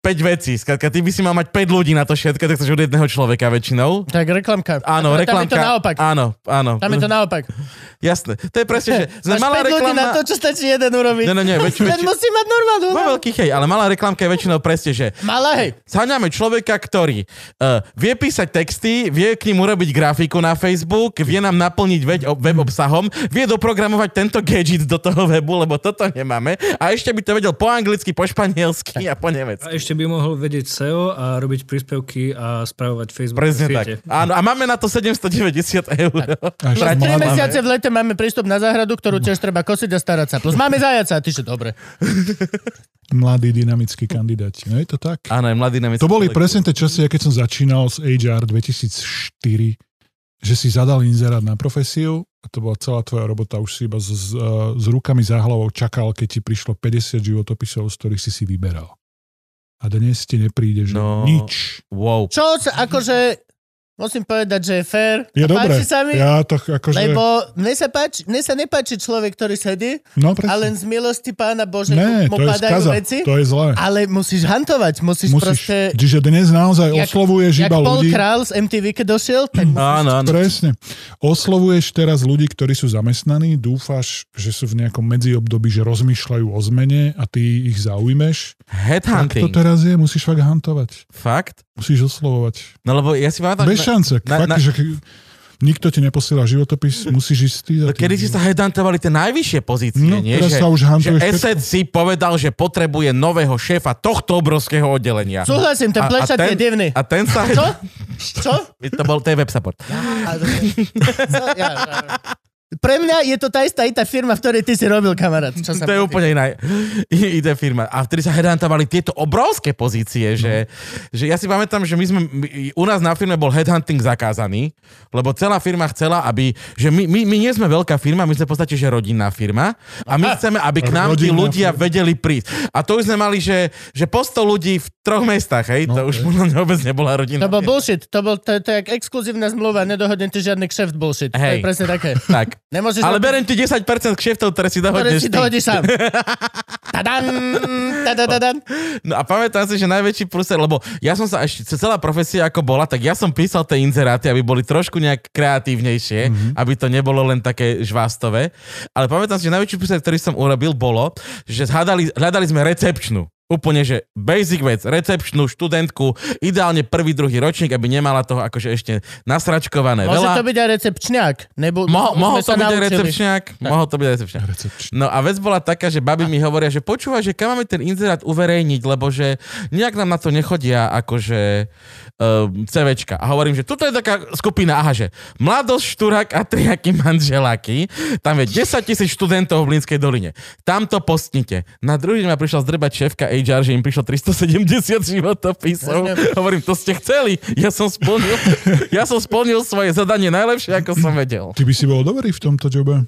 5 vecí. Skladka, ty by si mal mať 5 ľudí na to všetko, tak chceš od jedného človeka väčšinou.
tak reklamka.
Áno,
Tam
reklamka.
je to naopak.
Áno, áno.
Tam je to naopak.
Jasné. To je presne, že sme
Máš
malá No,
5 ľudí
reklama...
na to, čo stačí jeden urobiť.
Ne, ne, ne, väč-
Ten
väč-
musí mať normálnu.
Vo veľkých, hej, ale malá reklamka je väčšinou presne, že
Malá, hej.
zháňame človeka, ktorý uh, vie písať texty, vie k ním urobiť grafiku na Facebook, vie nám naplniť web, web obsahom, vie doprogramovať tento gadget do toho webu, lebo toto nemáme a ešte by to vedel po anglicky, po španielsky a po
A
nemecky.
ešte by mohol vedieť SEO a robiť príspevky a spravovať Facebook.
Presne tak.
siete.
Áno, a máme na to 790 eur.
A ešte
Vrať-
Tri
Máme.
mesiace v lete máme prístup na záhradu, ktorú tiež treba kosiť a starať sa. Plus máme zajaca, tyže dobre.
Mladí dynamickí kandidáti. No je to tak.
Áno, je mladý nemecký.
To boli
človek.
presne tie časy, ja keď som začínal z HR 2004, že si zadal inzerát na profesiu a to bola celá tvoja robota, už si iba s, s, eh, s rukami za hlavou čakal, keď ti prišlo 50 životopisov, z ktorých si si vyberal. A dnes ti nepríde, že
No.
no, nič.
Wow.
Čo sa akože, musím povedať, že je fér.
Je
a
dobre.
Páči sa mi,
Ja to ch- akože...
lebo mne sa, páči, mne sa nepáči človek, ktorý sedí
no,
a
presne.
len z milosti pána Bože
Ne,
mu
to je
padajú
skaza.
veci.
To je zlé.
Ale musíš hantovať, musíš,
Musíš.
proste...
Čiže dnes naozaj
Jak-
oslovuješ
Jak
iba
Paul
ľudí.
Král z MTV, keď došiel, tak
Áno, áno.
Presne. Oslovuješ teraz ľudí, ktorí sú zamestnaní, dúfaš, že sú v nejakom medziobdobí, že rozmýšľajú o zmene a ty ich zaujmeš. Tak to
Headhunting.
teraz je, musíš fakt hantovať.
Fakt?
Musíš oslovovať.
No lebo ja si pamätám...
Bez
že-
šance.
na-
Fakt,
na-
že ke- nikto ti neposiela životopis, musíš ísť ty za
No
tým.
kedy si sa headhuntovali tie najvyššie pozície,
No,
nie?
teraz
Že,
sa už
že
hantuješ
ESET si povedal, že potrebuje nového šéfa tohto obrovského oddelenia.
súhlasím, ten plešatý je divný.
A ten sa...
Čo? Čo?
To bol, to je web support.
A- Co? Ja, ja. Pre mňa je to tá istá tá firma, v ktorej ty si robil, kamarát. Čo sa
To je úplne iná i- iná firma. A vtedy sa headhuntovali tieto obrovské pozície, že, že ja si pamätám, že my sme, my, u nás na firme bol headhunting zakázaný, lebo celá firma chcela, aby, že my, my, my nie sme veľká firma, my sme v podstate, že rodinná firma a my chceme, aby k nám tí
rodinná
ľudia
firma.
vedeli prísť. A to už sme mali, že, že po 100 ľudí v troch mestách, hej, to
No,
už
hej.
podľa mňa vôbec nebola rodina.
To bol bullshit, to bol to, to je jak exkluzívna zmluva, nedohodne ti žiadny kšeft bullshit.
Hej.
Hej. To je presne také.
Tak.
Nemôžeš
Ale
robiť-
berem ti 10% kšeftov, ktoré si
ktoré
dohodneš
si
ty.
dohodíš sám. Tadam, tadadadam.
No a pamätám si, že najväčší prúser, lebo ja som sa ešte, celá profesia ako bola, tak ja som písal tie inzeráty, aby boli trošku nejak kreatívnejšie,
Mhm.
mm-hmm. aby to nebolo len také žvástové. Ale pamätám si, že najväčší prúser, ktorý som urobil, bolo, že hľadali, hľadali sme recepčnú. Úplne, že basic vec, recepčnú študentku, ideálne prvý, druhý ročník, aby nemala toho akože ešte nasračkované
Môže
veľa.
to byť aj recepčňák. Nebo,
Mo-
sme
mohol to byť
sa
aj
naučili.
recepčňák, mohol to byť aj recepčňák.
Recepčný.
No a vec bola taká, že baby mi hovoria, že počúva, že kam máme ten inzerát uverejniť, lebo že nejak nám na to nechodia akože um, CVčka. A hovorím, že toto je taká skupina, aha, že mladosť, šturák a triaky manželáky, tam je 10 tisíc študentov v Blínskej doline. Tam to postnite. Na druhý deň ma prišla zdrbať šéfka HR, že im prišlo 370 životopisov.
Vážne?
Hovorím, to ste chceli. Ja som splnil, ja som splnil svoje zadanie najlepšie, ako som vedel.
Ty by si bol dobrý v tomto jobe.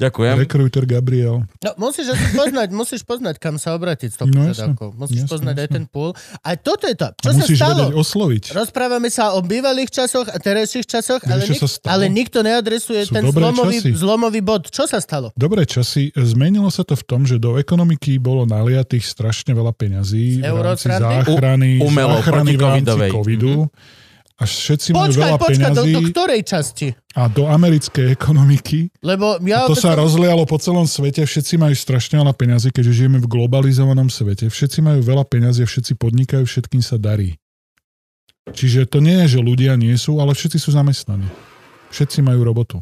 Ďakujem.
Rekruter Gabriel.
No, musíš asi poznať, musíš poznať, kam sa obrátiť s tou
No, jasné.
požiadavkou. Musíš
Jasné,
poznať aj
jasné.
ten púl. A toto je to.
A
Čo sa
musíš
stalo?
vedieť osloviť.
Rozprávame sa o bývalých časoch a terajších časoch,
Vieš,
ale,
čo
nik-
sa stalo?
ale nikto neadresuje
Sú
ten
dobré
zlomový,
časy.
zlomový bod. Čo sa stalo?
Dobré časy. Zmenilo sa to v tom, že do ekonomiky bolo naliatých strašne veľa peňazí v rámci
Eurotrandy?
záchrany,
U- umelo,
záchrany v rámci
protikovidovej.
covidu. A všetci majú
Mhm. Počkaj,
veľa
počkaj, do,
peňazí
do ktorej časti?
a do americkej ekonomiky
Lebo ja...
to sa
opäť-
rozlialo po celom svete, všetci majú strašne veľa peňazí, keďže žijeme v globalizovanom svete. Všetci majú veľa peňazí a všetci podnikajú, všetkým sa darí. Čiže to nie je, že ľudia nie sú, ale všetci sú zamestnaní. Všetci majú robotu.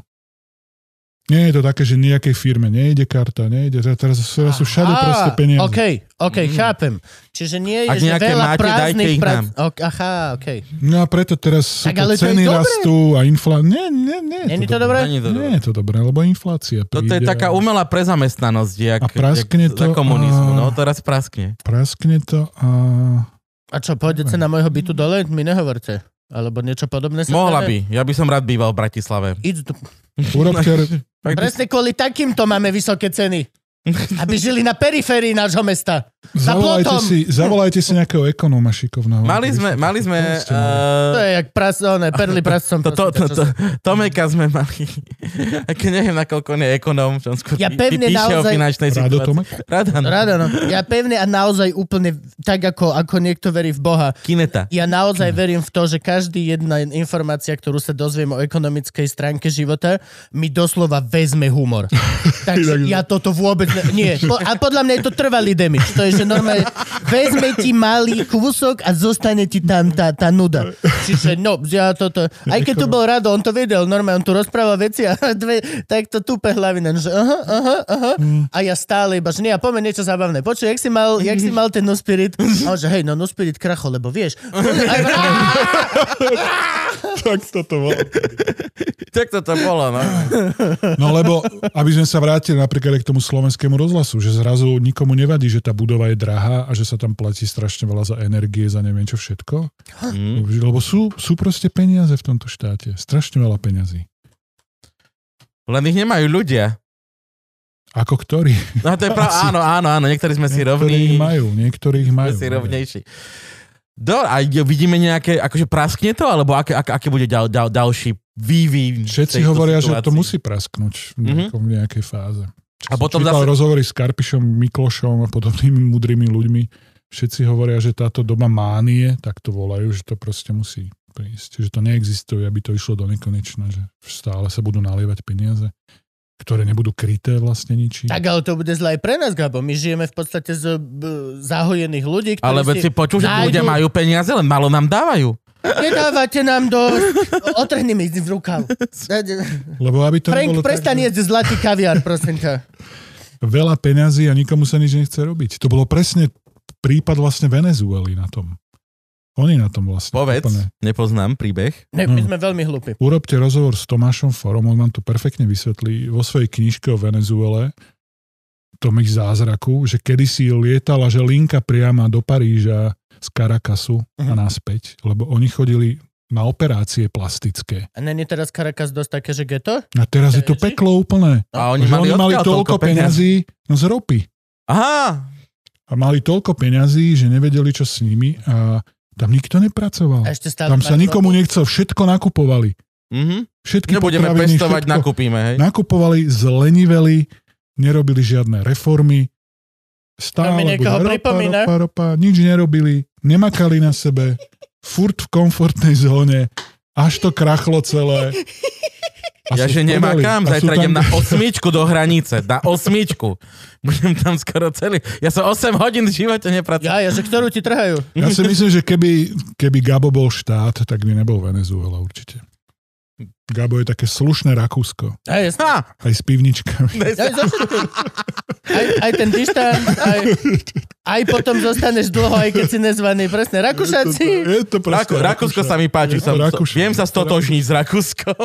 Nie je to také, že nejakej firme nejde karta, nejde, teraz teraz sú všade
Á,
proste peniaze.
OK, OK, chápem. Čiže nie je,
Mm. Ak
že
nejaké
veľa
máte,
prázdnych
dajte ich
prác...
nám.
Ok, Aha, OK.
No a preto teraz sú
Tak
to
ale to je
ceny
dobré.
rastú a inflácia. Nie, nie, nie. je
Není to dobré?
Není to dobré.
Nie je to dobré, lebo inflácia
Toto je
príde.
taká um- umelá prezamestnanosť, jak,
A praskne
jak za
to a-
komunizmu. No, teraz praskne.
Praskne to a...
A čo, pôjde cena môjho bytu dole? Mi nehovorte. Alebo niečo podobné sa
Mohla
stane?
by. Ja by som rád býval v Bratislave.
Idú do
Urobte,
Presne kvôli takýmto máme vysoké ceny. Aby žili na periférii nášho mesta. Za
Zavolajte
plotom.
si, zavolajte si nejakého ekonóma šikovného.
Mali sme, mali sme...
Proste, no.
To
eh,
je jak pras, one, perly prascom.
To, to, to, to, Tomeka sme mali. Ak neviem, nakoľko on je ekonóm. čo on skôr
Ja
pí-
pevne
píše o
naozaj-
finančnej
Rado
situácii.
Tomek?
Rada, no.
Rada, no. Ja pevne a naozaj úplne tak, ako, ako niekto verí v Boha.
Kineta.
Ja naozaj verím v to, že každý jedna informácia, ktorú sa dozviem o ekonomickej stránke života, mi doslova vezme humor. Takže ja toto vôbec... Ne, nie, po, a podľa mňa je to trvalý damage. To je, že normálne vezme ti malý kúsok a zostane ti tam tá, tá nuda. Čiže no, ja toto... Aj keď tu bol Rado, on to vedel, normálne, on tu rozprával veci a dve, takto tupe hlavina, že aha, aha, aha. A ja stále iba, že nie, a poďme niečo zábavné. Počuj, jak si mal, jak si mal ten no spirit? A on že, hej, no no spirit kracho, lebo vieš.
Tak toto bolo.
Tak to to bolo, no.
No lebo, aby sme sa vrátili napríklad aj k tomu slovenskému rozhlasu, že zrazu nikomu nevadí, že tá budova je drahá a že sa tam platí strašne veľa za energie, za neviem čo všetko.
Hm.
Lebo sú, sú proste peniaze v tomto štáte. Strašne veľa peňazí.
Len ich nemajú ľudia.
Ako ktorí?
No to je pravda,
Asi.
áno, áno, áno. Niektorí sme si
Niektorí
rovní.
ich majú, niektorí ich majú.
Sme si rovnejší. Do, a je- vidíme nejaké, akože praskne to, alebo aké, aké, aké bude ďal, ďal, ďalší vývin
Všetci
tejto
hovoria, že to
situácii? Mhm.
musí prasknúť v nejakom, nejakej fáze. Čo
A
som
potom
čítal
zase-
rozhovory s Karpišom, Miklošom a podobnými mudrými ľuďmi. Všetci hovoria, že táto doba mánie, tak to volajú, že to proste musí prísť. Že to neexistuje, aby to išlo do nekonečna, že stále sa budú nalievať peniaze, ktoré nebudú kryté vlastne ničím.
tak ale to bude zle aj pre nás, Gabo. My žijeme v podstate z b, zahojených ľudí, ktorí
Ale veď si
si
počul, že
nájdu-
ľudia majú peniaze, len malo nám dávajú.
nedávate nám do... Otrhni mi z rukav.
Lebo aby to
Frank,
nebolo
prestaň
tak, že
jesť zlatý kaviár, prosím ťa.
veľa peňazí a nikomu sa nič nechce robiť. To bolo presne prípad vlastne Venezuely na tom. Oni na tom vlastne.
Povedz,
úplne.
nepoznám príbeh.
Ne,
No.
my sme veľmi hlúpi.
Urobte rozhovor s Tomášom Forom, on vám to perfektne vysvetlí vo svojej knižke o Venezuele, tom ich zázraku, že kedysi lietala, že linka priama do Paríža z Caracasu a
Mhm.
naspäť, lebo oni chodili na operácie plastické.
A není teraz Caracas dosť také, že geto?
A teraz je to
Ježiš.
peklo úplné.
A oni
No, Že
mali,
oni mali
odkiaľ
toľko peňazí, no z ropy.
Aha,
A mali toľko peňazí, že nevedeli, čo s nimi a tam nikto nepracoval.
A ešte stále
Tam sa
máš
nikomu
ropu?
nechcel, všetko nakupovali.
mhm.
Všetky
nebudeme
potraviny,
pestovať,
všetko.
nakupíme, hej.
Nakupovali, zleniveli, nerobili žiadne reformy,
To
Stále
mi
buď
niekoho
ropa,
pripomína.
Ropa, ropa, nič nerobili, nemakali na sebe, furt v komfortnej zóne, až to krachlo celé. A
Ja
sú
že
v prdeli.
nemakám,
A sú
zajtra
tam-
idem na osmičku do hranice. Na osmičku. Budem tam skoro celý. Ja som 8 hodín v živote nepracoval.
Ja, ja, že ktorú ti trhajú.
Ja si myslím, že keby, keby Gabo bol štát, tak by nebol Venezuela určite. Gabo je také slušné Rakúsko.
Aj, jasné.
Ha,
Aj s pivničkami.
Aj, so všetkým. aj, aj ten dištan, aj, aj potom zostaneš dlho, aj keď si nezvaný. Presne, Rakúšaci.
Je to proste
Raku, Rakúsko sa mi páči.
Je to
Som,
Rakúšan.
som, viem sa stotožniť s Rakúskom.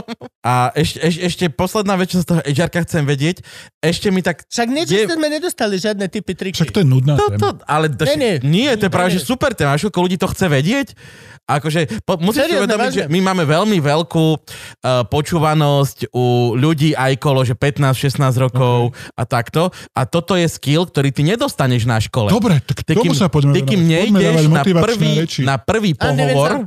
A ešte, ešte, ešte posledná vec, čo z toho Ežarka chcem vedieť. Ešte mi tak...
Však niečo
Je-
sme nedostali, žiadne typy triky.
Však to je nudná
To,
téma.
to, ale to,
Nie,
nie, nie, to je práve, že super téma, že koľko ľudí to chce vedieť. Akože, po, musíš si
Seriózne,
uvedomiť,
vážne.
že my máme veľmi veľkú uh, počúvanosť u ľudí aj kolo, že 15-16 rokov a takto. A toto je skill, ktorý ty nedostaneš na škole.
Dobre, tak
Ty kým,
tomu sa poďme
ty, kým
venovať. Poďme dávať
nejdeš na
motivačné
prvý,
reči.
na prvý
Ale neviem
pohovor, uh,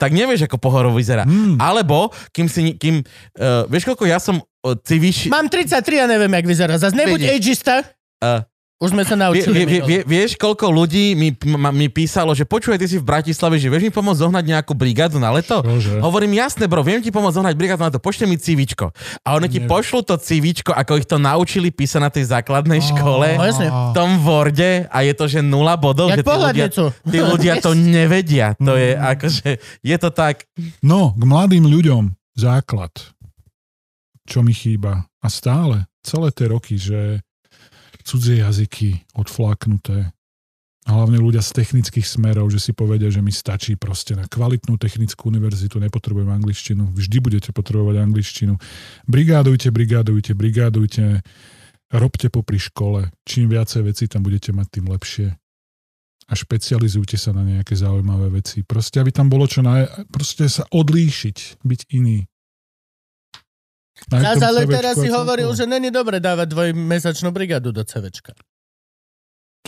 tak nevieš, ako pohovor vyzerá.
Hmm.
Alebo, kým si, ni- kým, uh, vieš koľko ja som uh, civiš,
Mám 33 a neviem, jak vyzerá. Zas nebuď
Vidíš.
ageista.
A-
Už sme sa
vie,
naučili.
vie, vie,
minule.
vie, vieš koľko ľudí mi, ma, mi písalo, že počuje, ty si v Bratislave, že vieš mi pomôcť zohnať nejakú brigádu na leto?
Čože?
Hovorím, jasné, bro, viem ti pomôcť zohnať brigádu na leto, pošle mi civičko. A oni ti
Neviem.
pošlú to civičko, ako ich to naučili písať na tej základnej škole.
No jasne.
v tom Worde a je to, že nula bodov, že tí
Jak
ľudia,
pohľadnicu.
tí ľudia to nevedia. To je akože, je to tak,
No, k mladým ľuďom základ, čo mi chýba. A stále, celé tie roky, že cudzie jazyky odfláknuté, hlavne ľudia z technických smerov, že si povedia, že mi stačí proste na kvalitnú technickú univerzitu, nepotrebujem angličtinu, vždy budete potrebovať angličtinu. Brigádujte, brigádujte, brigádujte, robte popri škole, čím viacej vecí tam budete mať, tým lepšie a špecializujte sa na nejaké zaujímavé veci. Proste, aby tam bolo čo naj... Proste sa odlíšiť, byť iný.
Zas,
tom
ale
CVčku a
teraz si
celkovo.
hovoril, že není dobre dávať dvojmesačnú brigádu do CVčka.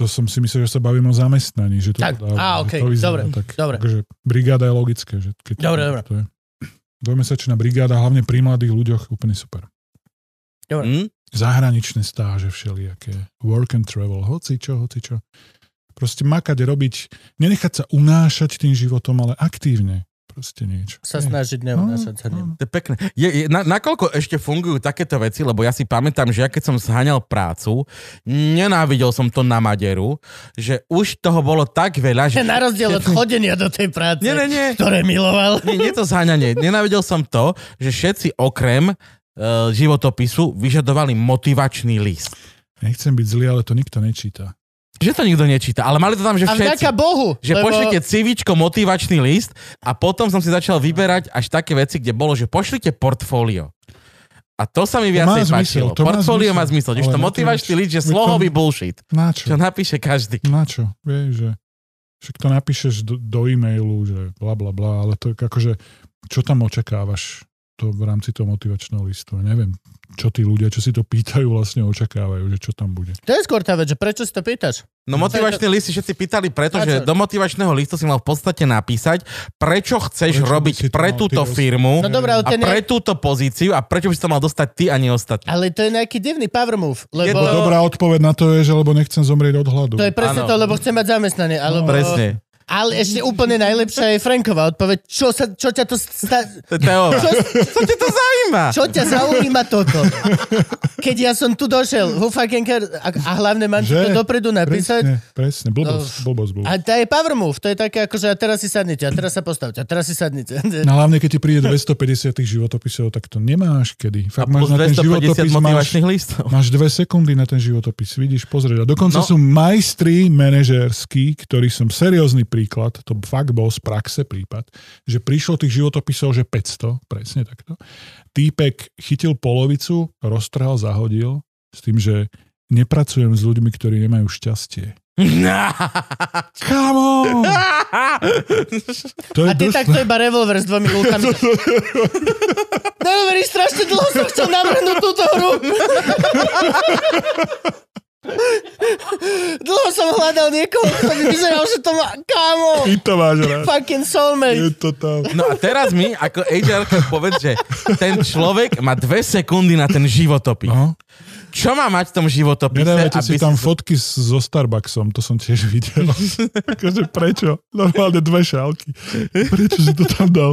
To som si myslel, že sa bavím o zamestnaní, že to
Tak,
podávam, že
á, okej,
to vyzerá
dobre,
tak,
dobre.
Takže brigáda je logické. Že keď
Dobre, dobre.
To je. Dvojmesačná brigáda, hlavne pri mladých ľuďoch, úplne super.
hm?
Zahraničné stáže všelijaké, work and travel, hoci čo, hoci čo. Proste makať, robiť, nenechať sa unášať tým životom, ale aktívne proste niečo. No,
Sa
Nie.
snažiť neunášať sa ním.
to je pekné. Je, je, na, nakoľko ešte fungujú takéto veci, lebo ja si pamätám, že ja keď som zháňal prácu, nenávidel som to na Maderu, že už toho bolo tak veľa, že...
Na rozdiel od chodenia do tej práce,
Nie, nie, nie.
ktoré miloval.
Nie, nie to zháňanie. Nenávidel som to, že všetci okrem e, životopisu vyžadovali motivačný list.
Nechcem byť zlý, ale to nikto nečíta.
Že to nikto nečíta, ale mali to tam, že
A
všetci.
vďaka Bohu.
Že lebo... pošlite civičko, motivačný list a potom som si začal vyberať až také veci, kde bolo, že pošlite portfólio. A to sa mi viacej
má zmysel,
páčilo.
to má
Portfólio má zmysel, že
zmysel, ale
to
na to
motivačný
nič-
list, že
my to-
slohový bullshit,
Na
čo
čo?
napíše každý.
Na čo? Vieš, že však to napíšeš do, do e-mailu, že bla bla bla, ale to je akože, čo tam očakávaš to v rámci toho motivačného listu? Ja neviem, čo tí ľudia, čo si to pýtajú, vlastne očakávajú, že čo tam bude.
To je skôr tá vec, že prečo si to pýtaš?
No motivačný list si všetci pýtali preto,
Na
že
čo?
do motivačného listu si mal v podstate napísať, prečo chceš
Prečo by
robiť
si to
pre
mal ty
túto
roz-
firmu
No dobré, ale
a
ten je,
pre túto pozíciu a prečo by si to mal dostať ty a nie ostatní.
ale to je nejaký divný power move, lebo
Lebo-
Dobrá odpoveď na to je, že lebo nechcem zomrieť od hladu.
to je presne
Áno.
to, lebo chcem mať zamestnanie. Alebo,
Presne.
Ale ešte úplne najlepšia je Frankova odpoveď, čo, sa, čo ťa to sta-
To je teóra.
čo,
Čo ťa to zaujíma?
čo ťa zaujíma toto? Keď ja som tu došiel, hufakenker, a, a hlavne mám si
Že?
to dopredu napísať,
Presne, presne, blbosť,
No,
blbosť, blbosť.
A to je power move, to je také ako, že a teraz si sadnite, a teraz sa postavte, a teraz si sadnite.
No hlavne, keď ti príde 250 tých životopisov, tak to nemáš kedy.
A
Fakt
plus
máš na ten
250
životopis, máš
motivačných listov.
Máš dve sekundy na ten životopis, vidíš, pozrieť. A dokonca
No.
no. sú majstri manažerskí, ktorý som seriózny príklad, to fakt bol z praxe prípad, že prišlo tých životopisov, že 500, presne takto. Týpek chytil polovicu, roztrhal, zahodil s tým, že nepracujem s ľuďmi, ktorí nemajú šťastie. Kamo! To
A
je
ty
dosť...
takto iba revolver s dvomi úkami. Neveríš, strašne dlho som chcel navrhnúť túto hru. Dlho som hľadal niekoho, kto by vyzeral, že to má... Kámo!
Ty to máš rád.
Fucking
Je
soulmate.
to tam.
No a teraz mi, ako HR, povedz, že ten človek má dve sekundy na ten životopis.
No,
Čo má mať v tom životopise?
nedávajte si tam
si-
fotky s- so Starbucksom, to som tiež videl. Akože prečo? Normálne dve šálky. Prečo si to tam dal?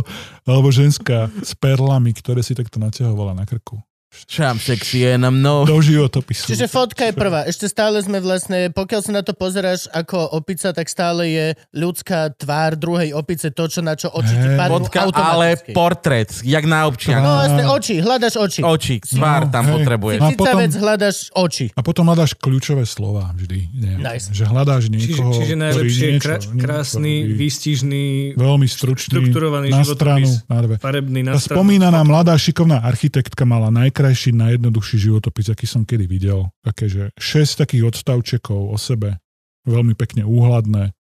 Alebo ženská s perlami, ktoré si takto naťahovala na krku.
Čo mám sexy je na mnou?
Do životopisu.
Čiže fotka je prvá. Ešte stále sme vlastne, pokiaľ sa na to pozeráš ako opica, tak stále je ľudská tvár druhej opice to, čo na čo oči ti
Hej.
padnú
Fotka, ale
automaticky.
portrét, jak na občianku.
No vlastne oči, hľadaš oči.
Oči, tvár tam
No, hej.
potrebuješ.
No a
Cica
potom-
vec, hľadaš oči.
A potom hľadáš kľúčové slova vždy. Nejaké.
Nice.
Že hľadáš
Čiže,
niekoho,
čiže
ktorý
najlepšie
niečo,
kra-
niečo
krásny,
robí.
výstižný,
Veľmi stručný,
štrukturovaný
na
životopis.
stranu, na dve.
farebný
Tá
na stranu.
spomínaná mladá šikovná architektka mala najkrajší, najjednoduchší životopis, aký som kedy videl. Také, že 6 takých odstavčekov o sebe, veľmi pekne úhladné,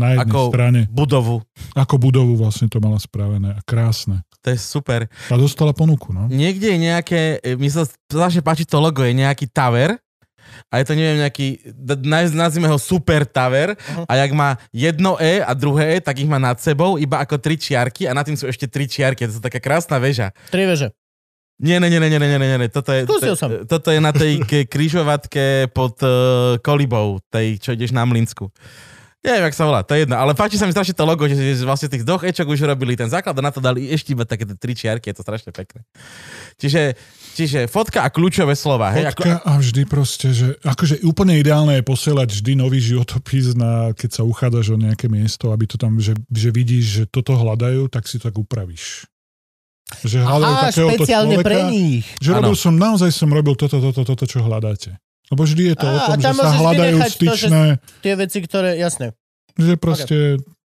na jednej
Ako-
strane,
Budovu.
ako budovu vlastne to mala spravené a krásne.
To je super.
A dostala ponuku,
Mm,
no.
Niekde je nejaké, e, mi sa strašne páči to logo, je nejaký taver a je to, neviem, nejaký, d- naz- nazvime ho super taver a jak má jedno E a druhé E, tak ich má nad sebou iba ako tri čiarky a nad tým sú ešte tri čiarky. To je taká krásna väža.
Tri veže.
Nie, nie, nie, nie, nie, nie, nie, nie, nie. Toto, je, to,
Skúsil som.
toto je na tej k- križovatke pod uh, kolibou, tej, čo ideš na Mlinsku. Neviem, jak sa volá, to je jedno. Ale páči sa mi strašne to logo, že, že vlastne z tých dvoch ečok už robili ten základ a na to dali ešte iba také tie tri čiarky, je to strašne pekné. Čiže, čiže fotka a kľúčové slova. Hej, ako,
Fotka a vždy proste, že akože úplne ideálne je posielať vždy nový životopis, na, keď sa uchádzaš o nejaké miesto, aby to tam, že, že vidíš, že toto hľadajú, tak si to tak upravíš. Že hľadajú
Aha,
takéhoto
špeciálne
človeka,
pre nich.
Že
Áno.
robil som, naozaj som robil toto, toto, toto, čo hľadáte. Lebo vždy je to
Á,
o tom,
a
že
tam
sa
môžeš
hľadajú
vynechať to, že-
styčné,
Tie veci, ktoré, jasné.
že... proste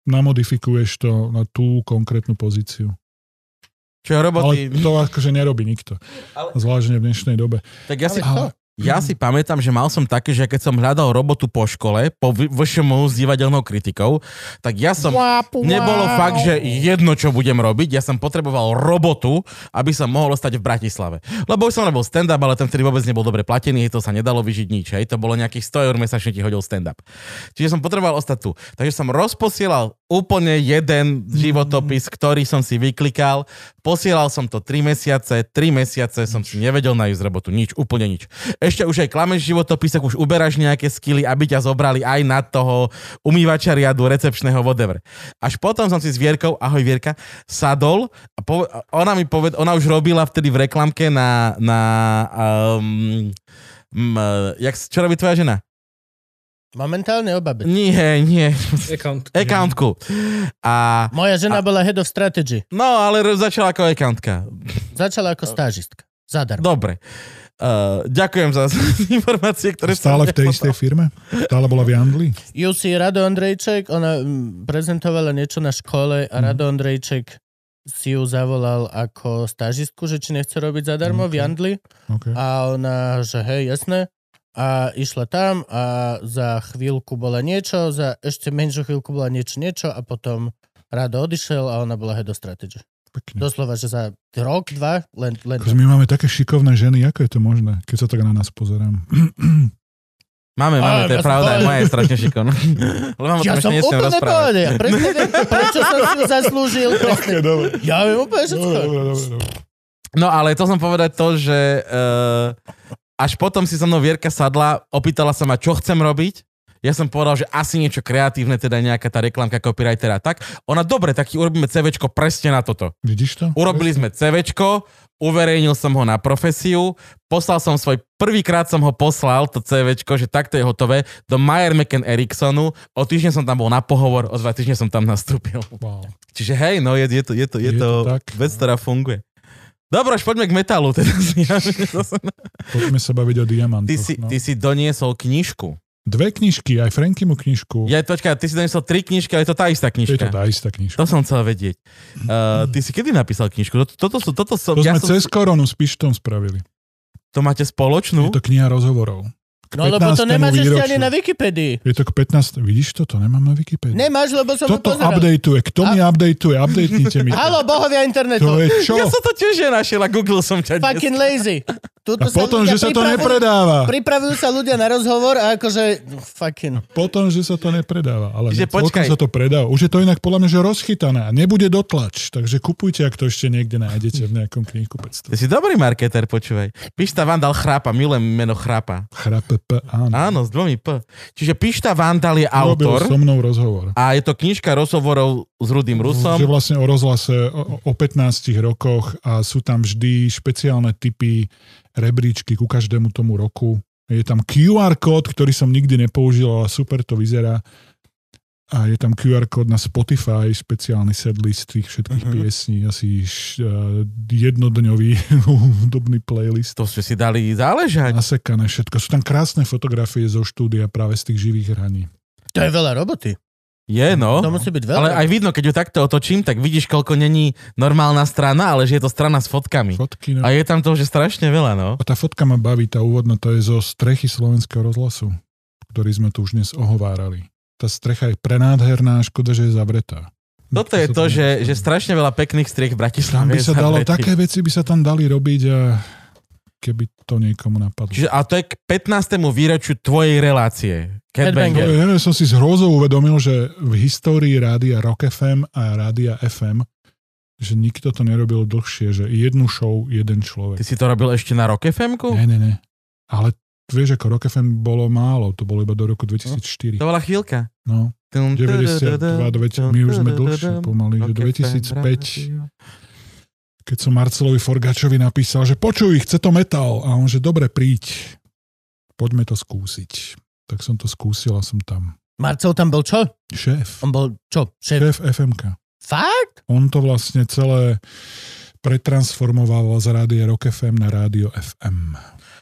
namodifikuješ to na tú konkrétnu pozíciu.
čo roboty.
Ale to akože nerobí nikto.
Ale-
Zvláštne v dnešnej dobe.
tak ja si,
Ale
ja si pamätám, že mal som také, že keď som hľadal robotu po škole, po v- VŠMU s divadelnou kritikou, tak ja som Nebolo fakt, že jedno, čo budem robiť, ja som potreboval robotu, aby som mohol ostať v Bratislave. Lebo už som robil stand-up, ale ten vtedy vôbec nebol dobre platený, hej, to sa nedalo vyžiť nič, hej, to bolo nejakých 100 eur mesačne ti hodil stand-up. Čiže som potreboval ostať tu. Takže som rozposielal úplne jeden životopis, ktorý som si vyklikal, posielal som to 3 mesiace, 3 mesiace som si nevedel nájsť robotu, nič, úplne nič. Ešte už aj klameš životopis, tak už uberáš nejaké skily, aby ťa zobrali aj na toho umývača riadu, recepčného, whatever. Až potom som si s Vierkou, ahoj Vierka, sadol a pove- a ona mi poved, ona už robila vtedy v reklamke na, na um, um, jak, s- čo robí tvoja žena?
Momentálne obabe.
Nie, nie,
Account.
accountku. A
Moja žena bola head of strategy.
No, ale ro- začala ako accountka.
Začala ako stážistka. Zadarmo.
Dobre. Uh, ďakujem za informácie, ktoré... som
stále v tej
nepoznal.
istej firme? Stále bola v Jandli?
UC Rado Andrejček, ona mm, prezentovala niečo na škole a Rado Andrejček si ju zavolal ako stážistku, že či nechce robiť zadarmo v
Okay.
Jandli.
Okay.
A ona, že hej, jasné. A išla tam a za chvíľku bola niečo, za ešte menšiu chvíľku bola niečo, niečo a potom Rado odišiel a ona bola head of strategy.
Pekne.
Doslova, že za rok, dva, len, len
Akože my máme také šikovné ženy, ako je to možné, keď sa tak na nás pozerám.
Máme, máme,
Á,
to je
ja som
pravda, aj
povedal.
moja je strašne šikovná. Lebo mám o tom
Akože
Ja
ešte
som
nesmiem
úplne
rozprávať.
pohode. Ja presne viem, prečo som si ju zaslúžil. Presne.
dobre.
Ja viem úplne všetko.
Dobre, dobre, dobre, dobre.
No ale to som povedať to, že uh, až potom si so mnou Vierka sadla, opýtala sa ma, čo chcem robiť. Ja som povedal, že asi niečo kreatívne, teda nejaká tá reklamka copywritera. a Tak ona, dobre, tak ti urobíme CVčko presne na toto.
Vidíš to?
Urobili sme CVčko, uverejnil som ho na profesiu, poslal som svoj, prvýkrát som ho poslal, to CVčko, že takto je hotové, do Mayer McCann Ericssonu, o týždeň som tam bol na pohovor, o dva týždne som tam nastúpil.
Wow.
Čiže hej, no je, je to, je to, je
Je
to,
to tak.
vec, ktorá funguje. Dobre, až poďme k metalu. Teda.
Poďme sa baviť o diamantoch.
Ty, si,
no.
ty si doniesol knižku.
Dve knižky, aj Franky mu knižku.
Ja, počkaj, ty si doniesol tri knižky, ale je to tá istá
Je to
knižka.
tá istá knižka.
To som chcel vedieť. Uh, ty si kedy napísal knižku? Toto, toto, sú- toto som,
To
ja
sme
som,
cez koronu s Pištom spravili.
to máte spoločnú?
Je to kniha rozhovorov. K
No lebo to
15.
nemáš ešte ani
výročiu.
na Wikipedii.
Je to k 15. Vidíš to? To nemám na Wikipedii.
Nemáš, lebo som to
Toto
pozeral.
updateuje. Kto mi updateuje? Updatenite mi to.
Halo, bohovia
To
internetu.
je čo?
Ja som to tiež nenašiel a Google som ťa dnes.
Fucking lazy.
A
tuto sa
potom,
ľudia
že sa to
pripravujú-
nepredáva.
Pripravujú sa ľudia na rozhovor a akože... Fucking.
Potom, že sa to nepredáva. Ale
Čiže
ne, potom
počkaj.
sa to predáva. Už je to inak podľa mňa, že rozchytané. a Nebude dotlač. Takže kupujte, ak to ešte niekde nájdete v nejakom
Ty
knihkupectve.
si dobrý marketer, počúvaj. Pišta Vandal chrápa, milujem meno chrápa.
Chrape, p, áno.
Áno, s dvomi P. Čiže Pišta Vandal je
Robil
autor
so mnou rozhovor.
a je to knižka rozhovorov s Rudým Rusom.
Že vlastne o rozhlase o, o 15 rokoch a sú tam vždy špeciálne typy rebríčky ku každému tomu roku. Je tam QR kód, ktorý som nikdy nepoužil, ale super to vyzerá. A je tam QR kód na Spotify, špeciálny setlist tých všetkých
Mhm.
uh-huh. piesní, asi š, uh, jednodňový hudobný playlist.
To ste si dali záležať.
Nasekané všetko. Sú tam krásne fotografie zo štúdia práve z tých živých hraní.
To je veľa roboty.
Je, no.
To musí byť veľa.
Ale aj vidno, keď ju takto otočím, tak vidíš, koľko není normálna strana, ale že je to strana s fotkami.
Fotky, no.
A je tam toho, že strašne veľa, no.
A tá fotka ma baví, tá úvodná, to je zo strechy slovenského rozhlasu, ktorý sme tu už dnes ohovárali. Tá strecha je prenádherná, škoda, že je zavretá.
Toto je to, že, že strašne veľa pekných striech v Bratislave.
Tam by
je
sa dalo,
zavretých.
také veci by sa tam dali robiť a keby to niekomu napadlo.
Čiže a to je k 15. výročiu tvojej relácie.
No,
Catbanger.
Catbanger.
ja neviem, som si s hrôzou uvedomil, že v histórii rádia Rock FM a rádia FM, že nikto to nerobil dlhšie, že jednu show, jeden človek.
Ty si to robil ešte na Rock FM-ku?
Ne, ne, ne. Ale vieš, ako Rock FM bolo málo, to bolo iba do roku 2004.
To bola chvíľka.
No. 92, 20, my už sme dlhšie pomaly, že 2005, keď som Marcelovi Forgačovi napísal, že počuj, chce to metal. A on, že dobre, príď, poďme to skúsiť. Tak som to skúsil a som tam.
Marcel tam bol čo?
Šéf.
On bol čo? Šéf?
Šéf FMK.
Fakt?
On to vlastne celé pretransformoval z rádia Rock FM na rádio FM.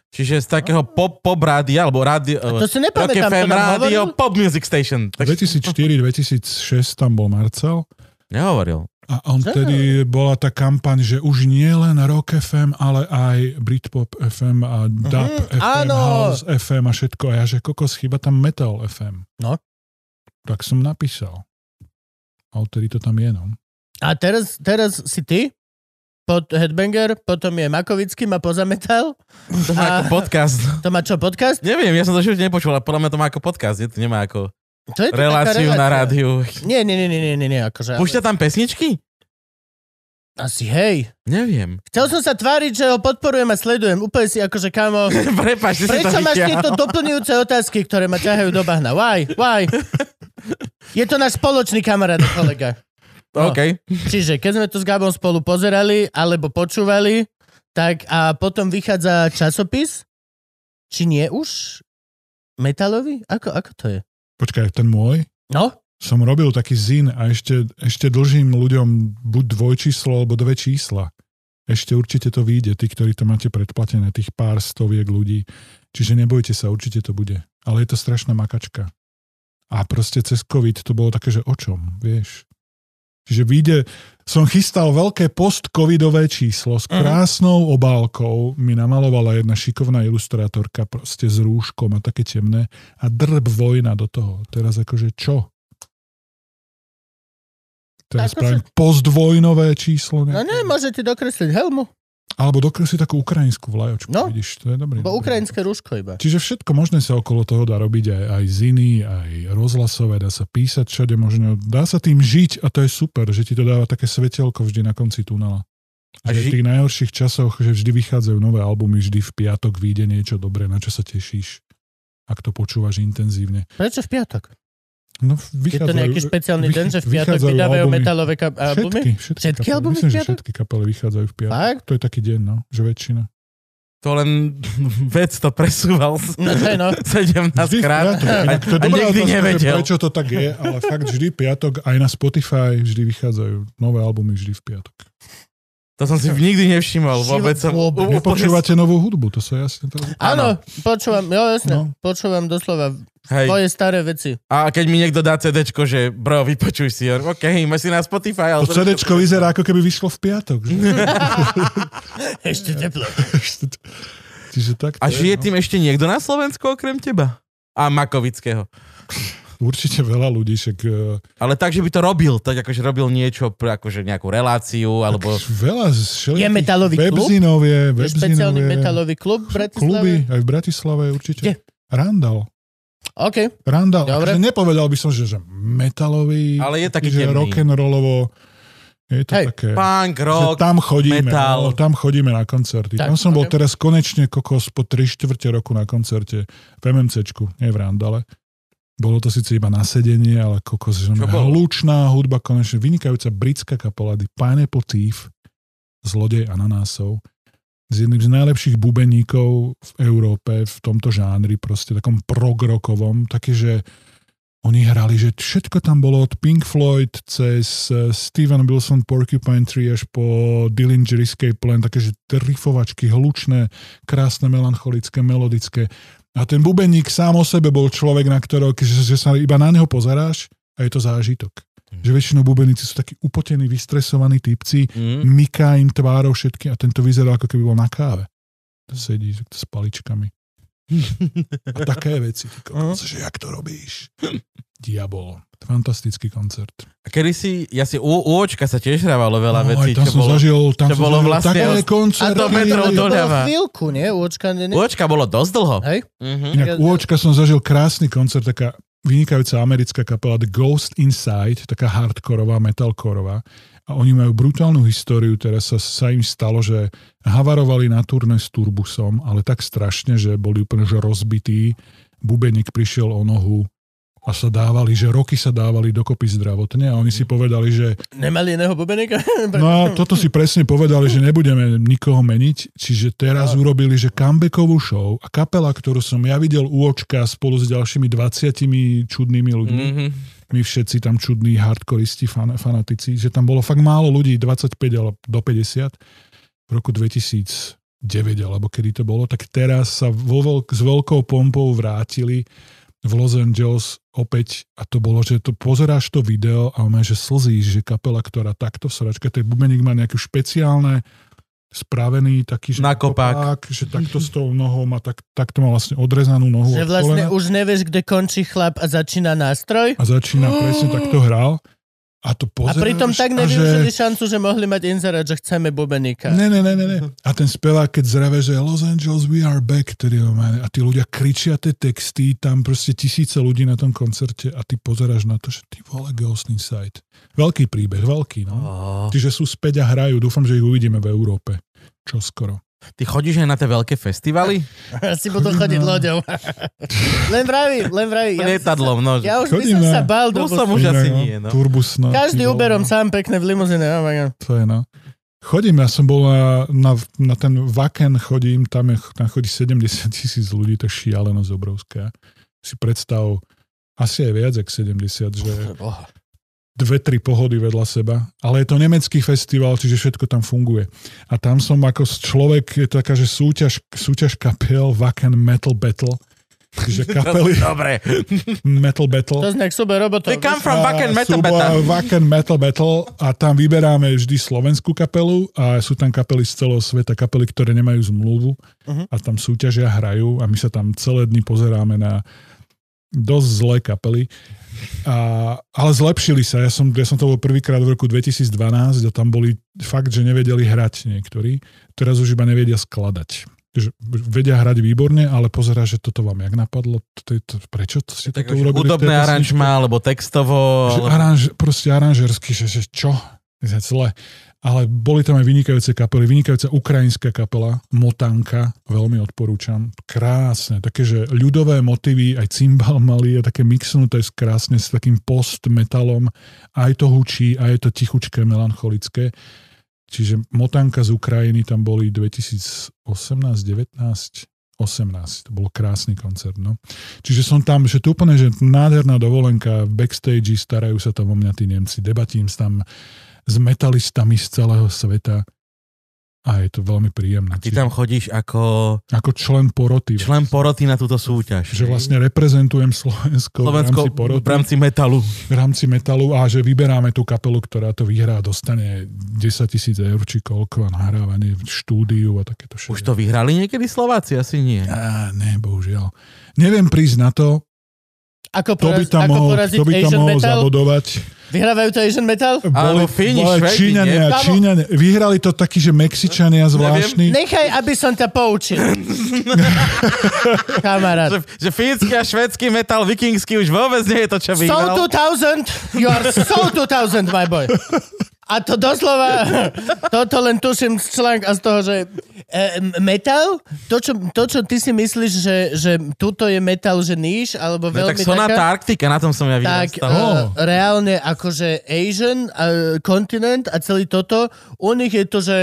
Čiže z takého pop, pop rádia, alebo rádio...
To si
Rock
nepamätám, to
FM
nám
rádio,
hovoril?
pop music station. Tak
2004-2006 tam bol Marcel
nehovoril.
A on
Čo?
vtedy bola tá kampaň, že už nie len Rock FM, ale aj Britpop FM a Dub FM,
Mhm, Áno.
House FM a všetko. A ja, že kokos, chyba tam Metal FM.
No.
Tak som napísal. A odtedy to tam je, no.
A teraz, teraz si ty? Pod Headbanger, potom je Makovický, ma pozametal.
To má ako
A-
podcast.
To má čo, podcast?
Neviem, ja som to živote nepočul, ale podľa mňa to má ako podcast, nie? to nemá ako
Čo je to
reláciu
taká
na
relácia?
rádiu.
Nie, nie, nie, nie, nie, nie, nie akože.
Púšťa tam pesničky?
Asi hej.
Neviem.
Chcel som sa tváriť, že ho podporujem a sledujem. Úplne si akože, kamo,
Prepač, že si to
prečo máš
vytiahol.
tieto doplňujúce otázky, ktoré ma ťahajú do bahna? Why? Why? Je to náš spoločný kamarát a kolega. No.
OK.
Čiže keď sme to s Gabom spolu pozerali alebo počúvali, tak a potom vychádza časopis, či nie už? Metalový? Ako, ako to je?
Počkaj, ten môj?
No,
Som robil taký zin a ešte, ešte dlžím ľuďom buď dvojčíslo, alebo dve čísla. Ešte určite to vyjde, tí, ktorí to máte predplatené, tých pár stoviek ľudí. Čiže nebojte sa, určite to bude. Ale je to strašná makačka. A proste cez COVID to bolo také, že o čom, vieš? Čiže vyjde, som chystal veľké post-covidové číslo
Mhm.
s krásnou obálkou. Mi namalovala jedna šikovná ilustrátorka proste s rúškom a také temné. A drb vojna do toho. Teraz akože čo? Teraz
Akože-
spravím postvojnové číslo.
no
Nejaké.
ne, môžete dokresliť helmu.
Alebo dokresli takú ukrajinskú vlajočku.
No.
Vidíš, to je dobrý.
Bo
nápad.
ukrajinské rúško iba.
Čiže všetko možné sa okolo toho dá robiť, aj, aj ziny, aj rozhlasové, dá sa písať všade možno, dá sa tým žiť a to je super, že ti to dáva také svetelko vždy na konci tunela.
A
A že
ži-
v tých najhorších časoch, že vždy vychádzajú nové albumy, vždy v piatok vyjde niečo dobré, na čo sa tešíš, ak to počúvaš intenzívne.
Prečo v piatok?
No,
Je to
vychádzajú,
nejaký špeciálny
vych-
deň, že v piatok
vychádzajú
vydávajú
albumy.
metalové kap-
Všetky,
albumy?
všetky,
Všetky
kapely.
albumy v
Myslím, že
piatok?
všetky kapely vychádzajú v piatok.
Fakt?
To je taký deň, no, že väčšina.
To len vec to presúval s-
No, to je no.
17
Vždy v
krát.
piatok. Inak to je
A
dobrá
nikdy
otázka, že
nevedel.
Prečo to tak je, ale fakt vždy piatok, aj na Spotify vždy vychádzajú nové albumy vždy v piatok.
To som si nikdy nevšimol.
Život
Vôbec som...
vôbec.
úplne-
Nepočúvate novú hudbu, to sa jasne teraz...
Áno, počúvam, jo, jasne,
No.
počúvam doslova
Hej.
tvoje staré veci.
A keď mi niekto dá CDčko, že bro, vypočuj si, ja, OK, máš si na Spotify, ale...
To CDčko vyzerá, ako keby vyšlo v piatok. Že?
Ešte teplo.
Čiže tak to
A
je,
žije
no.
tým ešte niekto na Slovensku okrem teba? A Makovického.
určite veľa ľudí, však eh,
Ale tak, že by to robil, tak akože robil niečo, pre, akože nejakú reláciu, alebo...
veľa z
Je
všelijakých
metalový klub?
webzinov je,
Je špeciálny
webzinov je,
metalový klub v Bratislave?
kluby, aj v Bratislave určite.
Kde?
Randall.
OK.
Randall.
Dobre.
Akože nepovedal by som, že, že metalový,
Ale je taký
že
temný.
rock'n'rollovo, je to
Hej,
také...
Punk, rock,
že tam chodíme,
metal.
no, tam chodíme na koncerty.
Tak,
Tak, tam som bol
ok.
teraz konečne kokos po 3 štvrte roku na koncerte v MMCčku, nie v Randale. Bolo to síce iba na sedenie, ale kokos, že
Čo bolo?
hlučná hudba, konečne vynikajúca britská kapela The Pineapple Thief, zlodej ananásov, s jedným z najlepších bubeníkov v Európe v tomto žánri, proste takom progrokovom, taký, že oni hrali, že všetko tam bolo od Pink Floyd cez eh, Steven Wilson Porcupine Tree až po Dillinger Escape Plan, také, že rifovačky hlučné, krásne, melancholické, melodické. A ten bubeník sám o sebe bol človek, na ktorého, že, že sa iba na neho pozeráš a je to zážitok. Že väčšinou bubeníci sú takí upotení, vystresovaní typci,
Mm.
myká im tvárou všetky a tento vyzerá ako keby bol na káve. Sedí s- s paličkami. A také veci. Ty kokos, že jak to robíš? Diabolo. Fantastický koncert.
A Kedy si, ja si u, u očka sa tiež hrávalo veľa
No,
vecí,
tam
čo
som
bolo...
zažil, tam
čo
som
bolo
zažil
vlastne
také
os-
koncerty.
a to metrov
To bolo
Doľava.
chvíľku, nie? Úočka, nie?
U očka bolo dosť dlho.
Hej?
Mhm.
Inak
Ja-
u Očka som zažil krásny koncert, taká vynikajúca americká kapela The Ghost Inside, taká hardkorová, metalkorová. A oni majú brutálnu históriu, teraz sa, sa im stalo, že havarovali na turné s turbusom, ale tak strašne, že boli úplne že rozbití. Bubeník prišiel o nohu a sa dávali, že roky sa dávali dokopy zdravotne a oni si povedali, že
Nemali iného bubeníka?
No a toto si presne povedali, že nebudeme nikoho meniť, čiže teraz urobili, že comebackovú show a kapela, ktorú som ja videl u očka spolu s ďalšími 20 čudnými ľuďmi, mm.
Mhm.
my všetci tam čudní hardkoristi, fan, fanatici, že tam bolo fakt málo ľudí, 25 ale do 50 v roku 2009 alebo kedy to bolo, tak teraz sa vo veľk, s veľkou pompou vrátili v Los Angeles opäť a to bolo, že to pozeráš to video a máš, že slzíš, že kapela, ktorá takto sračka, ten bubeník má nejaké špeciálne spravený taký, že
Na kopák.
že takto s tou nohou má, tak, takto má vlastne odrezanú nohu
Že
od
vlastne
kolena.
už nevieš, kde končí chlap a začína nástroj?
A začína presne takto hral. A
A
to pozeráš.
pritom tak
a
nevyužili šancu, že mohli mať inzerát, že chceme bubeníka.
Ne, ne, ne, ne, ne. A ten spevák, keď zreve, že Los Angeles, we are back, tedy, on má- a tí ľudia kričia tie texty, tam proste tisíce ľudí na tom koncerte a ty pozeráš na to, že ty vole Ghost Inside. Veľký príbeh, veľký, no.
Ó,
Čiže sú späť a hrajú, dúfam, že ich uvidíme v Európe. Čo skoro.
Ty chodíš aj na tie veľké festivaly?
Asi budú chodiť
No.
loďou. len vravím, len vravím. Ja, už-
Lietadlom, no.
ja už by som
Chodíme.
sa bal do
Tu som
busu.
už asi
Inak,
nie, no.
Turbus, no.
Každý
ty vole,
Uberom
no.
sám pekne v limuzine. Oh my God.
To je, no. Chodím, ja som bol na, na, na ten Vaken, chodím, tam, je, tam chodí 70 tisíc ľudí, to je šialenosť obrovská. Si predstav, asi aj viac jak 70, že
Boha.
dve, tri pohody vedľa seba. Ale je to nemecký festival, čiže všetko tam funguje. A tam som ako s- človek, je to taká, že súťaž, súťaž kapiel Wacken Metal Battle. Čiže kapely
Dobre.
Metal Battle.
To znak super robotov.
They come
vieš?
from Wacken Metal
Súbor
Battle.
Wacken Metal Battle a tam vyberáme vždy slovenskú kapelu a sú tam kapely z celého sveta, kapely, ktoré nemajú zmluvu
Mhm.
a tam súťažia, hrajú a my sa tam celé dny pozeráme na dosť zlé kapely. A, ale zlepšili sa. Ja som, ja som to bol prvýkrát v roku 2012 a tam boli fakt, že nevedeli hrať niektorí. Teraz už iba nevedia skladať. Že vedia hrať výborne, ale pozerá, že toto vám jak napadlo. To, je to, prečo to ste
Tak akože
toto urobili? v tej
hudobné
pesničke?
aranžma, alebo textovo,
Že
alebo...
aranž, proste aranžersky, že, že čo? Že zle. Ale boli tam aj vynikajúce kapely. Vynikajúca ukrajinská kapela, Motanka, veľmi odporúčam. Krásne, také, že ľudové motivy, aj cymbal malý, je také mixnuté s krásne, s takým post-metalom. Aj to hučí, aj je to tichučké, melancholické. Čiže Motanka z Ukrajiny tam boli 2018, 19, 18. To bol krásny koncert, no. Čiže som tam, že to úplne, že nádherná dovolenka, backstage, starajú sa tam o mňa tí Nemci, debatím sa tam s metalistami z celého sveta a je to veľmi príjemné.
Ty tam chodíš ako
Ako člen poroty.
člen poroty na túto súťaž.
Že vlastne reprezentujem Slovensko,
Slovensko
v rámci poroty,
v rámci metalu.
v rámci metalu a že vyberáme tú kapelu, ktorá to vyhrá, dostane 10 tisíc eur či koľko a nahrávanie v štúdiu a takéto všetko.
Už to vyhrali niekedy Slováci? Asi nie.
Á, ne, bohužiaľ. Neviem prísť na to,
ako,
To by
poraz,
tam
ako
mohol,
poraziť
to by tam
Asian
mohol
Metal.
zabodovať.
Vyhrávajú to Asian Metal?
Alebo
Boli-
Fíni,
boli
Švédi,
Číňania,
nie?
a Číňania. Vyhrali to takí, že Mexičania zvláštni.
Nechaj, aby som ťa poučil.
Že,
Kamarát.
že fínsky a švedský metal vikingský už vôbec nie je to, čo
So
vyhral.
2000, you are so 2000, my boy. A to doslova, toto len tuším z článk a z toho, že e, metal, to čo, to čo ty si myslíš, že, že tuto je metal, že níž, alebo
No, tak
veľmi
Sonata
taká,
Arktika, na tom som ja
tak
vyrastal.
uh, reálne akože Asian eh, kontinent a celý toto, u nich je to, že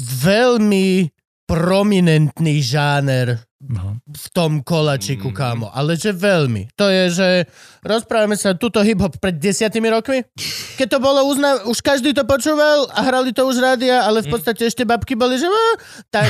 veľmi prominentný žáner
No.
v tom kolačiku, kámo. Ale že veľmi. To je, že rozprávame sa tuto hip-hop pred desiatými rokmi. Keď to bolo uzna... už každý to počúval a hrali to už rádia,
Mm.
ale v podstate ešte babky boli, že "Á", tak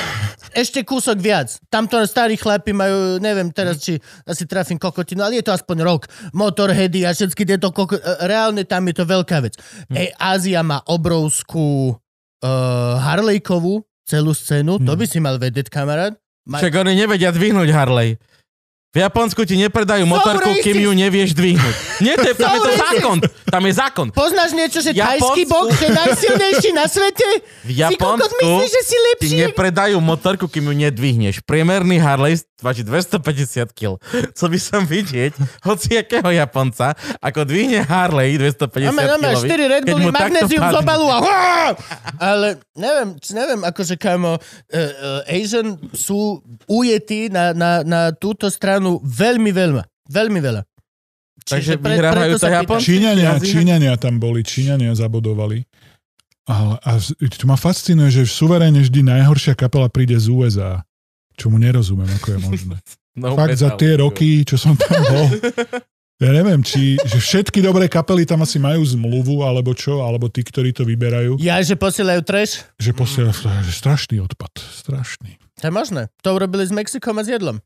ešte kúsok viac. Tamto starí chlapi majú, neviem
Mm.
teraz, či asi trafím kokotinu, ale je to aspoň rok. Motorheady a všetky tieto koko... e, Reálne tam je to veľká vec.
Mm.
Ej, Ázia má obrovskú uh, Harlejkovú celú scénu, to by si mal vedieť, kamarát. Maj-
Mm. Však oni nevedia dvihnúť Harley. V Japonsku ti nepredajú motorku,
racist.
kým ju nevieš dvihnúť. Nie, to je, tam je to zákon. Tam je zákon.
Poznáš niečo, že
Japonsku-
tajský bok je najsilnejší na svete?
V
Si kokot myslíš,
Japonsku
že si
ti
lepší?
nepredajú motorku, kým ju nedvihneš. Priemerný Harley váži 250 kg. Chcel by som vidieť hociakého Japonca, ako dvihne Harley 250
Máme,
kg.
máme 4 Red Bulli, magnézium z obalu a... Ale neviem, č- neviem, akože kamo, uh, Asian sú ujetí na, na, na túto stranu veľmi veľa. Veľmi veľa.
Takže
pre-
vyhrávajú
preto
to
sa pýtam.
Japonci?
Číňania,
Jazyk?
Číňania tam boli, Číňania zabodovali. Ale, a z- to ma fascinuje, že v suveréne vždy najhoršia kapela príde z USA. Čomu nerozumiem, ako je možné.
No,
Fakt za tie roky, čo som tam bol. Ja neviem, či že všetky dobré kapely tam asi majú zmluvu, alebo čo, alebo tí, ktorí to vyberajú,
Ja, Mm. že posielajú trash?
že posielajú to je strašný odpad. Strašný.
To je možné. To urobili s Mexikom a s jedlom.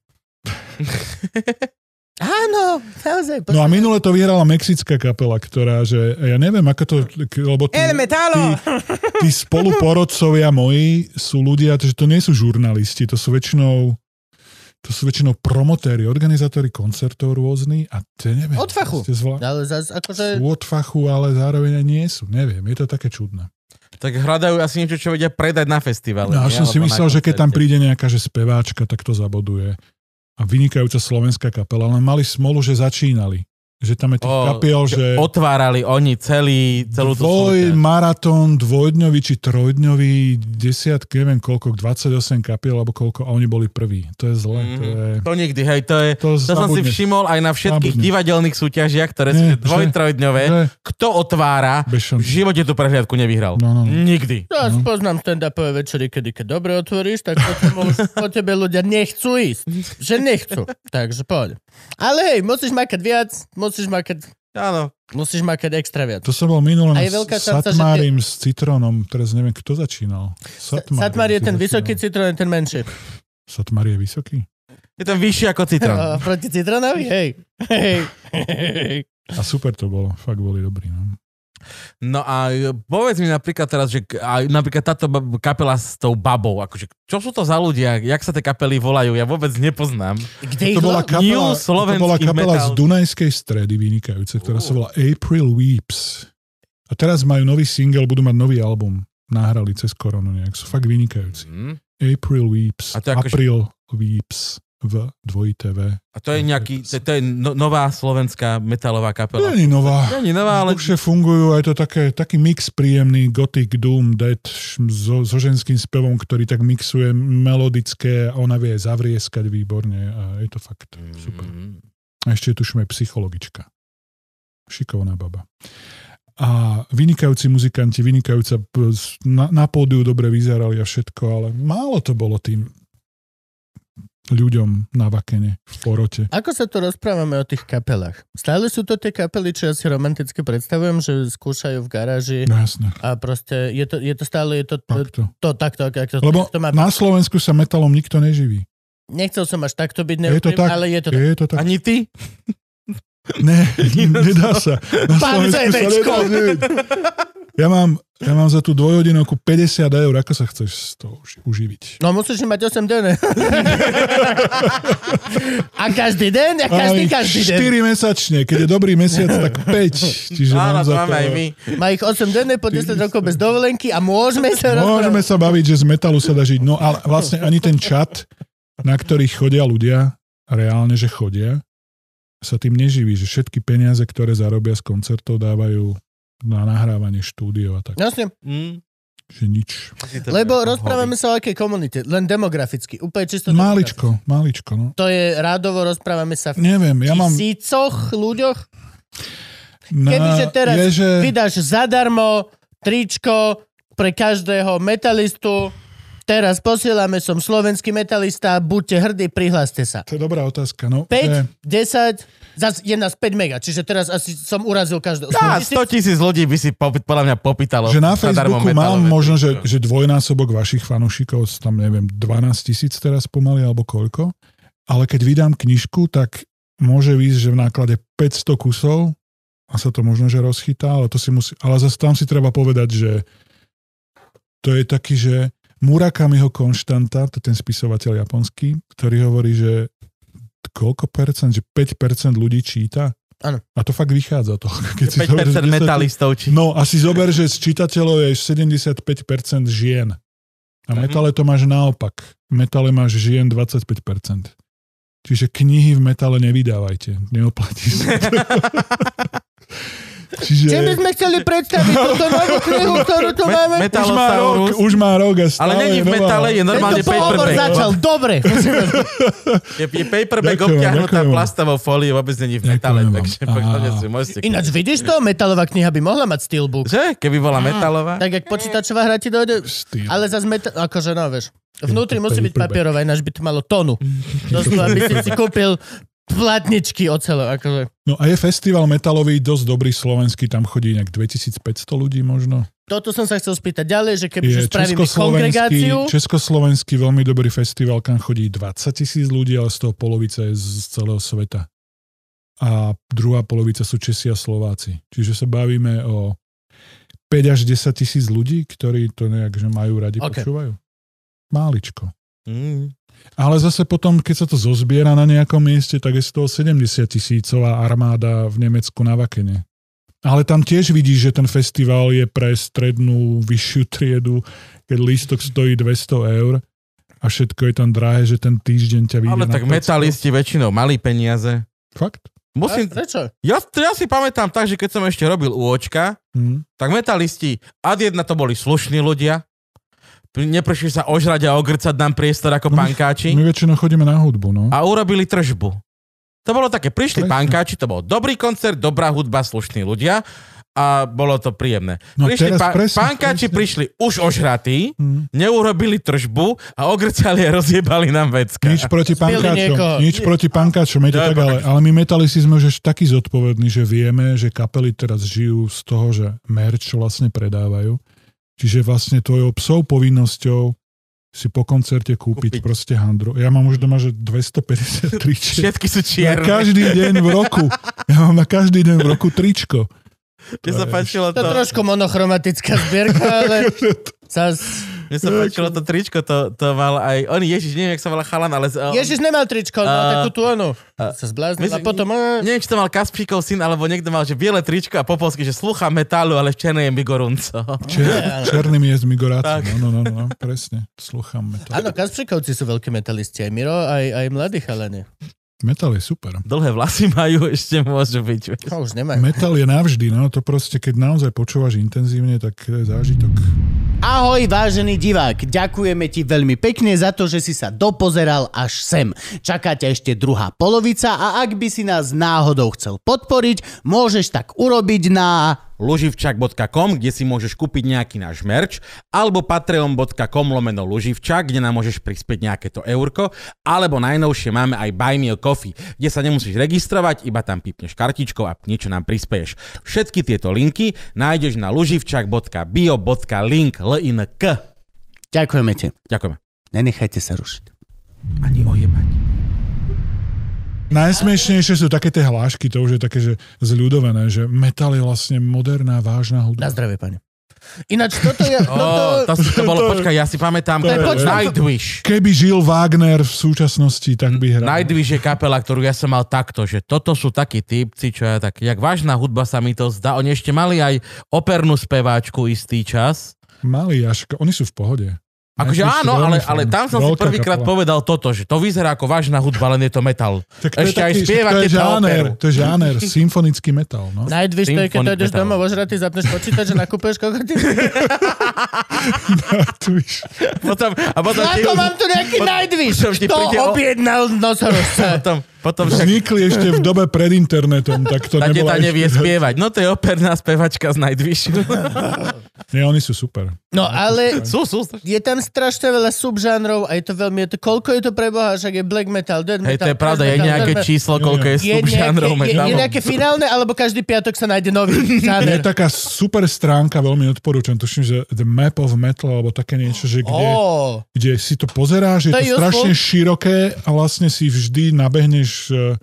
Áno, naozaj.
No a minule to vyhrala mexická kapela, ktorá, že ja neviem, ako to, k- lebo tí,
El metalo!
tí, tí spoluporodcovia moji sú ľudia, že to nie sú žurnalisti, to sú väčšinou to sú väčšinou promotéri, organizátori koncertov rôzny a to neviem.
Od fachu.
proste Zvla...
Ale zase akože...
Sú od fachu, ale zároveň aj nie sú. Neviem, je to také čudné.
Tak hľadajú asi niečo, čo vedia predať na festivale.
No, ja
nie?
som si
Alebo na
myslel, že keď tam
koncerte.
príde nejaká že speváčka, tak to zaboduje. A vynikajúca slovenská kapela, len mali smolu, že začínali. Že tam je tých
Ó,
kapiel, že
Otvárali oni celý, celú tú
dvoj,
súťaž.
maratón, dvojdňový či trojdňový, desiatky, neviem koľko, 28 kapiel, alebo koľko, a oni boli prví. To je zle.
Mhm.
To je...
To nikdy, hej, to je... To
To,
som si
zabudneš.
všimol aj na všetkých
Zabudneš.
divadelných súťažiach, ktoré sú
Nie, že?
dvoj-trojdňové.
Že?
Kto otvára,
Bez šanci.
v živote tú prehliadku nevyhral.
No, no, no.
Nikdy.
Ja no. poznám stand-upové večery, kedy keď dobre otvoríš, tak potom už po tebe ľudia nechcú ísť. Že nechcú. Takže poď. Ale hej, musíš makať viac, musíš makať,
Áno.
musíš makať extra viac.
To som bol minulý
A
na
je veľká šanca, že
Satmárim s Citrónom, teraz neviem, kto začínal.
Satmar je
si
ten vysoký,
začínal.
citrón je ten menší.
no. Satmar je vysoký?
Je tam vyšší ako citrón.
A proti citrónovi? Hej. Hej. Hej.
A super to bolo, fakt boli dobrí. No.
No a e, povedz mi napríklad teraz, že k- a napríklad táto bab- kapela s tou babou, akože čo sú to za ľudia, jak sa tie kapely volajú, ja vôbec nepoznám.
Kde
To
ich
bola
hľadať?
New
kapela, to bola
slovenský
kapela
metal.
z Dunajskej stredy vynikajúce, ktorá sa volá April Weeps. A teraz majú nový single, budú mať nový album. Nahrali cez koronu nejak, sú fakt vynikajúci.
Hm?
April Weeps,
A to akože-
April Weeps v dvojité V.
A to je nejaký, to, to je no, nová slovenská metalová kapela.
Není nová.
Není nová, ale...
Dlhšie fungujú, aj to také, taký mix príjemný, gothic, doom, dead, š- so, so ženským spevom, ktorý tak mixuje melodické a ona vie aj zavrieskať výborne a je to fakt super.
Mm.
A ešte je tuším aj psychologička. Šikovná baba. A vynikajúci muzikanti, vynikajúca, p- s- na, na pódiu dobre vyzerali a všetko, ale málo to bolo tým ľuďom na vakene, v porote.
Ako sa tu rozprávame o tých kapelách? Stále sú to tie kapely, čo ja si romanticky predstavujem, že skúšajú v garáži
No jasné,
a proste je to, je to stále, je to, to,
takto.
to takto, ak- ak to,
Lebo
to má
na Slovensku sa metalom nikto neživí.
Nechcel som až takto byť
Je to
neúprimný,
tak.
ale je to tak.
Je to tak.
Ani ty?
Ne, nedá sa. Na
Pán
Slovensku sa
Zajvečko.
nedá živiť. Ja mám, ja mám za tú dvojhodinovku 50 eur. Ako sa chceš z toho uži- uživiť?
No musíš mať 8 denne. a každý den? A každý,
Aj
každý den.
4 mesačne. Keď je dobrý mesiac, tak 5. Čiže
Áno,
mám
to
za to...
máme aj my.
Má ich 8 denne po 10 rokov bez dovolenky a môžeme sa
Môžeme
rozprávať.
sa baviť, že z metalu sa dá žiť. No ale vlastne ani ten čat, na ktorý chodia ľudia, reálne, že chodia, sa tým neživí, že všetky peniaze, ktoré zarobia z koncertov, dávajú na nahrávanie štúdio a tak.
No, Jasne,
Mm.
Že nič.
lebo rozprávame sa o akej komunite, len demograficky, úplne čisto demograficky.
Maličko, maličko, no.
To je rádovo, rozprávame sa v
Neviem, ja mám...
tisícoch ľuďoch.
Na,
Kebyže teraz
je, že,
vydáš zadarmo tričko pre každého metalistu, teraz posielame som slovenský metalista, buďte hrdí, prihláste sa.
To je dobrá otázka, no. že-
5, 10, zas je nás 5 mega, čiže teraz asi som urazil každého.
Tá, 100 tisíc ľudí by si pop- podľa mňa popýtalo.
Že na
zadarmo
Facebooku mám
metalové no.
možno, že,
tričko.
že dvojnásobok vašich fanúšikov, tam neviem, 12 tisíc teraz pomaly, alebo koľko. Ale keď vydám knižku, tak môže výjsť, že v náklade 500 kusov a sa to možno, že rozchytá, ale to si musí... Ale zase tam si treba povedať, že to je taký, že Murakamiho Konštanta, to je ten spisovateľ japonský, ktorý hovorí, že koľko percent, že 5% ľudí číta.
Áno.
A to fakt vychádza to. Keď si zoberieš
5%
10
metalistov, či...
No a si zober, že z čitateľov je 75% žien. A
Mhm.
metale to máš naopak. V metale máš žien 25%. Čiže knihy v metale nevydávajte. Neoplatí sa to. Čiže...
Čím by sme chceli predstaviť
No.
túto novú knihu, ktorú tu
Me-
máme?
metal-
Už má rok,
Metalosaurus.
už má rok a
Ale
stále
není v
nová.
metale, je no- normálne
Tento pohovor
paperback.
začal dobre.
Je, je paperback
Ďakujem,
obťahnutá
ďakujem.
plastovou fóliou, vôbec není v metale,
Ďakujem vám.
takže podľa mňa si môžete...
Ináč vidíš to? Metalová kniha by mohla mať steelbook.
Že? Keby bola metalová?
Tak jak počítačová hra ti dojde,
Styl.
ale zase meta... Akože no, vieš. Vnútri
to
musí byť
paperback.
papierové, ináč by to malo tonu. Doslova by si si kúpil platničky ocelo, akože.
No a je festival metalový dosť dobrý slovenský, tam chodí nejak 2500 ľudí možno.
Toto som sa chcel spýtať ďalej, že
Je
keby spravíme kongregáciu,
československý, československý veľmi dobrý festival, kam chodí 20 tisíc ľudí, ale z toho polovica je z z celého sveta. A druhá polovica sú Česi a Slováci. Čiže sa bavíme o 5 až 10 tisíc ľudí, ktorí to nejak že majú radi,
Ok.
okay. počúvajú. Máličko.
Mm.
Ale zase potom, keď sa to zozbiera na nejakom mieste, tak je z toho 70 tisícová armáda v Nemecku na Vakene. Ale tam tiež vidíš, že ten festival je pre strednú, vyššiu triedu, keď lístok stojí 200 eur a všetko je tam drahé, že ten týždeň ťa vyjde
Ale
na
tak
500.
metalisti väčšinou mali peniaze.
Fakt?
Musím,
Prečo?
ja, ja si pamätám tak, že keď som ešte robil u očka,
Hm.
tak metalisti, ad jedna to boli slušní ľudia, neprešli sa ožrať a ogrcať nám priestor ako
No my-
pankáči.
My väčšinou chodíme na hudbu, no.
a urobili tržbu. To bolo také, prišli
Presne.
pankáči, to bol dobrý koncert, dobrá hudba, slušní ľudia a bolo to príjemné.
No
prišli
teraz presne,
pankáči
presne.
prišli už ožratí,
Hm.
neurobili tržbu a ogrcali a rozjebali nám vecka.
Nič proti pankáčom,
niekoho.
nič proti pankáčom, je to
Ja,
tak, ale, ale my metalisti sme už až takí zodpovední, že vieme, že kapely teraz žijú z toho, že merch vlastne predávajú. Čiže vlastne tvojou psou povinnosťou si po koncerte kúpiť,
Kúpiť.
proste handru. Ja mám už doma, že 250 tričiek.
Všetky sú
Na
čierne.
každý deň v roku. Ja mám na každý deň v roku tričko.
Mne sa páčilo
To
to,
je trošku monochromatická zbierka, ale zas...
mne sa páčilo to tričko, to, to mal aj, on Ježiš, neviem, jak sa volá chalan, ale... z-
Ježiš nemal tričko, no
A-
takú tú onu.
a-
Sa zbláznil a
Myslím-
potom... eh, á,
Neviem, či to mal Kaspíkov syn, alebo niekto mal, že biele tričko a po polsky, že slucha metálu, ale v černej je Migorunco.
Čer, černým je z
Tak.
Migoráci. No, no, no, no, presne. Sluchám metal.
Áno, Kasprikovci sú veľkí metalisti, aj Miro, aj, aj mladí chalani.
Metal je super.
Dlhé vlasy majú, ešte môžu byť. vieš.
No, už nemajú.
Metal je navždy, no to proste, keď naozaj počúvaš intenzívne, tak to je zážitok.
Ahoj vážený divák, ďakujeme ti veľmi pekne za to, že si sa dopozeral až sem. Čaká ťa ešte druhá polovica a ak by si nás náhodou chcel podporiť, môžeš tak urobiť na...
luživčak.com, kde si môžeš kúpiť nejaký náš merch, alebo patreon.com lomeno luživčak, kde nám môžeš prispieť nejaké to eurko, alebo najnovšie máme aj Buy Me a Coffee, kde sa nemusíš registrovať, iba tam pipneš kartičkou a niečo nám prispieješ. Všetky tieto linky nájdeš na luživčak.bio.link link.
Ďakujeme ti.
Ďakujeme.
Nenechajte sa rušiť.
Ani ojebať.
Najsmiešnejšie sú také tie hlášky, to už je také, že zľudovené, že metal je vlastne moderná, vážna
Na
hudba.
zdravie, pani. Ináč toto je... Toto...
Oh, to, to bolo, počkaj, ja si pamätám,
je- počkaj, to-
Nightwish.
Keby žil Wagner v súčasnosti, tak by hral.
Nightwish je kapela, ktorú ja som mal takto, že toto sú takí typci, čo ja tak, jak vážna hudba sa mi to zdá. Oni ešte mali aj opernú speváčku istý čas.
Malý Jaška, oni sú v pohode.
Akože
Nightwish sú
áno, ale,
veľmi fajn.
ale tam som si
Veľká
prvýkrát
kapela.
povedal toto, že to vyzerá ako vážna hudba, len je to metal.
Tak to je
Ešte aj
taký-
spievate
to je
tá
žáner,
operu.
to je žáner, symfonický metal, no.
Nightwish to je, keď
Symphonic
dojdeš
metal.
domov ožratý, zapneš počítač a nakúpeš kokotý.
Nightwish.
Potom, a potom ti-
Zlato, mám tu nejaký Nightwish!
potom ti
Kto
príde o-
objednal nosorožca?
potom, potom však
Vznikli ešte v dobe pred internetom, tak to
tá
nebola
deta nevie
ešte...
spievať. No to je operná spevačka z Nightwishu.
Nie, oni sú super.
No ale
sú, sú.
je tam strašne veľa subžánrov a je to veľmi... Je to, koľko je to pre Boha? Však je black metal, dead metal...
Hej, to je
thrash
pravda, je
metal,
nejaké
death metal.
číslo, koľko je
Je
subžánrov
nejaké, je, je
metalu.
nejaké finálne, alebo každý piatok sa nájde nový
Je
žáner.
taká super stránka, veľmi odporúčam, tuším, že The Map of Metal, alebo také niečo, že kde,
Ó,
kde si to pozeráš, je
To
to,
je useful.
strašne široké a vlastne si vždy nabehneš e,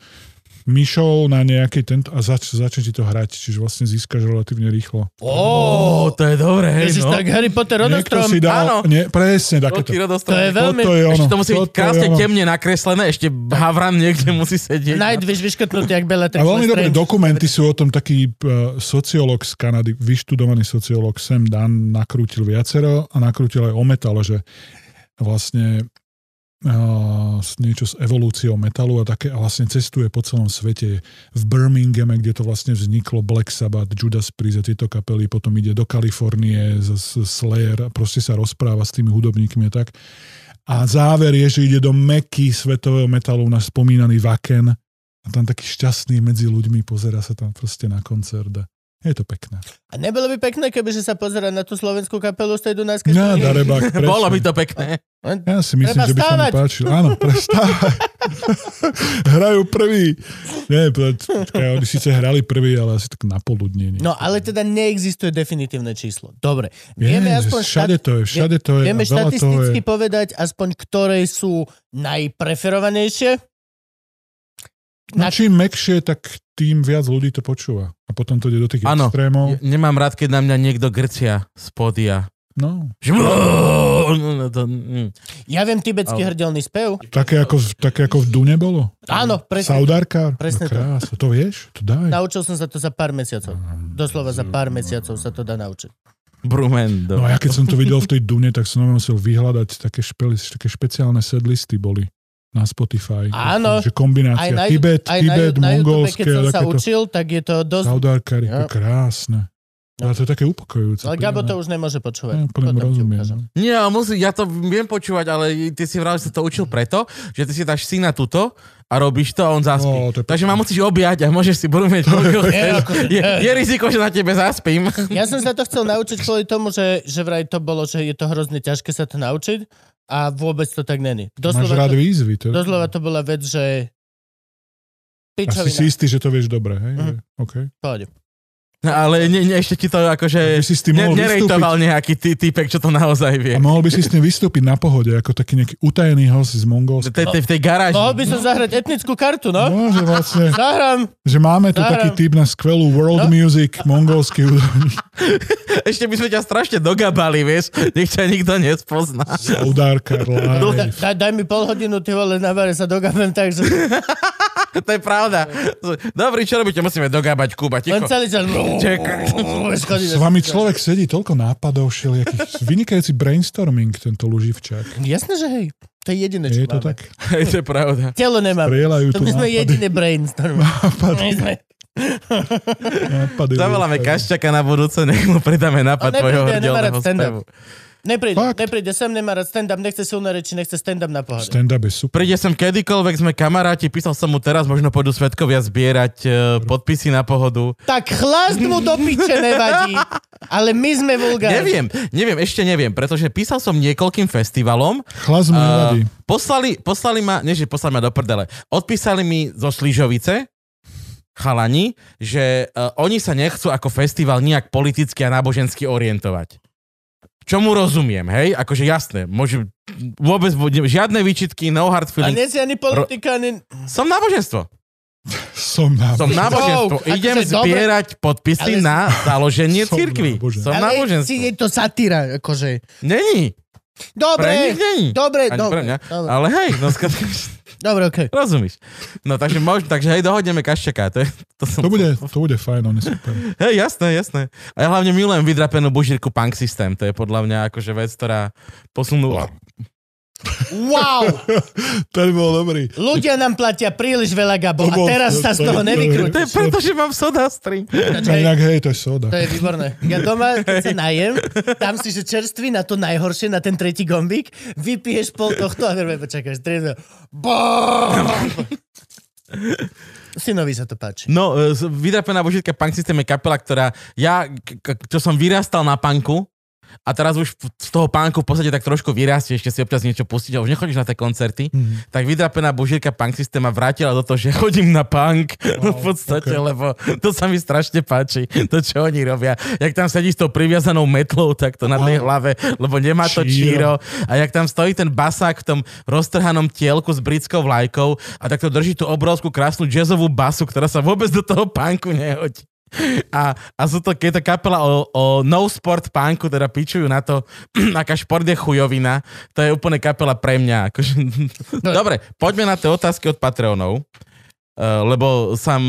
myšou na nejaký tento a zač, začne ti to hrať, čiže vlastne získaš relatívne rýchlo.
Ó, to je dobré, hej,
Ježiš,
no.
tak Harry Potter
Niekto
rodostrom.
si
áno.
dal, nie, presne
Veľký
takéto.
radosť.
To je veľmi...
Toto je ono.
Ešte to musí byť
toto je
krásne
ono.
temne nakreslené, ešte Havran niekde musí sedieť. No.
Nightwish vyškrtnutý, jak Bellatrix.
A veľmi dobré
Lestrange.
dokumenty sú o tom, taký uh, sociológ z Kanady, vyštudovaný sociológ Sam Dan nakrútil viacero a nakrútil aj o metale, že vlastne uh, niečo s evolúciou metalu a také a vlastne cestuje po celom svete. V Birminghame, kde to vlastne vzniklo, Black Sabbath, Judas Priest a tieto kapely, potom ide do Kalifornie, z, z Slayer a proste sa rozpráva s tými hudobníkmi a tak. A záver je, že ide do Meky svetového metalu na spomínaný Vaken a tam taký šťastný medzi ľuďmi pozera sa tam proste na koncert. a Je to pekné.
A nebolo by pekné, kebyže sa pozerať na tú slovenskú kapelu z tej Dunajskej
Ja,
strany?
darebák, presne.
Bolo by to pekné.
Ja si myslím,
Treba
že by sa mi
vstávať.
páčil. Áno, prestávaj. Hrajú prvý. Nie, poč- počkaj, oni síce hrali prvý, ale asi tak na poludne. nie.
No ale teda neexistuje definitívne číslo. Dobre.
Je,
Vieme
že
aspoň
všade to je, všade to je.
Vieme
a veľa toho je.
štatisticky povedať aspoň, ktoré sú najpreferovanejšie?
No, čím mekšie, tak tým viac ľudí to počúva. A potom to ide do tých
Áno.
extrémov.
Nemám rád, keď na mňa niekto grcia z podia.
No,
Že- No to- mm.
Ja viem tibetský
Ale-
hrdelný spev.
také ako, v- také ako v Dune bolo.
Áno, presne.
Saudárkár.
Presne
no,
to.
krása, to vieš? To daj.
Naučil som sa to za pár mesiacov. Doslova za pár mesiacov sa to dá naučiť.
Brumendo.
No a ja keď som to videl v tej Dune, tak som musel vyhľadať také, špeli, také špeciálne sedlisty boli na Spotify.
Áno.
Že kombinácia
Aj na,
Tibet,
aj
Tibet,
na, na YouTube,
mongolské,
keď som sa
takéto
učil, tak je to dosť...
saudárkary, to
Ja.
je krásne. Ale to je také upokojujúce.
No. Ale Gabo
príjemné.
to už nemôže počúvať.
Ja úplne
Potom ti
rozumiem.
ukážem.
no.
Nie, ale musí, ja to viem počúvať, ale ty si vral, že si to učil preto, že ty si dáš syna tuto a robíš to a on zaspí.
No, to je
Takže
pekné.
ma musíš objať a môžeš si brumieť, koľko chceš.
akože-
Je, je riziko, že na tebe zaspím.
Ja som sa to chcel naučiť kvôli tomu, že, že vraj to bolo, že je to hrozne ťažké sa to naučiť a vôbec to tak není.
Máš
Doslova,
rád
to,
výzvy. To... je-
doslova to bola vec, že
Asi si
pičovina.
istý, že to vieš dobre, hej?
Mhm.
Mm. Okay.
Pohode.
No, ale nie, nie, ešte ti to akože...
By si s tým
Ne,
mohol vystúpiť. No.
nerejtoval nejaký ty, typek, čo to naozaj vie.
A mohol by si s tým vystúpiť na pohode, ako taký nejaký utajený host z
V
Mongolska.
tej- tej- v tej garáži.
Mohol by som zahrať etnickú kartu, no?
No, že vlastne,
Zahrám.
že máme tu
Zahrám.
taký typ na skvelú world
No.
music, mongolský hudobný.
Ešte by sme ťa strašne dogabali, vieš. Nech ťa nikto nespozná.
Saudárka
Da,
live.
da, daj mi pol hodinu, ty vole, na bare sa dogabem, takže
To je pravda. Dobrý, čo robíte? Musíme dogabať Kuba. Ticho.
len celý čas...
Čekaj.
Schodí
S
na-
vami človek sedí toľko nápadov, všelijakých. Vynikajúci brainstorming tento Luživčák.
Jasné, že hej. To je jediné, čo
Je to
máme.
tak?
Hej, to je pravda.
Telo nemáme.
Prielajú tu
To my sme
nápady.
jediné brainstorm. My sme...
nápady
Zavoláme
lietajú.
Kašťaka na budúce, nech mu pridáme nápad
On nepríde,
tvojho
nemá rád
hrdelného
stand-up.
spevu.
Nepríde,
Fakt.
nepríde, sem nemá rád stand-up, nechce silné reči, nechce stand-up na pohode.
Stand-up je super.
Príde sem kedykoľvek, sme kamaráti, písal som mu teraz, možno pôjdu svetkovia zbierať e, podpisy na pohodu.
Tak chlast mu do piče nevadí, ale my sme vulgári.
Neviem, neviem, ešte neviem, pretože písal som niekoľkým festivalom.
Hm,
Chlas mu nevadí.
A poslali, poslali ma, nie že poslali ma do prdele, odpísali mi zo Slížovice, chalani, že uh, oni sa nechcú ako festival nejak politicky a nábožensky orientovať. Čomu rozumiem, hej? Akože jasné, môžem, vôbec žiadne výčitky, no hard
A
feeling.
nie si ani politika, ani...
Som náboženstvo.
Som na...
Som náboženstvo.
Wow,
Idem
akože dobre.
zbierať podpisy
Ale-
na založenie
Som
cirkvi.
náboženstvo.
Som
Ale si-
náboženstvo.
je to satíra, akože.
Není. Pre
Dobre,
nich není.
dobre,
Ani pre
dobre,
mňa.
dobre,
Ale hej, no skrátka,
dobre, okej.
rozumíš. No takže, možno, takže hej, dohodneme kaščeka. To, je, to, som,
To bude, to bude fajn, on je super.
Hej, jasné, jasné. A ja hlavne milujem vydrapenú bužírku Punk System. To je podľa mňa akože vec, ktorá posunula.
Wow,
Ten bol dobrý.
ľudia nám platia príliš veľa, Gabo,
To
a
bol-
teraz
to-
sa
to-
z toho
to-
nevykrúť.
To je preto, že mám soda stream.
A inak, hej, to je soda.
To je výborné. Ja doma, keď sa najem, dám si, že čerstvý na to najhoršie, na ten tretí gombík, vypiješ pol tohto a verme, počakáš, triezve. Synovi sa to páči.
No, e, z- vydrapená božitka Punk System je kapela, ktorá ja, k- k- čo som vyrastal na punku, a teraz už v- z toho pánku v podstate tak trošku vyrastie, ešte si občas niečo pustiť a už nechodíš na tie koncerty, mm. tak vydrapená božírka punk systém ma vrátila do toho, že chodím na punk v podstate, okay. lebo to sa mi strašne páči, to čo oni robia. Jak tam sedí s tou priviazanou metlou takto na tej hlave, lebo nemá to číro.
Číro.
A jak tam stojí ten basák v tom roztrhanom tielku s britskou vlajkou a takto drží tú obrovskú krásnu jazzovú basu, ktorá sa vôbec do toho punku nehodí. A, a sú to, keď je to kapela o, o no sport punku, teda pičujú na to, aká šport je chujovina, to je úplne kapela pre mňa. Akože...
No.
Dobre, poďme na tie otázky od Patreonov. Eh, lebo sam,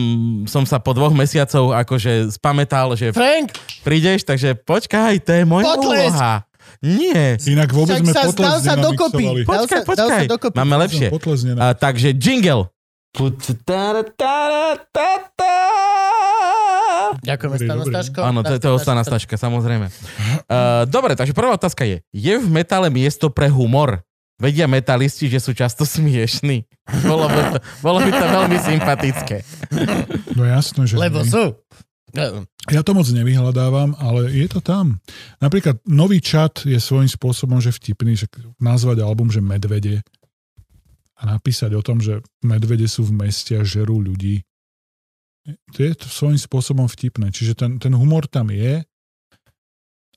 som sa po dvoch mesiacov akože spamätal, že
Frank,
prídeš, takže počkaj, to je moja
Potlesk.
úloha. Nie.
Inak vôbec
však
sme
sa dal
potles
sa dokopy.
nenamixovali.
Dal sa,
Počkaj,
dal sa
počkaj.
dokopy.
Máme lepšie.
Sme Potles
A,
nenamixovali.
takže jingle.
Ďakujeme,
Dobrý,
Stano
dobrý.
Staško.
Áno, to, to je ostaná stačka, samozrejme. Uh, dobre, takže prvá otázka je. Je v metale miesto pre humor? Vedia metalisti, že sú často smiešní. Bolo by to, bolo by to veľmi sympatické.
No jasno, že...
Lebo
nie.
sú.
Ja to moc nevyhľadávam, ale je to tam. Napríklad nový čat je svojím spôsobom, že vtipný, že nazvať album, že medvede a napísať o tom, že medvede sú v meste a žerú ľudí. To je to svojím spôsobom vtipné. Čiže ten, ten humor tam je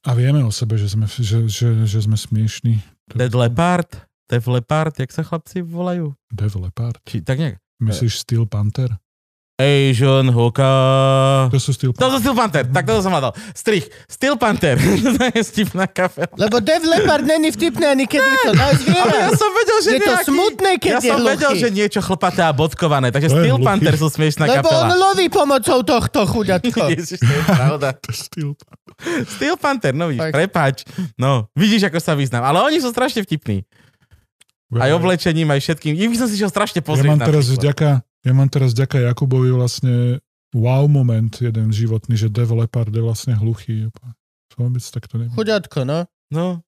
a vieme o sebe, že sme, že, že, že sme smiešní.
Dead Leopard, Def Leopard, jak sa chlapci volajú?
Dev Leopard.
Či tak nejak?
Myslíš Steel Panther?
Asian Hooker.
To sú Steel
To
Panther.
sú Steel Panther, tak to som hľadal. Strich, Steel Panther, to je vtipná kapela.
Lebo Dev Leppard není vtipný ani keď je to. Daj
Ale
zviera.
ja som vedel, že
No, Je to
nejaký-
smutné, keď
ja
je
som
hluchý.
vedel, že niečo chlpaté a bodkované, takže
To je
Steel
hluchý.
Panther sú smiešná
Lebo on
kapela.
loví pomocou tohto chuďatko.
Ježiš, to je pravda.
To sú Steel Panther.
Steel Panther, no vidíš,
Tak.
prepáč. No, vidíš, ako sa vyznám. Ale oni sú strašne vtipní. Aj oblečením, aj všetkým. Ich by som si šiel strašne
Ja
pozrieť.
mám, teraz
napríklad.
vďaka, ja mám teraz vďaka Jakubovi vlastne wow moment jeden životný, že Dev Leopard je vlastne hluchý. To Vôbec tak to neviem.
Chuďatko, no.
No,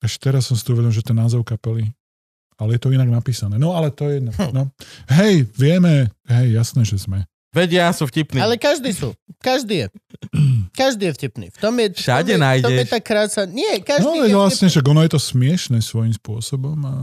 Až teraz som si to uvedomil, že ten názov kapely. Ale je to inak napísané. No ale to je jedno. No. Hej, vieme. Hej, jasné, že sme.
vedia, sú vtipní.
Ale každý sú. Každý je. Každý je vtipný. V tom je, v tom
Všade
je, v tom je
nájdeš.
tá krása. Nie, každý
No
je
ale
vlastne...
vlastne, že ono je to smiešne svojím spôsobom. A,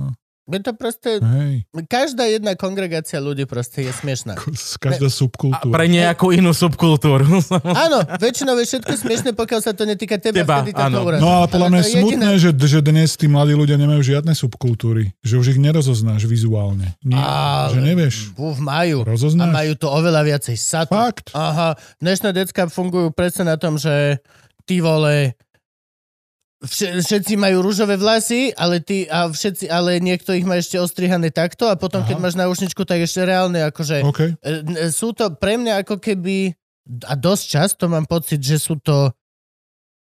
Je to proste...
hej,
Každá jedna kongregácia ľudí proste je smiešná.
ko- z-
A
každá subkultúra.
pre nejakú inú subkultúru.
Áno, väčšinou je všetko smiešné, pokiaľ sa to netýka teba,
Teba,
vtedy ťa to
áno.
urazí.
No ale podľa mňa
to
je
je
smutné, že, že dnes tí mladí ľudia nemajú žiadne subkultúry. Že už ich nerozoznáš vizuálne. Nie, Že
Ale-
nevieš.
Uf, majú. A
Rozoznáš?
majú to oveľa viacej satu.
Fakt.
Aha, dnešné decka fungujú presne na tom, že ty vole, vš- všetci majú rúžové vlasy, ale, ty, a všetci, ale niekto ich má ešte ostrihané takto a potom, Aha. keď máš náušničku, tak ešte reálne akože...
OK.
E, n- e, sú to pre mňa ako keby, a dosť často mám pocit, že sú to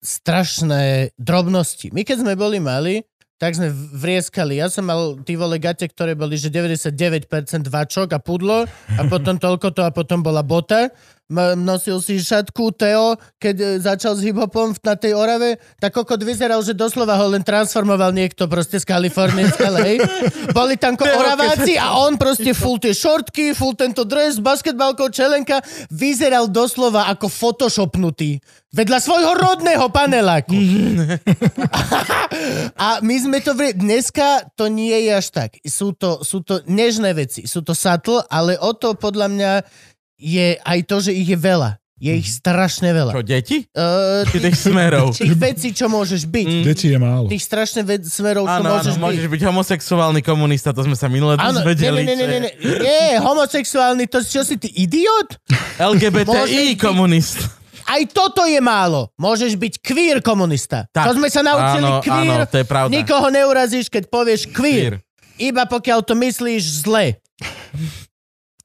strašné drobnosti. My keď sme boli mali, tak sme v- vrieskali. Ja som mal tí vole gate, ktoré boli, že 99% vačok a pudlo a potom toľko to a potom bola bota. M- Nosil si šatku Teo, keď e, začal s hiphopom v- na tej Orave, tak kokot vyzeral, že doslova ho len transformoval niekto proste z Kalifornie, z LA. Boli tam ko-
Teo, keď
Oraváci a on proste full tie šortky, full tento dres, basketbalkou, čelenka, vyzeral doslova ako photoshopnutý. Vedľa svojho rodného paneláku. A my sme to... Vrie... Dneska to nie je až tak. Sú to, sú to nežné veci, sú to subtle, ale o to podľa mňa je aj to, že ich je veľa. Je ich strašne
Mhm.
veľa.
Čo, Mhm. deti?
Uh,
Či tých smerov?
tých vecí, čo môžeš byť.
Deti je málo.
Tých strašne ve- smerov, čo
Mhm. Áno, áno,
môžeš byť.
môžeš byť homosexuálny komunista, to sme sa minule
Áno, nie,
dozvedeli.
nie, nie,
čo
nie,
je
nie, nie, homosexuálny, to čo si ty, idiot? Môžeš
LGBTI
byť-
komunist.
Aj toto je málo. Môžeš byť queer komunista.
Tak.
To sme sa naučili
Áno,
queer.
áno, to je pravda.
Nikoho neurazíš, keď povieš queer.
Queer.
Iba pokiaľ to myslíš zle.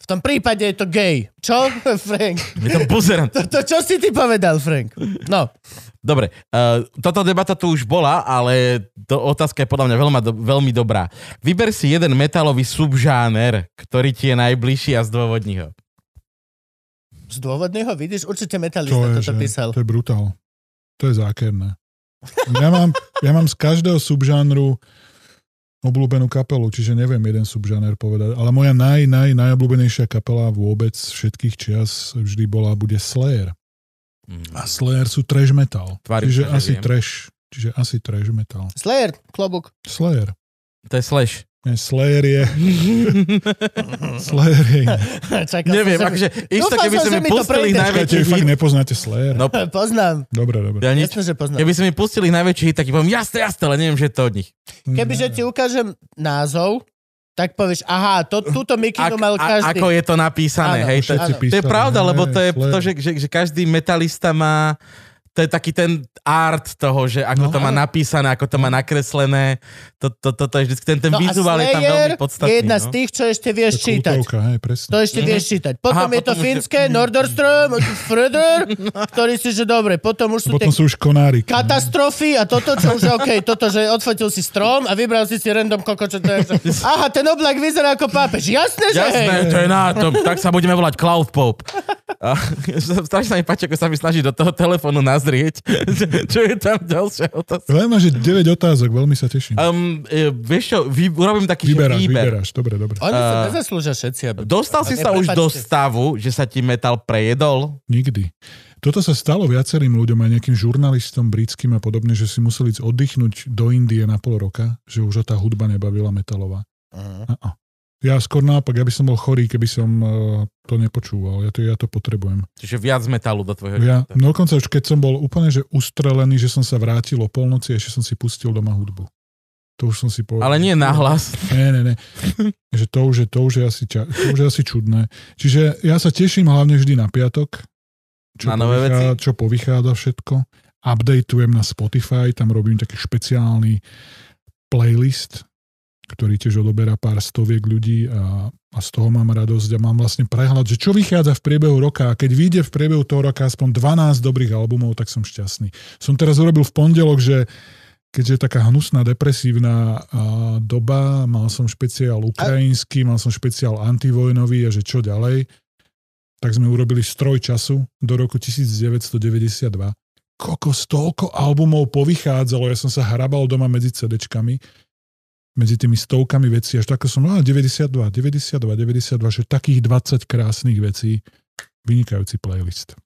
V tom prípade je to gay. Čo, Frank?
Je to buzerant.
To čo si ty povedal, Frank? No,
Dobre, uh, táto debata tu už bola, ale to otázka je podľa mňa veľma, do, veľmi dobrá. Vyber si jeden metalový subžáner, ktorý ti je najbližší a zdôvodni ho.
z dôvodného vidíš,
To
určite metalista
je,
toto
že-
písal.
to je brutál. To je zákerné. Ja mám, ja mám z každého subžánru obľúbenú kapelu, čiže neviem jeden subžáner povedať, ale moja naj, naj, najobľúbenejšia kapela vôbec všetkých čias vždy bola, bude Slayer. A Slayer sú trash metal.
Tvári sa, že
čiže asi
viem.
trash. Čiže asi trash metal.
Slayer, klobúk.
Slayer.
To je slash.
Nie, Slayer je... Slayer je iné.
Čakal som,
Neviem,
že mi-
akože isto,
Dúfal
keby
som,
si
že
mi
mi to
pustili
prejde.
ich
Počkajte,
najväčší
vy fakt
hit.
nepoznáte Slayer?
No,
Poznám.
Dobre, dobre.
ja nič.
Jasne, že poznám.
Keby si mi pustili ich najväčší hit, tak poviem, jasné, jasné, ale neviem, že je to od nich.
Kebyže ti ukážem názov, tak povieš, aha, to, túto mikinu mal
a,
každý.
ako je to napísané,
Áno,
hej. To,
Všetci
áno.
to je pravda, lebo to je
Slayer.
to, že, že, že každý metalista má to je taký ten art toho, že ako
No,
to má
áno.
napísané, ako to má nakreslené, to, to, to, to je vždycky ten, ten
No. a
vizuál je tam veľmi
Slayer
podstatný.
je jedna
no.
z tých, čo ešte vieš
To je
čítať.
kultovka, hej, presne.
To
Mhm.
ešte vieš čítať. Potom
Aha,
je to
potom už je-
fínske, Norderström, Fröder, ktorý si, že dobre, potom už sú tie
Potom sú už konári.
katastrofy a toto, čo už je OK, toto, že odfotil si strom a vybral si si random kokočo, to je, že, aha, ten oblak vyzerá ako pápež. Jasné, že hej.
Jasné, to je na to. Tak sa budeme volať Cloud Pope. A, strašne sa mi páči, ako sa mi snaží do toho telefónu nazrieť. Čo, čo je tam ďalšia otázka?
Len máš 9 otázok, veľmi sa teším.
Um, e, vieš čo, vy, urobím taký že
Vyberáš,
výber.
vyberáš, dobre, dobre.
Oni sa nezaslúžia všetci, aby...
Dostal si
Ne,
sa už
prepačte.
do stavu, že sa ti metal prejedol?
Nikdy. Toto sa stalo viacerým ľuďom, aj nejakým žurnalistom britským a podobne, že si museli ísť oddychnúť do Indie na pol roka, že už ho tá hudba nebavila metalová.
Mhm.
Uh-uh. Ja skôr naopak, ja by som bol chorý, keby som eh, to nepočúval. Ja to, ja to potrebujem.
Čiže viac metalu do tvojho
Ja,
života.
no dokonca už keď som bol úplne že ustrelený, že som sa vrátil o polnoci a ešte som si pustil doma hudbu. To už som si povedal.
Ale nie nahlas.
Ne, ne, ne. Že to už je, to už je, asi, ča, to už je asi čudné. Čiže ja sa teším hlavne vždy na piatok, čo,
Na nové
povychádza, čo povychádza všetko. Updateujem na Spotify, tam robím taký špeciálny playlist, ktorý tiež odoberá pár stoviek ľudí a, a z toho mám radosť a mám vlastne prehľad, že čo vychádza v priebehu roka a keď vyjde v priebehu toho roka aspoň 12 dobrých albumov, tak som šťastný. Som teraz urobil v pondelok, že keďže je taká hnusná, depresívna a, doba, mal som špeciál ukrajinský, mal som špeciál antivojnový a že čo ďalej, tak sme urobili stroj času do roku 1992. Koko, toľko albumov povychádzalo, ja som sa hrabal doma medzi CDčkami, medzi tými stovkami vecí, až tak som, a 92, 92, 92, že takých 20 krásnych vecí, vynikajúci playlist.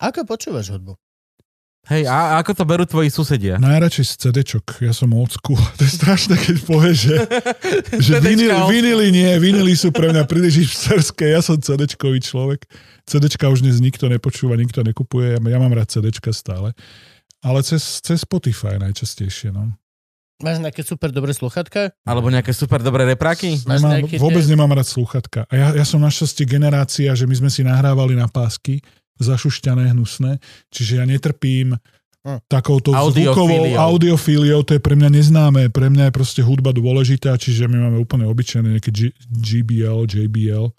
Ako počúvaš hudbu?
Hej, a a ako to berú tvoji susedia?
Najradšej z CDčok, ja som old school. To je strašné, keď povieš, že, že
CDčka
vinil,
old school.
vinily nie, vinily sú pre mňa príliš hipsterské, ja som CDčkový človek. CDčka už dnes nikto nepočúva, nikto nekupuje, ja, ja mám rád CDčka stále. Ale cez, cez Spotify najčastejšie, no.
Máš nejaké super dobré sluchatka?
Alebo nejaké super dobré repráky?
Máš
Nemám,
nejaký
vôbec
tie-
nemám rád slúchatka. A ja, ja som našťastie generácia, že my sme si nahrávali na pásky, zašušťané, hnusné, čiže ja netrpím
Hm.
takouto
Audiofíliou.
zvukovou audiofíliou, to je pre mňa neznáme, pre mňa je proste hudba dôležitá, čiže my máme úplne obyčajné nejaké G- GBL, JBL,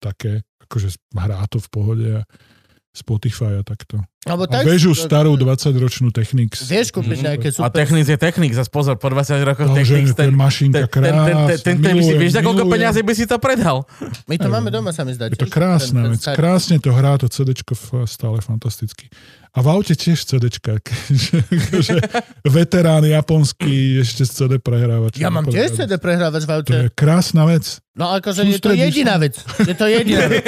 také, akože hrá to v pohode a Spotify a takto.
Alebo
A
tak,
vežu starú 20-ročnú Technics.
Vieš kúpiť
Mhm.
nejaké
A
super...
technik je technik, zas pozor, po 20 rokoch
No, že
technik ten...
ten, mašinka
Ten, ten,
krásna.
ten, ten, ten, ten, by si,
milujem,
vieš, za koľko
milujem.
peňazí by si to predhal?
My to máme doma, sa mi zdá.
Je to
tiež,
krásna
ten- ten
vec.
starý.
Krásne to hrá, to CD stále fantasticky. A v aute tiež CD, že veterán japonský ešte z CD prehrávač.
Ja mám tiež CD prehrávač v
To
aute.
je krásna vec.
No akože je to
Sústredíš sa.
jediná vec. Je to jediná vec.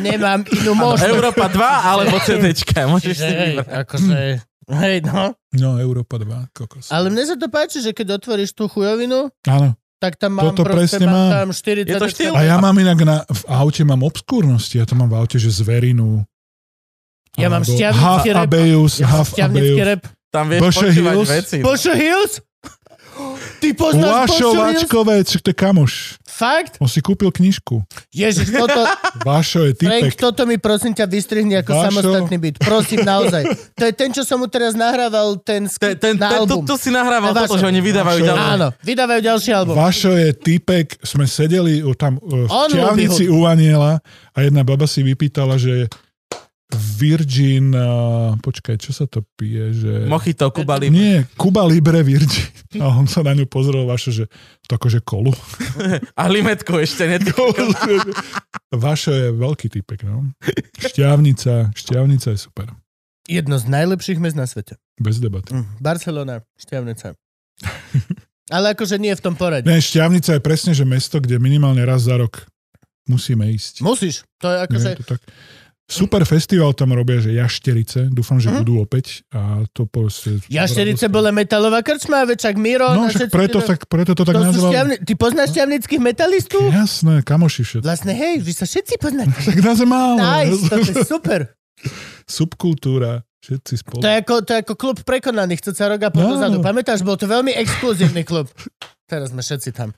Nemám inú možnosť.
Európa 2 alebo CDčka, môžeš
Že
si
hej,
vybrať.
akože... Hej, no.
No, Európa 2, kokos.
Ale mne sa to páči, že keď otvoríš tú chujovinu,
Áno.
tak tam mám
Toto
proste,
presne
mám
mám.
tam 40...
Je to štýl?
A ja mám inak na, v aute mám obskúrnosti, ja to mám v aute, že zverinu,
Ja mám
Alebo
šťavnický
Half
rap.
Abeus,
Ja mám
Half
šťavnický
Abeus.
rap.
Tam vieš
Boše
počúvať
Hills?
veci. no.
Bošo Hills? Ty poznáš
Vášo
Bošo Hills?
Vačkové, čo to je kamoš.
Fakt?
On si kúpil knižku.
Ježiš, toto,
Vášo je
Frank,
typek.
toto mi prosím ťa vystrihni ako
Vášo.
samostatný byt. Prosím, naozaj. To je ten, čo som mu teraz nahrával,
Ten,
ten, skit
ten,
na
ten, to,
album.
to si nahrával
Na
toto,
vašom.
že oni vydávajú
Vašom.
ďalej.
Áno, vydávajú ďalší album.
Vašo je typek, sme sedeli u- tam e, v
On ľubí
čiavnici u Aniela a jedna baba si vypýtala, že Virgin, a počkaj, čo sa to pije, že...
Mochito, Kuba Libre.
Nie, Kuba Libre Virgin. A on sa na ňu pozrel, Vašo, že to akože kolu.
A limetku ešte netýka.
Vašo je veľký typek, no. Šťavnica, šťavnica je super.
Jedno z najlepších mest na svete.
Bez debaty.
Mm, Barcelona, Šťavnica. Ale akože nie v tom poradí.
Ne, šťavnica je presne, že mesto, kde minimálne raz za rok musíme ísť.
Musíš. To je akože...
Neviem, to tak. Super festival tam robia, že jašterice. Dúfam, že budú opäť. A to proste...
Mhm. Jašterice bola metalová krčma, večak Miro.
No,
na
však
všetci- teda-
preto, tak, preto to tak
To sú
nazvali.
šťavni... Ty poznáš šťavnických metalistov?
Jasné, kamoši všetko.
Vlastne, hej, vy sa všetci poznáte.
Tak nás je málo.
Nice, to
no.
je super.
Subkultúra, všetci spolu.
To je ako, to je ako klub prekonaných, to sa roka po
No.
dozadu. Pamätáš, bol to veľmi exkluzívny klub. Teraz sme všetci tam.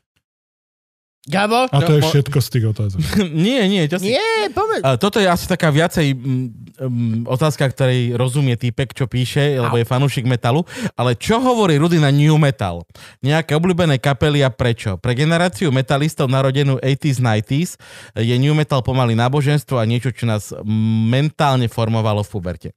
Gabo?
A to
No,
je
mo-
všetko z tých otázok.
Nie, nie, čo si...
Nie, pomeň.
A Eh, Toto je asi taká viacej mm, mm, otázka, ktorej rozumie týpek, čo píše, lebo je fanúšik metalu. Ale čo hovorí Rudy na New Metal? Nejaké obľúbené kapely a prečo? Pre generáciu metalistov narodenú 80s, 90s je New Metal pomaly náboženstvo a niečo, čo nás mentálne formovalo v puberte.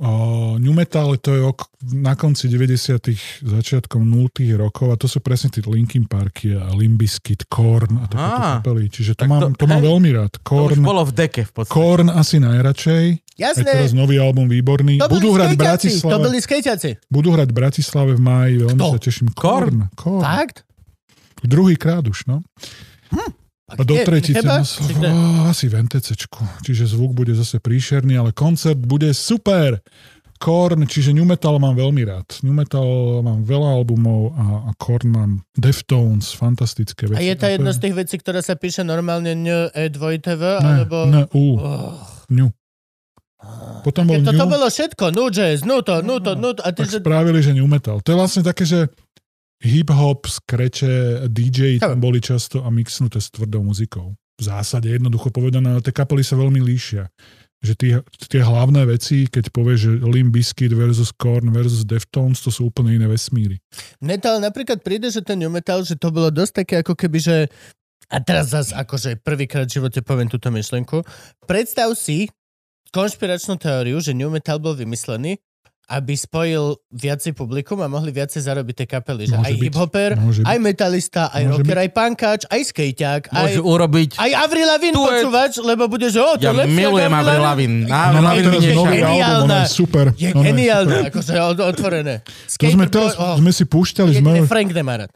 O, New Metal to je ok, na konci 90 začiatkom 0 rokov a to sú presne tí Linkin Parky a Limbiskit, Korn a takéto
Á,
kapely. Čiže
tak
to, mám,
to-
to, mám
hej.
veľmi rád.
To už
Korn,
bolo v deke v podstate.
Korn asi najradšej. Aj teraz
Jasné.
nový album výborný.
To boli
Budú hrať, v
skejťaci, to
Bratislave,
boli skejťaci.
budú hrať v Bratislave v máji, veľmi
Kto?
sa teším.
Korn?
Korn. Korn.
Fakt?
Druhýkrát už, no. A do
Kde?
tretice na
Necheba? Či kde?
slovo, asi v NTCčku. Čiže zvuk bude zase príšerný, ale koncert bude super. Korn, čiže New Metal mám veľmi rád. New Metal mám veľa albumov a, a Korn mám Deftones, fantastické veci.
A je to jedno z tých vecí, ktorá sa píše normálne ň, e, dvojtv, alebo...
Ne, ne, U,
Oh.
New. Potom bol
Keď
New,
toto bolo všetko, nu jazz, nu to, nu to, nu to, a ty,
tak
že...
spravili, že New Metal. To je vlastne také, že hip-hop, skreče, DJ tam boli často a mixnuté s tvrdou muzikou. V zásade, jednoducho povedané, ale tie kapely sa veľmi líšia. Že tie, tie hlavné veci, keď povieš, že Limp Bizkit versus Korn versus Deftones, to sú úplne iné vesmíry.
Mne to ale napríklad príde, že ten new metal, že to bolo dosť také ako keby, že... A teraz zase akože prvýkrát v živote poviem túto myšlenku. Predstav si konšpiračnú teóriu, že new metal bol vymyslený, aby spojil viacej publikum a mohli viacej zarobiť tie kapely. Že
Môže
aj
byť.
hip-hopper,
Môže
aj metalista, aj
Môže
rocker, aj punkáč, aj skejťák, aj...
Môžu urobiť...
Aj Avril Lavigne
Tu je-
počúvaš, lebo bude, že o, to
Ja
je lepšie. ako
milujem
Avril
Avril
Lavigne.
Lavigne.
No,
Avril
mám
Lavigne
teraz
mi
nový
nešak.
geniálne.
album, ono je no, super.
Je
Ono
geniálne, akože o- otvorené.
no. To
Skate
sme, teraz,
oh.
sme si púšťali, sme,
Jediné Frank Demara.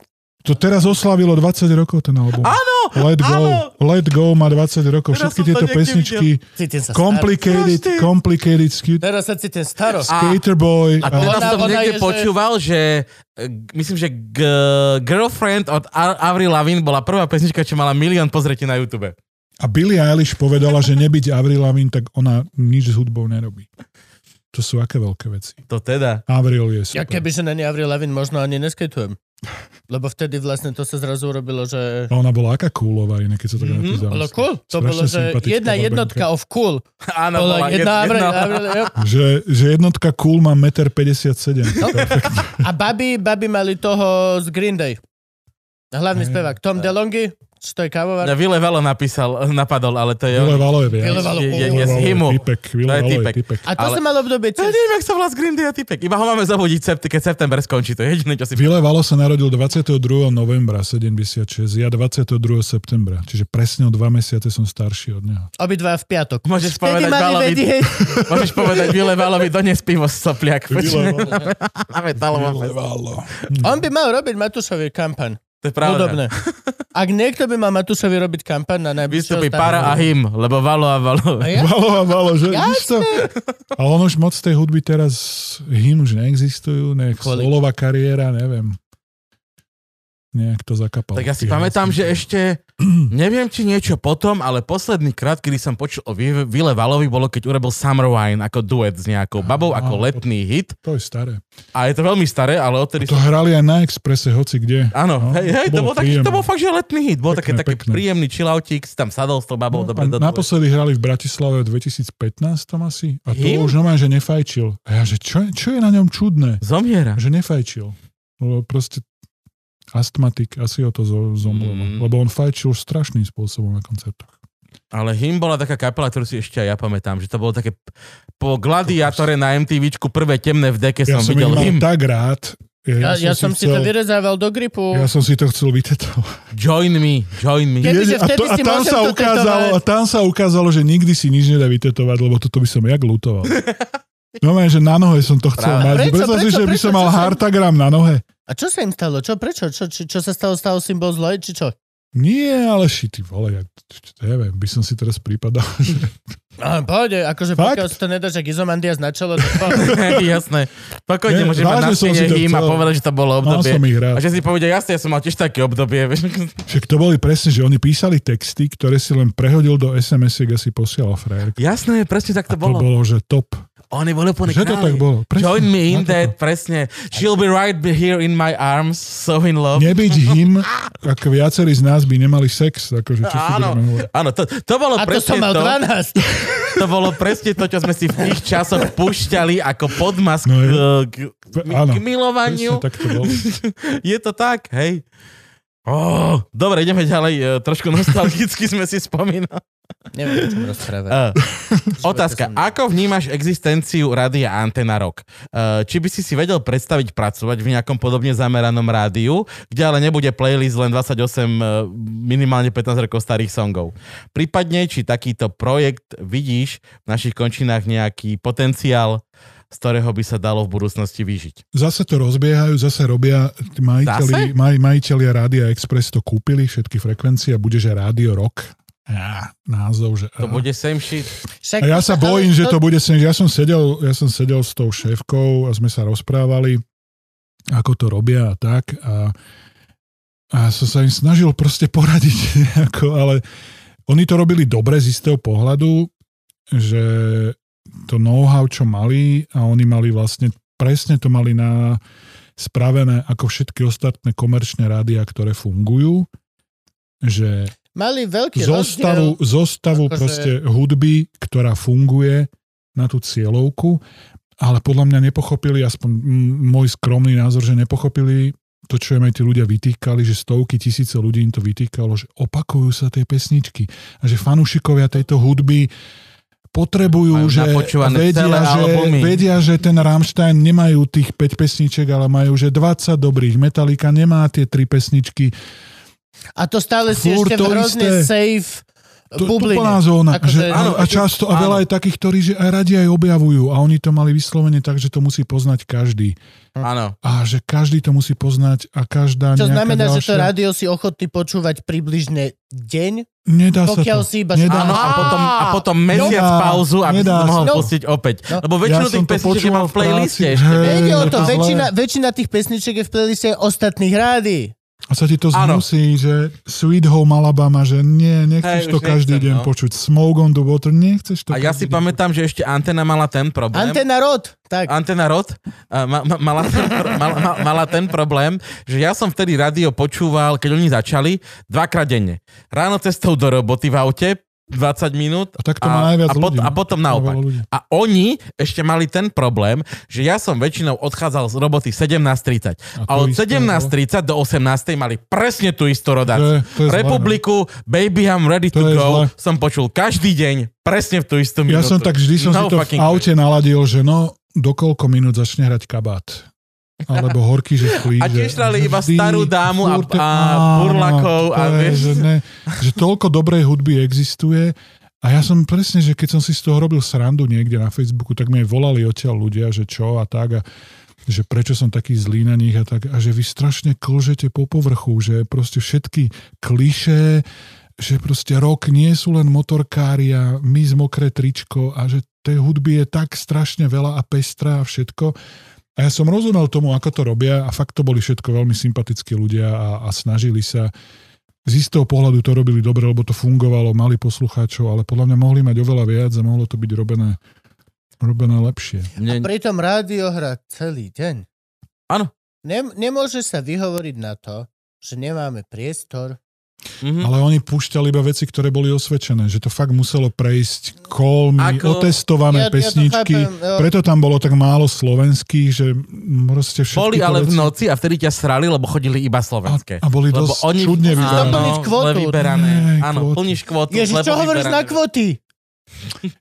to teraz oslavilo 20 rokov ten album.
Áno,
Let Go,
áno.
Let Go má 20 rokov.
Teraz
Všetky
som to
tieto
niekde
pesničky,
Cítim sa
Complicated,
Strašný.
Complicated, Skit,
staro. Teraz sa cítim staro.
A-
Skater Boy.
A
A,
teraz
Ona-
som
ona
niekde
je, že-
počúval, že... e, g- myslím, že g- Girlfriend od A- Avril Lavigne bola prvá pesnička, čo mala milión pozretí na YouTube.
a Billie Eilish povedala, že nebyť Avril Lavigne, tak ona nič s hudbou nerobí. To sú aké veľké veci.
To teda.
Avril je
Ja
super.
keby, že není Avril Lavigne, možno ani neskytujem. Lebo vtedy vlastne to sa zrazu urobilo, že...
A ona bola aká coolova, iné, keď sa tak na to zamyslí.
Bolo cool. To
Strašne
bolo, že
sympatická
jedna
babenka.
jednotka of cool.
Áno,
Bola jedna Avril, Avril, jo.
Že, že jednotka cool má 1,57 m.
No.
A baby, baby mali toho z Green Day. Hlavný
Hej.
spevák. Tom DeLonge, čo to je kávovar.
Ja Vilevalo napísal, napadol, ale to je...
Vylevalo je viac.
Vylevalo.
je, je, je z
Vylevalo je
himu.
typek. Vylevalo je
typek.
typek.
A to
ale-
sa malo obdobie
Ja
tiež.
neviem, jak sa volá z Green Day a typek. Iba ho máme zabudiť, sept- keď september skončí. To je jediné, čo si...
Vylevalo sa narodil 22. novembra 76, ja 22. septembra, čiže presne o dva mesiace som starší od neho.
Obidva v piatok.
Môžeš
Vtedy
povedať
mali
Valovi,
vedieť.
môžeš povedať Vilevalovi, dones pivo sopliak. Počkaj,
Vylevalo.
na metalovom feste.
Vylevalo.
On by mal robiť Matúšovi kampan.
To je
Podobné.
pravda.
Ak niekto by mal Matúšovi robiť kampan na najbližšieho
Vystupí
státu.
para a hymn, lebo Valo a Valo.
A ja?
Valo a valo, že vidíš to? Ale on už moc tej hudby teraz, hymn už neexistujú, nech
Kvôli-
solová kariéra, neviem. nejak to zakapalo.
Tak ja si
Ty
pamätám,
hlasy.
že ešte, neviem či niečo potom, ale posledný krát, kedy som počul o Vile Vile Valovi, bolo keď urobil Summer Wine ako duet s nejakou babou,
áno,
ako letný hit.
To je staré.
A je to veľmi staré, ale odtedy...
To
som-
hrali aj na Expresse, hoci kde.
Áno,
No,
hej, hej, to bol, taký,
príjemné.
to bol fakt, že letný hit. Bol také,
Pekné,
také
pekné.
príjemný chilloutík, si tam sadol s tou babou,
No,
dobre do
a naposledy hrali v Bratislave v 2015 tam asi a to
Him?
už normálne, že nefajčil. A ja, že čo, je- čo je na ňom čudné?
Zomiera.
Že nefajčil. Lebo proste astmatik, asi ho to zo- zomrelo.
Mm.
Lebo on fajčil strašným spôsobom na koncertoch.
Ale Him bola taká kapela, ktorú si ešte aj ja pamätám, že to bolo také... Po gladiátore na MTVčku prvé temné v deke
Ja
som,
som,
videl
ich mal
Him.
tak rád.
Ja, ja som si to vyrezával do gripu.
Ja som si to chcel vytetovať.
Join me, join me.
Keby, že
Jediné- a,
vtedy
to, a,
si
tam
môžem
sa
to
ukázalo, a
tetovať.
tam sa ukázalo, že nikdy si nič nedá vytetovať, lebo toto by som jak lutoval. No že na nohe som to chcel
Práve.
mať.
Prečo,
Predstav si,
prečo,
že by
prečo,
som
čo
mal
som-
hartagram na nohe.
A čo sa im stalo? Čo, prečo? Čo, čo, čo sa stalo? Stalo symbol zloj? Či čo?
Nie, ale ši, ty vole, ja č- č- neviem, by som si teraz prípadal, že
A pohode, akože
Fakt?
pokiaľ si to nedáš, ak izomandias na čelo, to
Jasné. Pokojne
Nie,
môžem mať na
vážne som si
stene
to
Him a
chcel.
povedať, že to bolo
mal
obdobie.
som ich
A
rád.
že si povedia, jasne, ja som mal tiež také obdobie. vieš.
Však to boli presne, že oni písali texty, ktoré si len prehodil do SMS-iek a si posielal frajerka.
Jasné, presne tak to
To bolo,
bolo.
že top.
Oni boli úplne
Že to
králi.
tak bolo. Presne,
Join me in
na toto.
that, presne. She'll be right be here in my arms, so in love.
Nebyť him, ak viacerí z nás by nemali sex, akože čo si
Áno,
budeme hovoriť.
áno, to, to bolo
A to som
No, presne
mal
to,
12.
to bolo presne to, čo sme si v tých časoch púšťali ako podmask no
No je.
k, k,
Áno,
k milovaniu.
Presne tak to bolo.
Je to tak, hej. Oh, dobre, ideme ďalej. e, Trošku nostalgicky sme si spomínali.
Neviem, o čom rozprávať.
Eh, Otázka. Ako vnímaš existenciu rádia Antena Rock? Eh, Či by si si vedel predstaviť pracovať v nejakom podobne zameranom rádiu, kde ale nebude playlist len 28 eh, minimálne 15 rokov starých songov? Prípadne, či takýto projekt vidíš v našich končinách nejaký potenciál, z ktorého by sa dalo v budúcnosti vyžiť?
Zase to rozbiehajú, zase robia tí majiteľi,
Zase?
maj, majiteľia Rádia Express to kúpili, všetky frekvencie a bude, že Rádio Rock. Á, názov, že...
To
á.
bude same shit.
Však,
A ja sa
ale
bojím, že to bude sen. Ja som sedel, ja som sedel s tou šéfkou a sme sa rozprávali, ako to robia a tak. A, a som sa im snažil proste poradiť nejako, ale oni to robili dobre z istého pohľadu, že to know-how, čo mali a oni mali vlastne, presne to mali na spravené ako všetky ostatné komerčné rádia, ktoré fungujú, že
Mali veľký
zostavu,
rozdiel.
zostavu
akože-
proste hudby, ktorá funguje na tú cieľovku, ale podľa mňa nepochopili, aspoň m- môj skromný názor, že nepochopili to, čo im aj tí ľudia vytýkali, že stovky tisíce ľudí im to vytýkalo, že opakujú sa tie pesničky a že fanúšikovia tejto hudby potrebujú,
Majú
že
napočúvané celé
vedia že,
albumy.
vedia, že ten Rammstein nemajú tých 5 pesniček, ale majú že 20 dobrých. Metallica nemá tie 3 pesničky.
A to stále si
Fúr,
ešte
to
v hrozne
isté.
safe eh,
To-
bubline.
Úplná zóna.
Akože-
Akože, že,
Áno,
áno, a
akože-
často, a veľa
áno.
je takých, ktorí že aj radi aj objavujú a oni to mali vyslovene tak, že to musí poznať každý.
Áno.
A že každý to musí poznať a každá
Čo
nejaká
znamená,
ďalšia...
že to rádio si ochotný počúvať približne deň,
Nedá sa
pokiaľ
to.
si iba...
Nedá.
Áno, a potom, a potom mesiac
Nedá,
pauzu, aby si
nedá
to mohol
sa. No.
pustiť opäť.
No.
Lebo väčšinu
Ja som
tých
to
pesničiek
počúval
mám v
v práci.
playliste
Hej.
ešte.
Nejde o
Je
to,
to zlé.
väčšina, väčšina tých pesničiek je v playliste ostatných rádií.
A sa ti to
Áno.
zmusí, že Sweet Home Alabama, že nie,
Hej,
nechceš to
už
každý
nechcem,
deň
no.
počuť. Smoke on the water, nechceš to
A ja si
každý deň
pamätám, že ešte Antena mala ten problém.
Antena Rod, tak.
Antena Rod a ma, ma, mala, ten, pro- mala, ma- mala ten problém, že ja som vtedy rádio počúval, keď oni začali, dvakrát denne. Ráno cestou do roboty v aute, 20 minút.
A tak to má najviac
a, pot,
ľudí, no.
a potom
To má
naopak.
veľa ľudí.
A oni ešte mali ten problém, že ja som väčšinou odchádzal z roboty 17.30.
A to
A od
isté,
17.30 do 18.00 mali presne tú istú
To je-
rodáciu.
to je zlé, no.
Republiku, Baby I'm Ready to,
To je
Go
zlé.
som počul každý deň presne v tú istú
Ja
minútu.
som tak vždy som si
No
to v
fucking
aute naladil, že no, do koľko minút začne hrať kabát. Alebo horký, že chlíže.
A tiež hrali
že
iba
vždy
starú dámu a-
furt-
a
áno,
burlakov
to
a
je,
vieš.
Že, ne, že toľko dobrej hudby existuje a ja som presne, že keď som si z toho robil srandu niekde na Facebooku, tak mi aj volali odtiaľ ľudia, že čo a tak a že prečo som taký zlý na nich a tak a že vy strašne klžete po povrchu, že proste všetky klišé, že proste rok nie sú len motorkári a my z mokré tričko a že tej hudby je tak strašne veľa a pestrá a všetko A ja som rozumel tomu, ako to robia a fakt to boli všetko veľmi sympatickí ľudia a, a snažili sa. Z istého pohľadu to robili dobre, lebo to fungovalo, mali poslucháčov, ale podľa mňa mohli mať oveľa viac a mohlo to byť robené, robené lepšie.
A
Mne,
pritom rádio hrá celý deň.
Áno.
Nem, nemôže sa vyhovoriť na to, že nemáme priestor.
Hm.
mhm.
Ale oni púšťali iba veci, ktoré boli osvedčené, že to fakt muselo prejsť kolmi,
Ako-
otestované
Ja- ja to
pesničky,
chápem, no. jo.
preto tam bolo tak málo slovenských, že m, proste všetky
Boli
tie
ale v
veci-
noci a vtedy ťa srali, lebo chodili iba
a,
slovenské.
a boli
Lebo
dosť oni... čudne
Áno,
vyberané.
Áno. plniť kvotu.
Le vyberané.
Nie,
Áno,
kvotu.
plníš kvotu.
Ježiš,
lebo
čo hovoríš
vyberané.
na kvoty?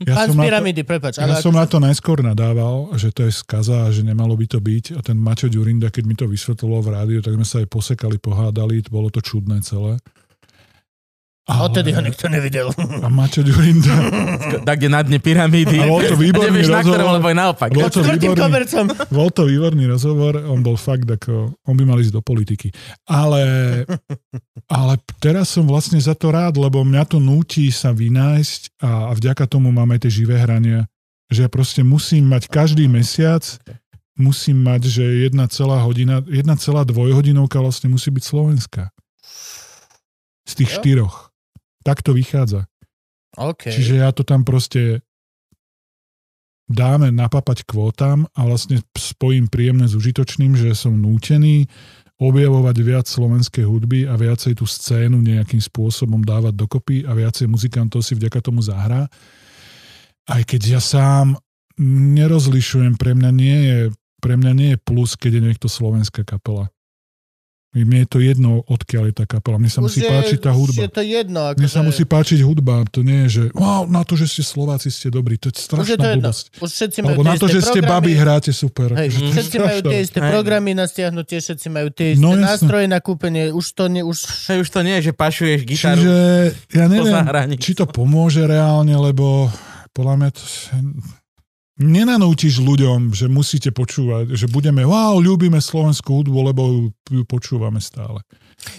Ja
Pán
som na
z
to,
pyramidy, prepač.
ja som na to najskôr nadával, že to je skaza a že nemalo by to byť. A ten Mačo Ďurinda, keď mi to vysvetlilo v rádiu, tak sme sa aj posekali, pohádali, bolo to čudné celé. Ale-
Odtedy ho nikto nevidel.
A Mačo Ďurinda...
Tak, kde na dne pyramídy.
A bol to výborný
Nevieš, na ktorom,
rozhovor.
lebo je naopak.
Bol to
Tvrdým
výborný,
kobercom.
Bol to výborný rozhovor, on bol fakt ako, on by mal ísť do politiky. Ale, ale teraz som vlastne za to rád, lebo mňa to núti sa vynájsť a, a vďaka tomu máme tie živé hrania, že ja proste musím mať každý mesiac, musím mať, že jedna celá hodina, jedna celá dvojhodinovka vlastne musí byť slovenská. Z tých
Jo.
štyroch. Tak to vychádza.
OK.
Čiže ja to tam proste dáme napapať kvótam a vlastne spojím príjemne s užitočným, že som nútený objavovať viac slovenskej hudby a viacej tú scénu nejakým spôsobom dávať dokopy a viacej muzikantov si vďaka tomu zahrá. Aj keď ja sám nerozlišujem, pre mňa nie je, pre mňa nie je plus, keď je niekto slovenská kapela. Mne je to jedno, odkiaľ je tá kapela. Mne sa
Už
musí
je-
páčiť tá
už
hudba.
Je to jedno.
Mne
akože-
sa musí páčiť hudba, to nie je, že wow, na to, že ste Slováci, ste dobrí, to je
Už je to
strašná
jedno.
blbosť.
Už všetci majú
Alebo
tie
na to,
isté
že ste
programy.
babi, hráte super.
Hej,
Že to je
všetci majú
strašná-
tie isté
Hej.
programy na stiahnutie, všetci majú tie isté
No, jasné.
nástroje na kúpenie, už to ne, už...
Že už to nie je, že pašuješ gitaru.
Čiže ja
po
neviem,
zahraničí.
či to pomôže reálne, lebo podľa mňa to... Nenanútiš ľuďom, že musíte počúvať, že budeme, wow, ľúbime slovenskú hudbu, lebo ju- ju počúvame stále.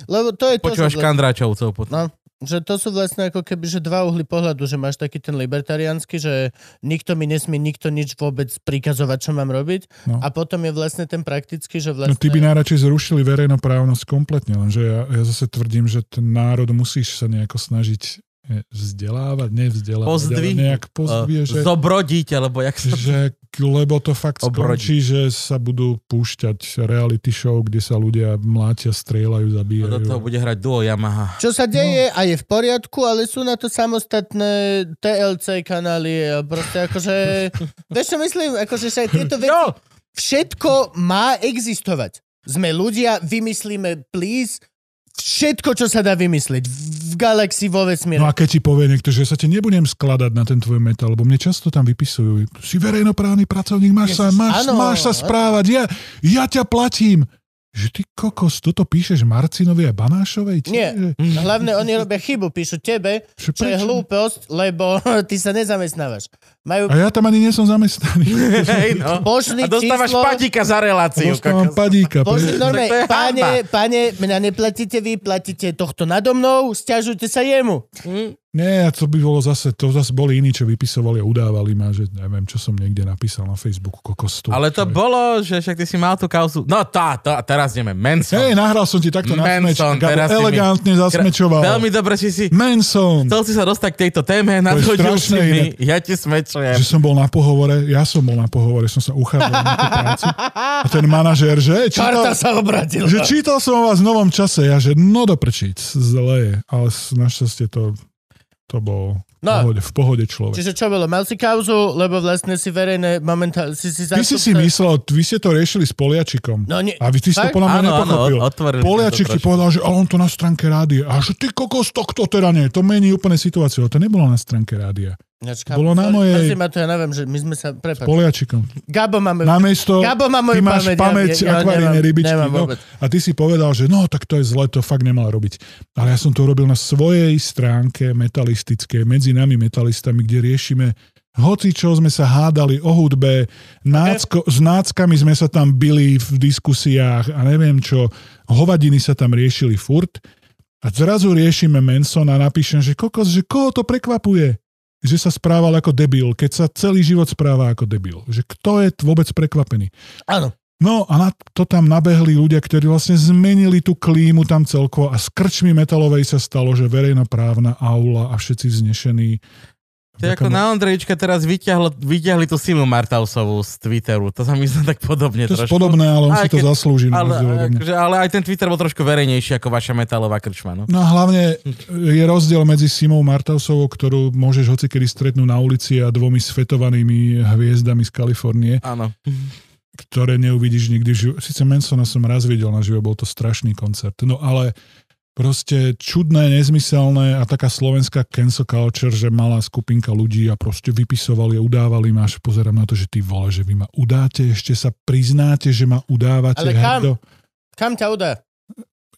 Lebo to je to,
Počúvaš
že-
kandračovcov potom.
No. že to sú vlastne ako keby, že dva uhly pohľadu, že máš taký ten libertariánsky, že nikto mi nesmie nikto nič vôbec prikazovať, čo mám robiť.
No.
A potom je vlastne ten praktický, že
No
vlastne...
ty by najradšej zrušili verejnoprávnosť kompletne, lenže ja, ja zase tvrdím, že ten národ musíš sa nejako snažiť eh, vzdelávať, nevzdelávať,
Pozdvihnúť.
ale nejak pozdvie, že,
Zobrodiť, alebo E, jak sa to...
že lebo to fakt
Obrodiť.
skončí, že sa budú púšťať reality show, kde sa ľudia mlátia, strieľajú, zabíjajú.
Do toho bude hrať duo Yamaha.
No.
Čo sa deje a je v poriadku, ale sú na to samostatné TLC kanály a proste akože... vieš čo myslím? Akože sa aj tieto veci... Všetko má existovať. Sme ľudia, vymyslíme please všetko, čo sa dá vymysliť. V galaxii, vo vesmíre.
No a keď ti povie niekto, že sa ti nebudem skladať na ten tvoj metal, lebo mne často tam vypisujú, si verejnoprávny pracovník, máš sa, máš,
áno,
máš sa
áno.
správať, ja, ja ťa platím. Že ty kokos, toto píšeš Marcinovi a Banášovej? Ti-
Nie.
že-
No Hlavne oni robia chybu, píšu tebe,
že
čo je
prečo?
hlúposť, lebo ty sa nezamestnávaš.
A
Majú
ja tam ani nie som zamestnaný.
Hej, no. A
božný
dostávaš
číslo...
padíka za reláciu.
Dostávam
kokos.
padíka. Pre...
Božný, normálne,
To je hanba.
pane, pane, mňa neplatíte vy, platíte tohto nado mnou, stiažujte sa jemu.
Nie, a to by bolo zase, to zase boli iní, čo vypisovali a udávali ma, že neviem, čo som niekde napísal na Facebooku, kokos.
Ale to
čo je.
bolo, že však ty si mal tú kauzu. No tá, tá, teraz ideme. Manson.
Hej, nahral som ti takto na smeč.
Manson,
Gabo
teraz si mi-
Elegantne zasmečoval. Mm.
Veľmi dobre si si...
Manson.
Chcel si sa dostať k tejto téme, nadhodil si
strašné
mi.
iné.
Ja ti smečujem.
že som bol na pohovore, ja som bol na pohovore, som sa uchádzal na tú prácu a ten manažér, že čítal,
Karta sa obratila.
že čítal som o vás v novom čase, ja že no do prčíc, zle je, ale s- našťastie to, to bol v
No.
pohode, v pohode človek.
Čiže čo bolo, mal si kauzu, lebo vlastne si verejné momentálne... Si, si
Vy si si myslel, vy ste to riešili s Poliačikom.
No nie-
a vy ty si to
fakt?
podľa mňa
Áno, áno,
nepochopil.
ot- otvorili sme to
Poliačik ti
trošku.
povedal, že ale on to na stránke rádia. A že ty kokos, to kto teda nie, to mení úplne situáciu. Ale To nebolo na stránke rádia.
Ináč,
bolo na
sorry,
mojej-
Prosím, ma to ja neviem, že my sme sa... Prepač.
Poliačikom.
Gabo máme...
Namiesto,
Gabo má moju
ty máš
pamäť, ja-
pamäť
ja- ja
akvarijnej
nemám-
rybičky.
nemám
no,
vôbec.
a ty si povedal, že no, tak to je zle, to fakt nemal robiť. Ale ja som to robil na svojej stránke metalistickej, medzi nami metalistami, kde riešime hoci čo sme sa hádali o hudbe, nácko, s náckami sme sa tam bili v diskusiách a neviem čo, hovadiny sa tam riešili furt a zrazu riešime Manson a napíšem, že kokos, že koho to prekvapuje? že sa správal ako debil, keď sa celý život správa ako debil. Že kto je t- vôbec prekvapený?
Áno.
No a na to tam nabehli ľudia, ktorí vlastne zmenili tú klímu tam celkovo a s krčmi metalovej sa stalo, že verejnoprávna aula a všetci vznešení.
To je ako na Ondrejička teraz vyťahlo, vyťahli tú Simu Martausovú z Twitteru. To sa mi zdá tak podobne
To je
trošku.
podobné, ale on
Aj
si to
keď-
zaslúži. na
ale,
rozdiel odo mňa.
akože, ale aj ten Twitter bol trošku verejnejší ako vaša metalová krčma, no.
No a hlavne je rozdiel medzi Simou Martausovou, ktorú môžeš hocikedy stretnúť na ulici a dvomi svetovanými hviezdami z Kalifornie,
Áno.
ktoré neuvidíš nikdy. v živo- Sice Mansona som raz videl na živo, bol to strašný koncert. No ale proste čudné, nezmyselné a taká slovenská cancel culture, že malá skupinka ľudí a proste vypisovali, udávali ma, až pozerám na to, že ty vole, že vy ma udáte, ešte sa priznáte, že ma udávate.
Ale kam?
herdo.
Kam ťa udá?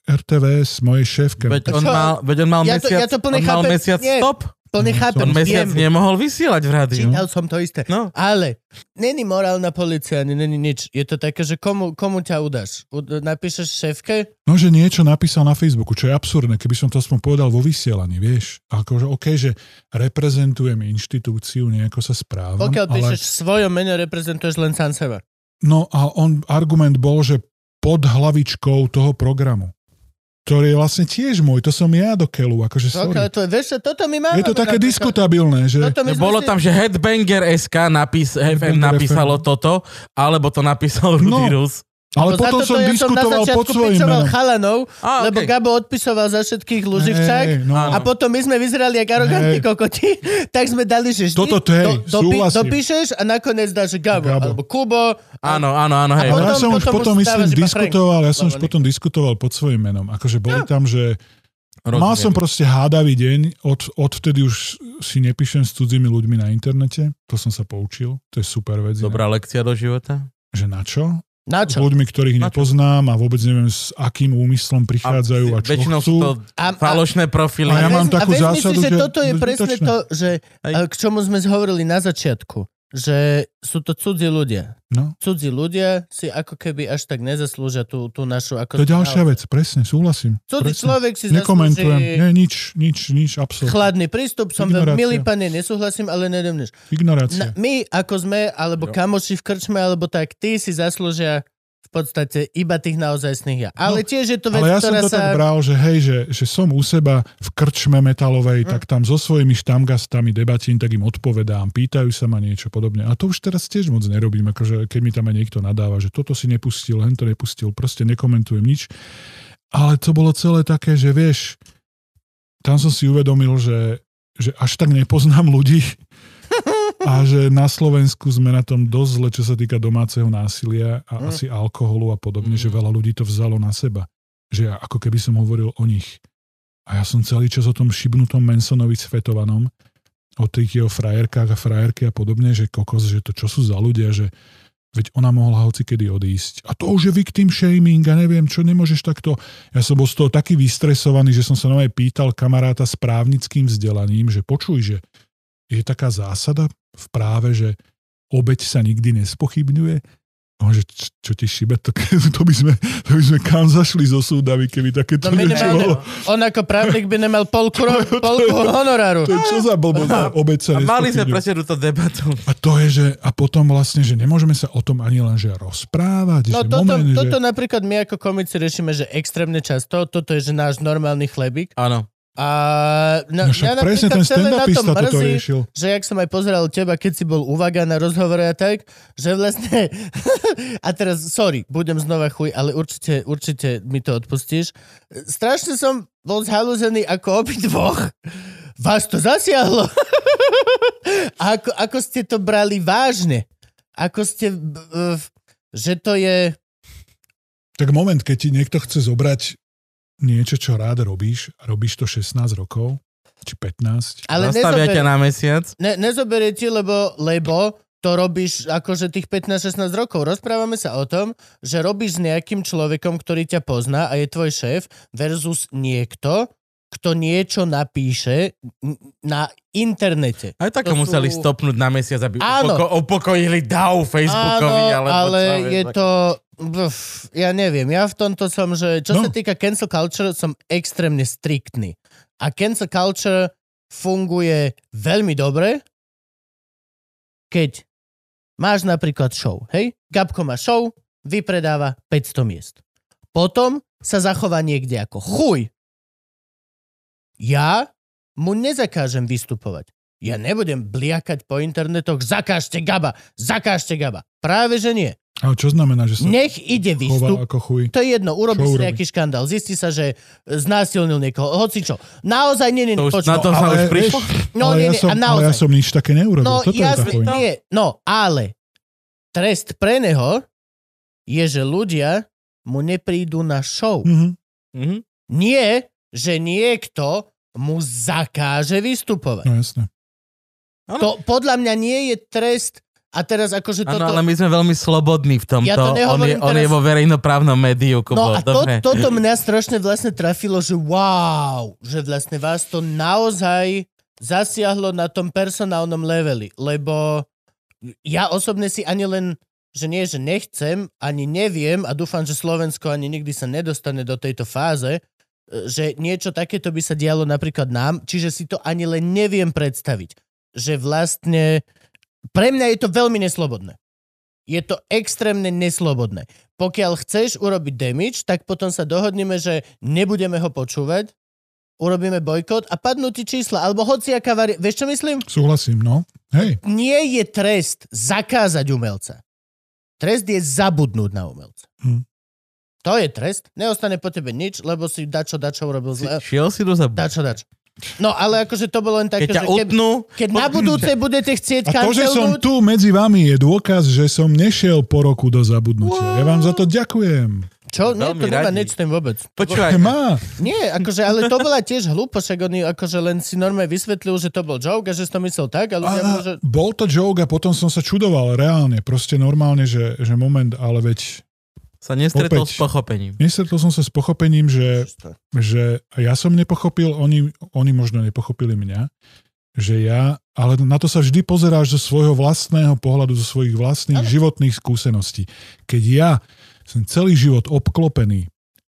RTVS, mojej šéfke.
Veď on
Čo?
mal, veď on mal
Ja to-
mesiac,
ja to plne
on mal
chápem.
mesiac
Nie.
stop.
Plne
No,
chápem,
On mesiac
viem.
nemohol vysielať v rádiu.
Čítal som to isté.
No.
Ale není morálna policia, ani není nič. Je to také, že komu, komu ťa udáš? U, napíšeš šéfke?
No, že niečo napísal na Facebooku, čo je absurdné, keby som to aspoň povedal vo vysielaní, vieš. Akože OK, že reprezentujem inštitúciu, nejako sa správam,
Pokiaľ
ale...
píšeš v svojom mene, reprezentuješ len sám seba.
No a on, argument bol, že pod hlavičkou toho programu, ktorý je vlastne tiež môj, to som ja do keľu, akože
Pokiaľ
sorry.
No to, no vieš, čo, toto my máme.
Je to také
napríklad.
diskutabilné, že...
Toto my
No,
sme
Bolo
si-
tam, že Headbanger SK napís, FM
Headbanger
napísalo
FM.
toto, alebo to napísal Rudy
No.
Rus.
Ale
No za
potom
toto
som
ja
diskutoval
som na
pod
začiatku
svojím
pičoval
menom.
chalanov,
Á,
lebo
okej.
Gabo odpisoval za všetkých lúživčák.
Hej, no.
A potom my sme vyzerali jak arogantní
Hej.
kokoti, tak sme dali, že vždy
Toto to je, súhlasím.
dopíšeš a nakoniec dáš
Gabo.
Gabo, Gabo. alebo Kubo.
Áno, áno, áno, hej.
potom-
Ale ja som už
potom
potom,
už
myslím,
dávaš iba
diskutoval, ja som už
Lavoník.
potom diskutoval pod svojím menom. Akože
No.
boli tam, že
Rozumiem.
Mal som proste hádavý deň, od, odvtedy už si nepíšem s cudzími ľuďmi na internete, to som sa poučil, to je super vec. inak.
Dobrá lekcia do života.
Že na čo?
Na
S
čo?
ľuďmi, ktorých
Na čo?
nepoznám a vôbec neviem, s akým úmyslom prichádzajú a, čo
väčšinou
chcú.
sú to
A, a,
falošné profily.
A No ja mám
vezmi-
takú
a vezmi
zásadu,
si, že,
že
toto
to
je
je
presne
zbytočné.
to, že
Hej.
e, k čomu sme hovorili na začiatku, že sú to cudzí ľudia.
No.
Cudzí ľudia si ako keby až tak nezaslúžia tú, tú našu... Ako
To je ďalšia vec, presne, súhlasím.
Cudzí
presne.
človek si
Nekomentujem,
zaslúži
nie, nič, nič, nič, absolútne.
chladný prístup, som
Ignorácia.
veľmi milý pane, nesúhlasím, ale nedem nič. Na,
Ignorácia.
my, ako sme, alebo
Jo.
kamoši v krčme, alebo tak, tí si zaslúžia v podstate iba tých naozajstných ja. Ale
No,
tiež je to vec,
Ale ja som
ktorá
to
sa...
tak bral, že hej, že, že som u seba v krčme
Mm.
metalovej, tak tam so svojimi štamgastami debatím, tak im odpovedám, pýtajú sa ma niečo podobne. A to už teraz tiež moc nerobím, akože keď mi tam aj niekto nadáva, že toto si nepustil, hen to nepustil, proste nekomentujem nič. Ale to bolo celé také, že vieš, tam som si uvedomil, že, že až tak nepoznám ľudí, a že na Slovensku sme na tom dosť zle, čo sa týka domáceho násilia a asi alkoholu a podobne, že veľa ľudí to vzalo na seba. Že ja ako keby som hovoril o nich. A ja som celý čas o tom šibnutom Mansonovi svetovanom, o tých jeho frajerkách a frajerky a podobne, že kokos, že to čo sú za ľudia, že veď ona mohla hoci kedy odísť. A to už je victim shaming a neviem čo, nemôžeš takto. Ja som bol z toho taký vystresovaný, že som sa nové pýtal kamaráta s právnickým vzdelaním, že počuj, že je taká zásada v práve, že obeď sa nikdy nespochybňuje. A on, že č- čo ti šibe, to, to, by sme, to by sme kam zašli zo súdami, keby takéto
No
niečo bolo.
minimálne, on ako právnik by nemal polku, ro- polku honoráru.
To je čo za blbosť, obeď sa
A mali sme
nespochybňuje.
presne túto debatu.
A to je, že a potom vlastne, že nemôžeme sa o tom ani len že rozprávať,
No
že
toto,
moment,
toto
že...
napríklad my ako komici riešime, že extrémne často, toto je že náš normálny chlebík.
Áno.
A
No
na,
však
mňa
presne
napríklad
ten
celé na tom
stand-upista toto
mrzí,
riešil.
že jak som aj pozeral teba, keď si bol uvaga na rozhovore a tak, že vlastne, a teraz, sorry, budem znova chuj, ale určite, určite mi to odpustíš. Strašne som bol zhalúzený ako obidvoch. Vás to zasiahlo. A ako, ako ste to brali vážne. Ako ste, b- eh, že to je...
Tak moment, keď ti niekto chce zobrať niečo, čo rád robíš, a robíš to 16 rokov, či 15,
Ale
Zastavia
nezober-
ťa na mesiac.
Ne, nezoberie ti, lebo, lebo to robíš akože tých 15-16 rokov. Rozprávame sa o tom, že robíš s nejakým človekom, ktorý ťa pozná a je tvoj šéf versus niekto, kto niečo napíše n- na internete.
Aj tak
To
ho museli
sú-
stopnúť na mesiac, aby
Áno.
upoko- upokojili DAO Facebookovi.
Áno,
alebo
ale
čo viem,
je
tak-
to... Pf, ja neviem, ja v tomto som, že čo
No.
no. sa týka cancel culture, som extrémne striktný. A cancel culture funguje veľmi dobre, keď máš napríklad show, hej? Gabko má show, vypredáva 500 miest. Potom sa zachová niekde ako chuj. Ja mu nezakážem vystupovať. Ja nebudem bliakať po internetoch, zakážte Gaba, zakážte Gaba. Práve že nie.
Ale čo znamená, že sa
Nech ide
chová
vystup,
ako chuj?
to je jedno,
Čo
urobí si
urobí?
nejaký škandál, zistí sa, že znásilnil niekoho, hoci čo. Naozaj, nie, nie,
To už,
počkaj.
na to sa
ale
už
vieš,
prišlo.
No,
ale,
nie,
ja
nie,
som,
a
ale ja
naozaj.
som nič také neurobil.
No,
Toto je tá
jasne,
pointa.
nie, no, ale trest pre neho je, že ľudia mu neprídu na show.
Mhm.
Mhm.
Nie, že niekto mu zakáže vystupovať.
No jasne.
To podľa mňa nie je trest a teraz akože
Áno,
toto...
ale my sme veľmi slobodní v tomto.
Ja
on,
to
je,
nehovorím
on je
teraz-
vo verejnoprávnom médiu, Kubo.
No a to,
Dobre.
toto mňa strašne vlastne trafilo, že wow, že vlastne vás to naozaj zasiahlo na tom personálnom leveli, lebo ja osobne si ani len, že nie, že nechcem, ani neviem a dúfam, že Slovensko ani nikdy sa nedostane do tejto fáze, e, že niečo takéto by sa dialo napríklad nám, čiže si to ani len neviem predstaviť. Že vlastne pre mňa je to veľmi neslobodné. Je to extrémne neslobodné pokiaľ chceš urobiť damage, tak potom sa dohodneme, že nebudeme ho počúvať, urobíme bojkot a padnú ti čísla, alebo hociaká vari... Vieš, čo myslím?
Súhlasím, no. Hej,
Nie je trest zakázať umelca. Trest je zabudnúť na umelca.
Hm.
To je trest. Neostane po tebe nič, lebo si dačo, dačo urobil zle.
Šiel si do zabu.
Dačo, dačo. No, ale akože to bolo len také,
Keď ťa
že keb,
utnú,
keď na budúce budete chcieť
Hm. a to, že som
kancelnúť,
tu medzi vami je dôkaz, že som nešiel po roku do zabudnutia. Ja vám za to ďakujem.
čo? Nie,
Veľmi
to nemá
radi.
nič s tým vôbec.
počúvaj,
Má.
Nie, akože, ale to bola tiež hlúpo, však oni akože len si normálne vysvetlil, že to bol joke a že si to myslel tak, ale ľudia môže...
A, bol to joke a potom som sa čudoval reálne. Proste normálne, že, že moment, ale veď
sa nestretol
Opäť.
s pochopením.
nestretol som sa s pochopením, že, že ja som nepochopil, oni, oni možno nepochopili mňa, že ja, ale na to sa vždy pozeráš zo svojho vlastného pohľadu, zo svojich vlastných životných skúseností. Keď ja som celý život obklopený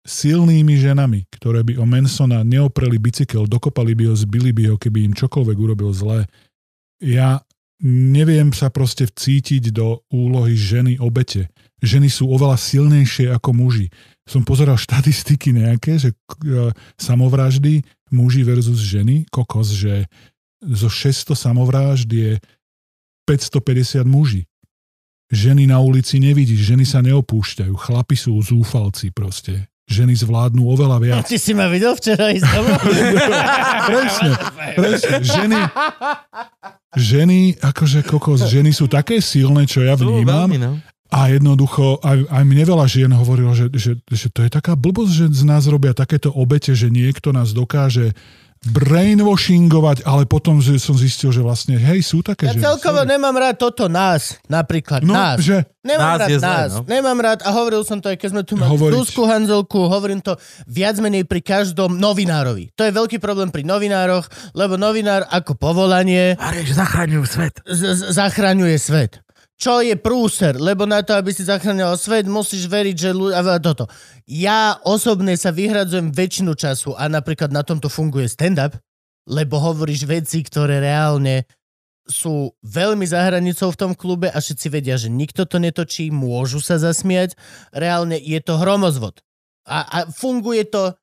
silnými ženami, ktoré by o Mansona neopreli bicykel, dokopali by ho, zbili by ho, keby im čokoľvek urobil zlé, ja neviem sa proste vcítiť do úlohy ženy obete. Ženy sú oveľa silnejšie ako muži. Som pozeral štatistiky nejaké, že k- e, samovraždy muži versus ženy, kokos, že zo 600 samovrážd je 550 muži. Ženy na ulici nevidíš, ženy sa neopúšťajú, chlapi sú zúfalci proste. Ženy zvládnu oveľa
A
viac.
No, ty si ma videl včera ísť domov?
Presne, presne. Ženy, ženy, akože kokos, ženy sú také silné, čo ja
Sú
vnímam.
veľmi, no.
A jednoducho, aj, aj mne veľa žien hovorilo, že, že, že to je taká blbosť, že z nás robia takéto obete, že niekto nás dokáže brainwashingovať, ale potom že som zistil, že vlastne, hej, sú také
Ja
ženy.
celkovo
sorry.
nemám rád toto nás, napríklad
No,
nás.
že
Nemám
Nás
rád
je zlé,
nás.
no.
Nemám rád a hovoril som to aj keď sme tu mali
Hovoriť.
Dusku Hanzelku, hovorím to viac menej pri každom novinárovi. To je veľký problém pri novinároch, lebo novinár ako povolanie
Mareš, zachraňujú svet.
z- z- zachraňuje svet. Čo je prúser? Lebo na to, aby si zachránil svet, musíš veriť, že ľudia... a Toto. Ja osobne sa vyhradzujem väčšinu času a napríklad na tomto funguje stand-up, lebo hovoríš veci, ktoré reálne sú veľmi za hranicou v tom klube a všetci vedia, že nikto to netočí, môžu sa zasmiať. Reálne je to hromozvod. A, a funguje to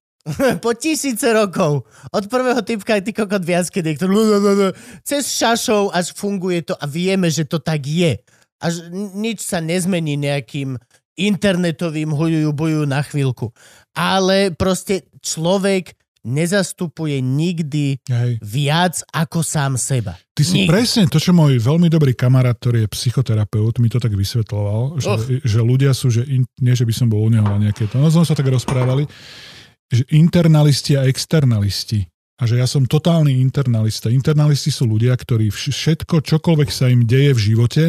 po tisíce rokov. Od prvého typka aj ty kokot viac, keď niekto "No, cez šašov až funguje to a vieme, že to tak je. Až n- nič sa nezmení nejakým internetovým hujujú bujú na chvíľku. Ale proste človek nezastupuje nikdy
hej,
viac ako sám seba.
ty si
Nikdy.
presne to, čo môj veľmi dobrý kamarát, ktorý je psychoterapeut, mi to tak vysvetloval, že,
Och.
že ľudia sú, že in, nie, že by som bol u neho, ale nejaké to. No sme sa tak rozprávali, že internalisti a externalisti a že ja som totálny internalista. Internalisti sú ľudia, ktorí vš- všetko, čokoľvek sa im deje v živote,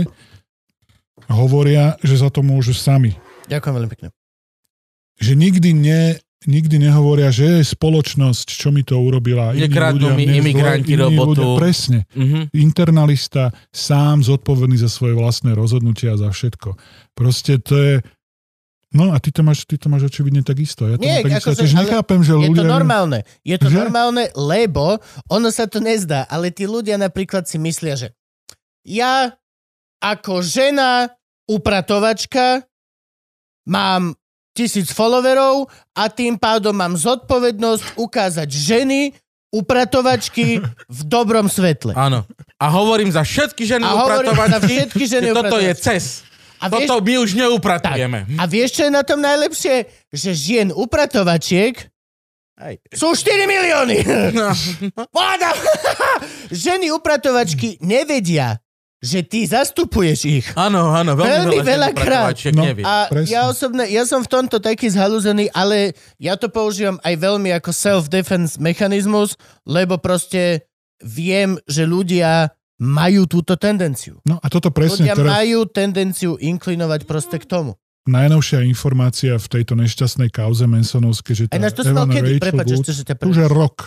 hovoria, že za to môžu sami.
Ďakujem veľmi pekne.
Že nikdy ne, nikdy nehovoria, že je spoločnosť, čo mi to urobila. iní
Nekradnú
ľudia,
mi
mne zle,
imigranti
iní
robotu.
presne
Mhm.
internalista, sám zodpovedný za svoje vlastné rozhodnutia a za všetko. Proste to je... No a ty to máš, ty to máš očividne takisto. Ja to
Nie,
mám takisto.
akože,
Ja tiež
ale
nechápem, že
Je
ľudia...
to normálne. Je to
Mhm.
Že?
normálne, lebo ono sa to nezdá, ale tí ľudia napríklad si myslia, že ja ako žena, upratovačka, mám tisíc followerov a tým pádom mám zodpovednosť ukázať ženy, upratovačky v dobrom svetle.
Áno. A hovorím za všetky ženy
A hovorím
upratovačky,
za všetky ženy
že toto je
upratovačky.
cez.
A vieš-
Toto my už neupratujeme.
A vieš, čo je na tom najlepšie? Že žien upratovačiek
Hej.
sú 4 milióny.
No.
Vláda! Ženy upratovačky nevedia, že ty zastupuješ ich.
Áno, áno, veľmi,
Veľmi
veľa
veľakrát.
upratovačiek
No.
nevie.
A
Presne.
ja osobne, ja som v tomto taký zhalúzený, ale ja to používam aj veľmi ako self-defense mechanizmus, lebo proste viem, že ľudia majú túto tendenciu.
No a toto presne
Ľudia
teraz
majú tendenciu inklinovať proste k tomu.
najnovšia informácia v tejto nešťastnej kauze Mansonovskej, že tá
Aj náš to
Evan
stalo kedy?
Rachel
Prepač,
Wood,
ešte, že
už
ťa
je
preruším.
rok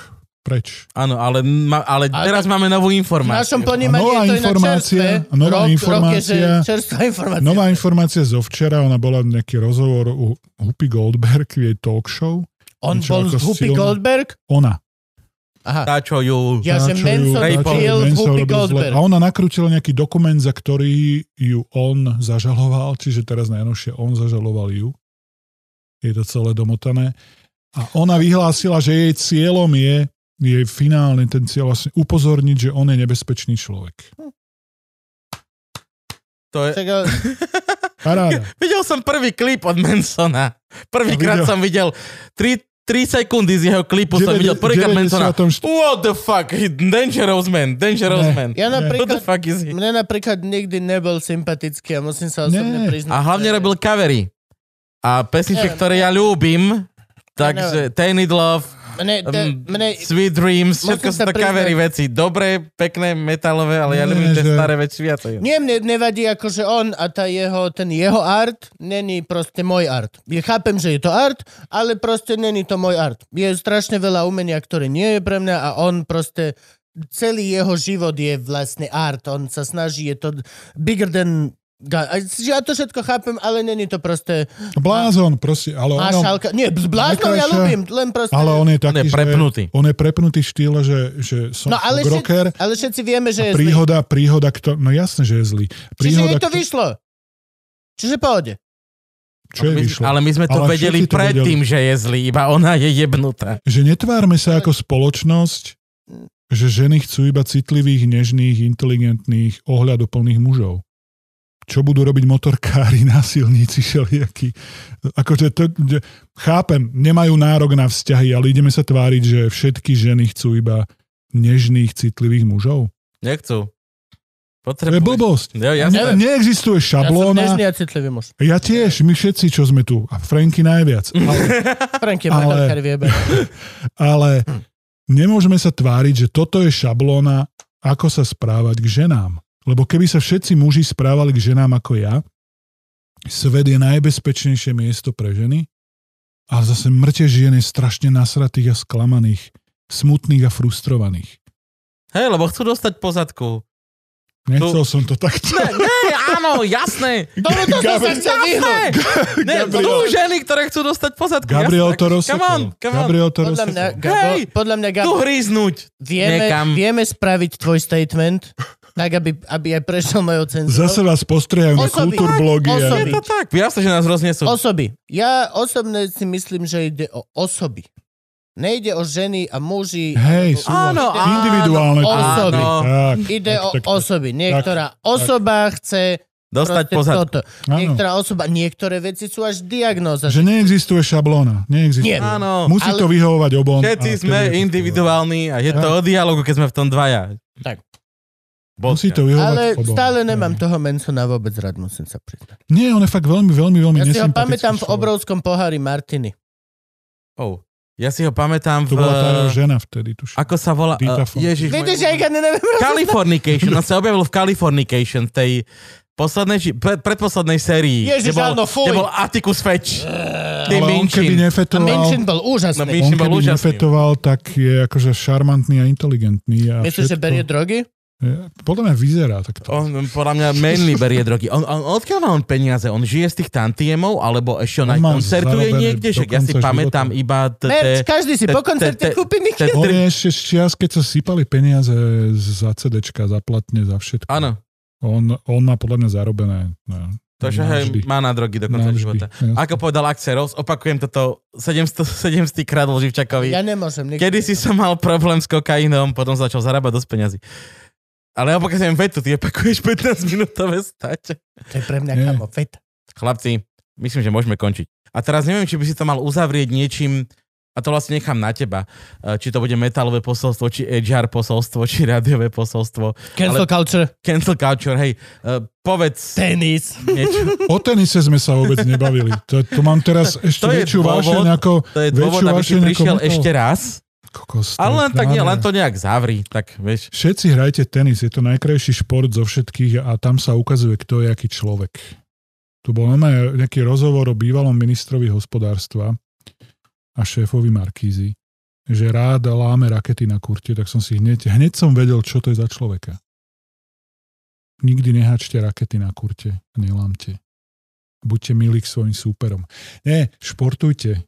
preč.
Áno, ale, ma, ale
Ale
teraz máme novú
V
informáciu.
A
našom ponímaní
nová
je to
informácia,
inak čerstvé.
nová
rok, Rok je, že
informácia, No,
čerstvá informácia.
nová informácia zo včera, ona bola nejaký rozhovor u Hupy Goldberg v jej talk show.
On
niečo
bol
ako
z Whoopi
silná-
Goldberg?
Ona.
Aha.
Tá, čo ju...
Ja, že
Tá, čo ju-
Manson
tá, čo ju
Jill
Manson
Whoopi
robil zle.
Goldberg.
A ona nakrútila nejaký dokument, za ktorý ju on zažaloval, čiže teraz najnovšie on zažaloval ju. Je to celé domotané. A ona vyhlásila, že jej cieľom je, jej finálny ten cieľ vlastne upozorniť, že on je nebezpečný človek.
To je,
Čak, ale-
Paráda.
videl som prvý klip od Mansona. Prvýkrát
A videl-
som videl 3, 3 sekundy z jeho klipu, som videl prvýkrát Mansona.
94.
What the fuck? Dangerous man, dangerous
Ne.
man. What
Ja
the
napríklad,
fuck is he?
mne napríklad nikdy nebol sympatický a musím sa
Ne.
osobne priznať.
A hlavne
že-
robil covery. A pesničke,
Neviem.
ktoré ja ľúbim, takže Tainted Love,
Mne, te,
um,
mne,
Sweet Dreams,
Musím
všetko sú
sa
to
priznať.
covery veci. Dobré, pekné, metalové, ale ja
Nie,
ľúbim tie
že-
staré veci viacej.
nie, mne nevadí ako, že on a tá jeho, ten jeho art není proste môj art. Ja chápem, že je to art, ale proste není to môj art. Je strašne veľa umenia, ktoré nie je pre mňa a on proste celý jeho život je vlastne art. On sa snaží, je to bigger than God. A Ja to všetko chápem, ale není to proste
Blázon, proste. Ale, ono,
mášalka. Nie, s bláznou ja
No, Najkrajšia-
ľúbim, len proste...
ale on je
On
taký,
je prepnutý.
Že, on je prepnutý v štýle, že, že som
No ale
rocker.
všetci, ale všetci vieme, že je zlý.
Príhoda, príhoda, kto... No jasne, že je zlý.
Čiže
Príhoda,
jej to
kto-
vyšlo. Čiže pohode.
čo je
My-
vyšlo?
Ale my sme to
Ale
vedeli
všetci to
predtým, že je zlý, iba ona je jebnutá.
že netvárme sa ako spoločnosť, že ženy chcú iba citlivých, nežných, inteligentných, ohľadoplných mužov. Čo budú robiť motorkári, násilníci, všelijakí. Akože to, že, chápem, nemajú nárok na vzťahy, ale ideme sa tváriť, že všetky ženy chcú iba nežných, citlivých mužov.
Nechcú.
To je
Potrebuješ.
blbosť.
Jo, ja
Ne, neexistuje
Ja som
šablóna.
nežný a citlivý muž.
Ja tiež, my všetci, čo sme tu. A Franky najviac.
Frank je
Ale-
ale... viebe.
Ale
Hm.
nemôžeme sa tváriť, že toto je šablóna, ako sa správať k ženám. Lebo keby sa všetci muži správali k ženám ako ja, svet je najbezpečnejšie miesto pre ženy a zase mŕte žien je strašne nasratých a sklamaných, smutných a frustrovaných.
Hej, lebo chcú dostať pozadku.
Nechcel
No,
som to takto.
Hej, áno, jasné.
Tomu to som sa
Gabriel-
chcel vyhnúť.
Ne,
Gabriel.
sú ženy, ktoré chcú dostať pozadku.
Gabriel
jasné.
to
Come on,
rozsekol.
come on.
Gabriel to
Podľa mňa,
rozsekol.
Gabo,
Hej!
podľa mňa
Tu
Gabo,
hryznúť.
vieme,
niekam.
vieme spraviť tvoj statement, tak aby, aby aj prešiel mojou cenzúrou.
Zase vás postriehajú na
Osoby.
kultúrblogy. a-
Osoby.
Je to tak. Jasné, že nás roznesú.
Osoby. Ja osobne si myslím, že ide o osoby. Nejde o ženy a muži.
Hej, sú
Áno, áno.
individuálne
Osoby.
kultúry. Tak,
Ide
tak,
o
tak, tak.
osoby. Niektorá osoba chce
Dostať
proste
pozadku.
toto.
Áno.
Niektorá osoba, niektoré veci sú až diagnóza.
Že neexistuje šablóna. Neexistuje.
Nie.
Áno.
Musí
Ale-
to vyhovovať obom.
Všetci
a vtedy
sme
je to
individuálni a je to o dialogu, keď sme v tom dvaja.
Tak.
funguje. Musí to
Bodka.
vyhovovať
Ale
obom.
stále nemám
Nie.
toho Mansona vôbec rád, musím sa priznať.
Nie, on je fakt veľmi, veľmi, veľmi
Ja si ho
nesympatický
pamätám v
človek.
obrovskom pohári Martiny.
Oh. Ja si ho pamätám v...
To bola tá jeho žena vtedy, tuším.
Ako sa volá?
Rita
eh,
Fon-
Ježiš,
Vidíš,
môj-
ja ich ani neviem
Californication. On sa objavil v Californication, v tej poslednej, či- pred, predposlednej sérii. kde
Ježiš,
bol,
áno, fuj.
kde bol Atticus Fetch. Ty
Ale on
Minchin.
keby
A
nefetoval,
Minchin bol
No,
úžasný.
Minchin
on
bol
keby
úžasný.
nefetoval, tak je akože šarmantný a inteligentný. A
Myslíš, že
všetko-
berie drogy?
Je, Podľa mňa vyzerá takto.
On podľa mňa mainly berie drogy. On, on, odkiaľ má on peniaze? On žije z tých tantiemov, alebo ešte on
On
aj
má
koncertuje
zarobené
niekde?
do
Že ja si
konca
pamätám
života.
iba... t-
Merč,
t-
každý si po
te-
koncerte
te-
kúpi mi
te-
On
tri-
je ešte z čias, keď sa sypali peniaze za CDčka, za platne, za všetko.
Áno.
On, on má podľa mňa zarobené. No.
To, že hej,
Navždy.
má na drogy do konca
Navždy,
života.
jasne.
Ako povedal Axel Rose, opakujem toto 700, 700 krát Loživčakovi.
Ja nemôžem. nikdy
Kedy si
nemôžem.
som mal problém s kokainom, potom začal zarábať dosť peňazí. Ale ja pokazujem vetu, ty opakuješ 15 minútové stať.
To je pre mňa,
Nie.
kamo, feta.
Chlapci, myslím, že môžeme končiť. A teraz neviem, či by si to mal uzavrieť niečím, a to vlastne nechám na teba, eh, či to bude metalové posolstvo, či HR posolstvo, či rádiové posolstvo.
Cancel culture,
Cancel culture, hej, eh, povedz
tenis.
niečo.
O tenise sme sa vôbec nebavili. To, to mám teraz ešte
To je
väčšiu
dôvod.
vášeň ako...
To je dôvod,
Väčšiu
aby si
vášeň ako
prišiel
metal.
ešte raz.
Kokos, to je
Ale len tak nie,
nádhera.
len to nejak zavri, tak vieš.
Všetci hrajte tenis, je to najkrajší šport zo všetkých a tam sa ukazuje, kto je aký človek. Tu bol normálne nejaký rozhovor o bývalom ministrovi hospodárstva a šéfovi Markízy, že rád láme rakety na kurte, tak som si hneď, hneď som vedel, čo to je za človeka. Nikdy nehačte rakety na kurte a nelámte. Buďte milí k svojim súperom. Nie, športujte.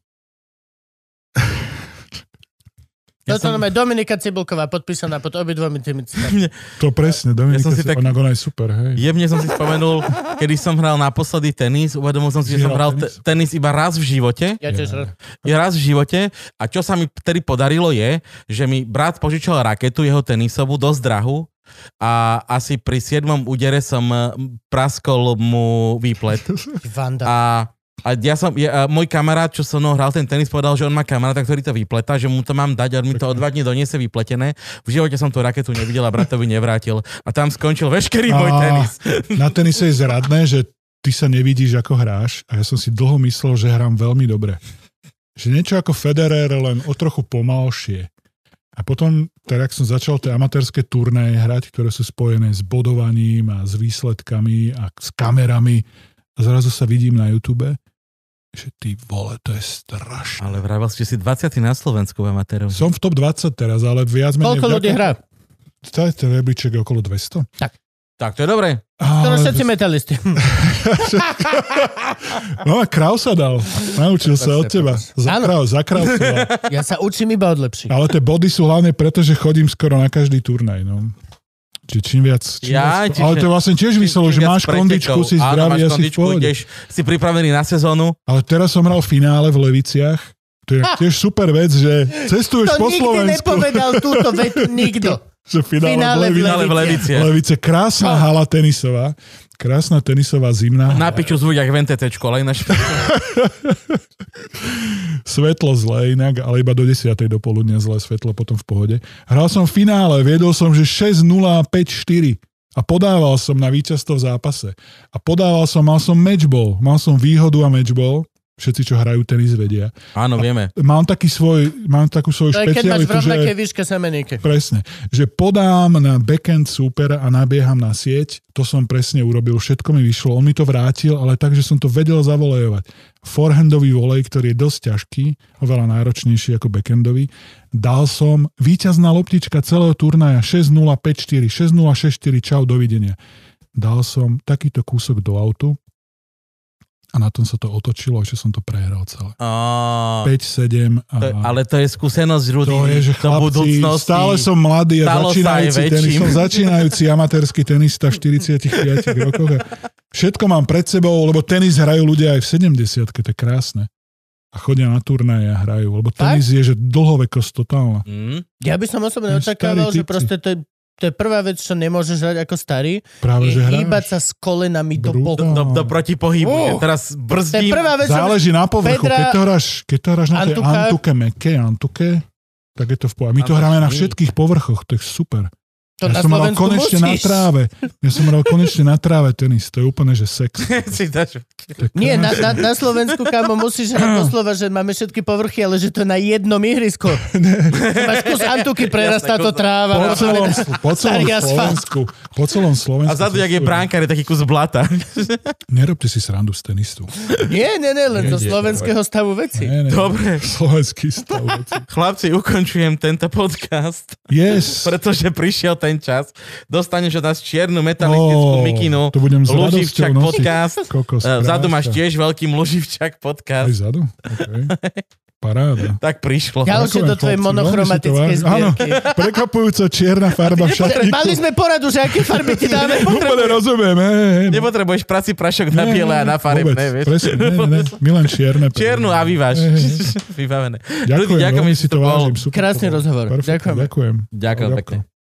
Ja
Toto
som-
nám je Dominika Cibulková, podpísaná pod obidvomi tými citátmi.
To presne, Dominika,
som si
ja
tak-
ona, ona je super, hej.
Jemne som si spomenul, kedy som hral naposledy tenis, uvedomil som si, že som
Hral
hral te- tenis iba raz v živote.
Ja tiež rád.
Je raz v živote a čo sa mi vtedy podarilo je, že mi brat požičal raketu, jeho tenisovú, dosť drahú a asi pri 7. údere som eh, praskol mu výplet.
Ty Vanda.
A, a ja som, ja, a môj kamarát, čo so mnou hral ten tenis, povedal, že on má kamaráta, ktorý to vypleta, že mu to mám dať a on mi to o dva dní doniese vypletené. V živote som tú raketu nevidel a bratovi nevrátil. A tam skončil veškerý môj
Á.
tenis.
Na tenise je zradné, že ty sa nevidíš, ako hráš a ja som si dlho myslel, že hrám veľmi dobre. Že niečo ako Federer, len o trochu pomalšie. A potom, teda ak som začal tie amatérske turnaje hrať, ktoré sú spojené s bodovaním a s výsledkami a s kamerami, a zrazu sa vidím na YouTube, že ty vole, to je strašné.
Ale vravel ste si 20. na Slovensku v amatérov.
Som v top 20 teraz, ale viac menej...
Koľko ľudí hrá?
To je ten rebríček je okolo 200.
Tak to je dobre.
Skoro
Ale-
všetci metalisti.
No a kráv sa dal. Naučil sa od teba. Zakráv, zakráv sa dal.
Ja sa učím iba od lepších.
Ale tie body sú hlavne preto, že chodím skoro na každý turnaj. No. Čiže čím viac... Čím
Ja,
viac
čiže-
ale to je vlastne tiež vyselo, že máš kondičku, si
Áno,
zdravý,
máš
asi v
kondičku,
pohode.
ideš, si pripravený na sezónu.
Ale teraz som hral finále v Leviciach. To je tiež super vec, že
Ah.
cestuješ
To
po
nikdy
Slovensku.
nepovedal túto vetu nikto.
Že finále,
Finále v Ah.
Ale v
v Leviciach.
Levici.
Levice, krásna hala tenisová. Krásna tenisová zimná
Na
hala.
piču zvuť, jak v NTT škole, ináč
Svetlo zle inak, ale iba do 10. do poludnia zle svetlo, potom v pohode. Hral som v finále, viedol som, že 6 0 5 4 a podával som na víťazstvo v zápase. A podával som, mal som matchball, mal som výhodu a matchball, všetci, čo hrajú tenis, vedia.
Áno, vieme.
Mám, taký svoj, mám takú svoju
To je, keď máš v
špecialitu, že...
rovnakej výške semeníky.
Presne. Že podám na backend súpera a nabieham na sieť, to som presne urobil, všetko mi vyšlo, on mi to vrátil, ale tak, že som to vedel zavolejovať. Forehandový volej, ktorý je dosť ťažký, oveľa náročnejší ako backendový, dal som víťazná loptička celého turnaja 6-0-5-4, 6-0-6-4, čau, dovidenia. Dal som takýto kúsok do autu a na tom sa to otočilo, že som to prehral celé.
Á,
5-7 a...
to je- ale to je skúsenosť ľudí.
To je, že
do
chlapci,
budúcnosti.
stále som mladý a
Stalo sa aj
začínajúci, tenis,
väčším.
som začínajúci amatérsky tenista v 45 rokoch. a Všetko mám pred sebou, lebo tenis hrajú ľudia aj v 70 to je krásne. A chodia na turnaje a hrajú, lebo tenis je, že dlhovekosť totálna.
Mm.
Ja by som osobne
To je starý
očakával, že
typci.
proste to je, to je prvá vec, čo nemôžeš hrať ako starý,
Práve, že
je
hráš.
hýbať sa s kolenami do
Brutál.
boku.
Do, do protipohybu.
Uh.
Ja teraz
To je
brzdím.
prvá vec, čo...
Záleží na povrchu.
Pedra-
Keď to hráš, keď to hráš na tej
Antuka.
antuke, meké antuke, tak je to v pohode. My to
Antuka
hráme na
nie.
všetkých povrchoch, to je super.
To na
ja som hral
Slovensku
konečne na
musíš.
tráve. Ja som hral konečne na tráve tenis. To je úplne, že sex.
si dáš.
To je
Nie, na,
krásne.
na, na Slovensku, kámo, musíš hrať doslova, že máme všetky povrchy, ale že to je na jednom ihrisku. Máš kus antuky, prerastá
Jasné,
to
kus-
tráva.
Po celom, po celom
Starý asfalt.
Slovensku. Po celom Slovensku.
A vzadu, jak je
cestujem.
bránkar, je taký kus blata.
Nerobte si srandu z tenistu.
Nie, nie, nie, len zo slovenského stavu veci.
Ne, ne.
Dobre.
Slovenský stav. veci.
Chlapci, ukončujem tento podcast.
Yes.
pretože prišiel ten čas. Dostaneš od nás čiernu metalistickú
Ó,
mikinu.
No, to budem s
Luživčak
radosťou nosiť.
podcast.
Kokos,
Eh, Vzadu máš
krása.
tiež veľkým Luživčak
Aj
podcast.
vzadu? Okay. Paráda.
Tak prišlo.
Ja už je
Ďakujem,
do tvojej
chlapci, veľmi si to
monochromatickej
vážim. Áno,
zbierky.
prekvapujúco čierna farba však.
Mali sme poradu, že aké farby ti dáme.
Úplne rozumiem. hej, hej.
Nepotrebuješ prací prašok na
Nie,
biele a
nie,
na farebné,
vôbec.
vieš.
Presne, ne, ne, ne. My len čierne.
Čiernu a vyváž.
Hej, hej.
Vybavené. Ľudí,
Ďakujem,
ďakujem,
veľmi
že
si
to
to
bol.
vážim. Super
Krásny
to bolo.
rozhovor.
Perfektne,
Ďakujeme.
Ďakujem.
Ďakujem pekne.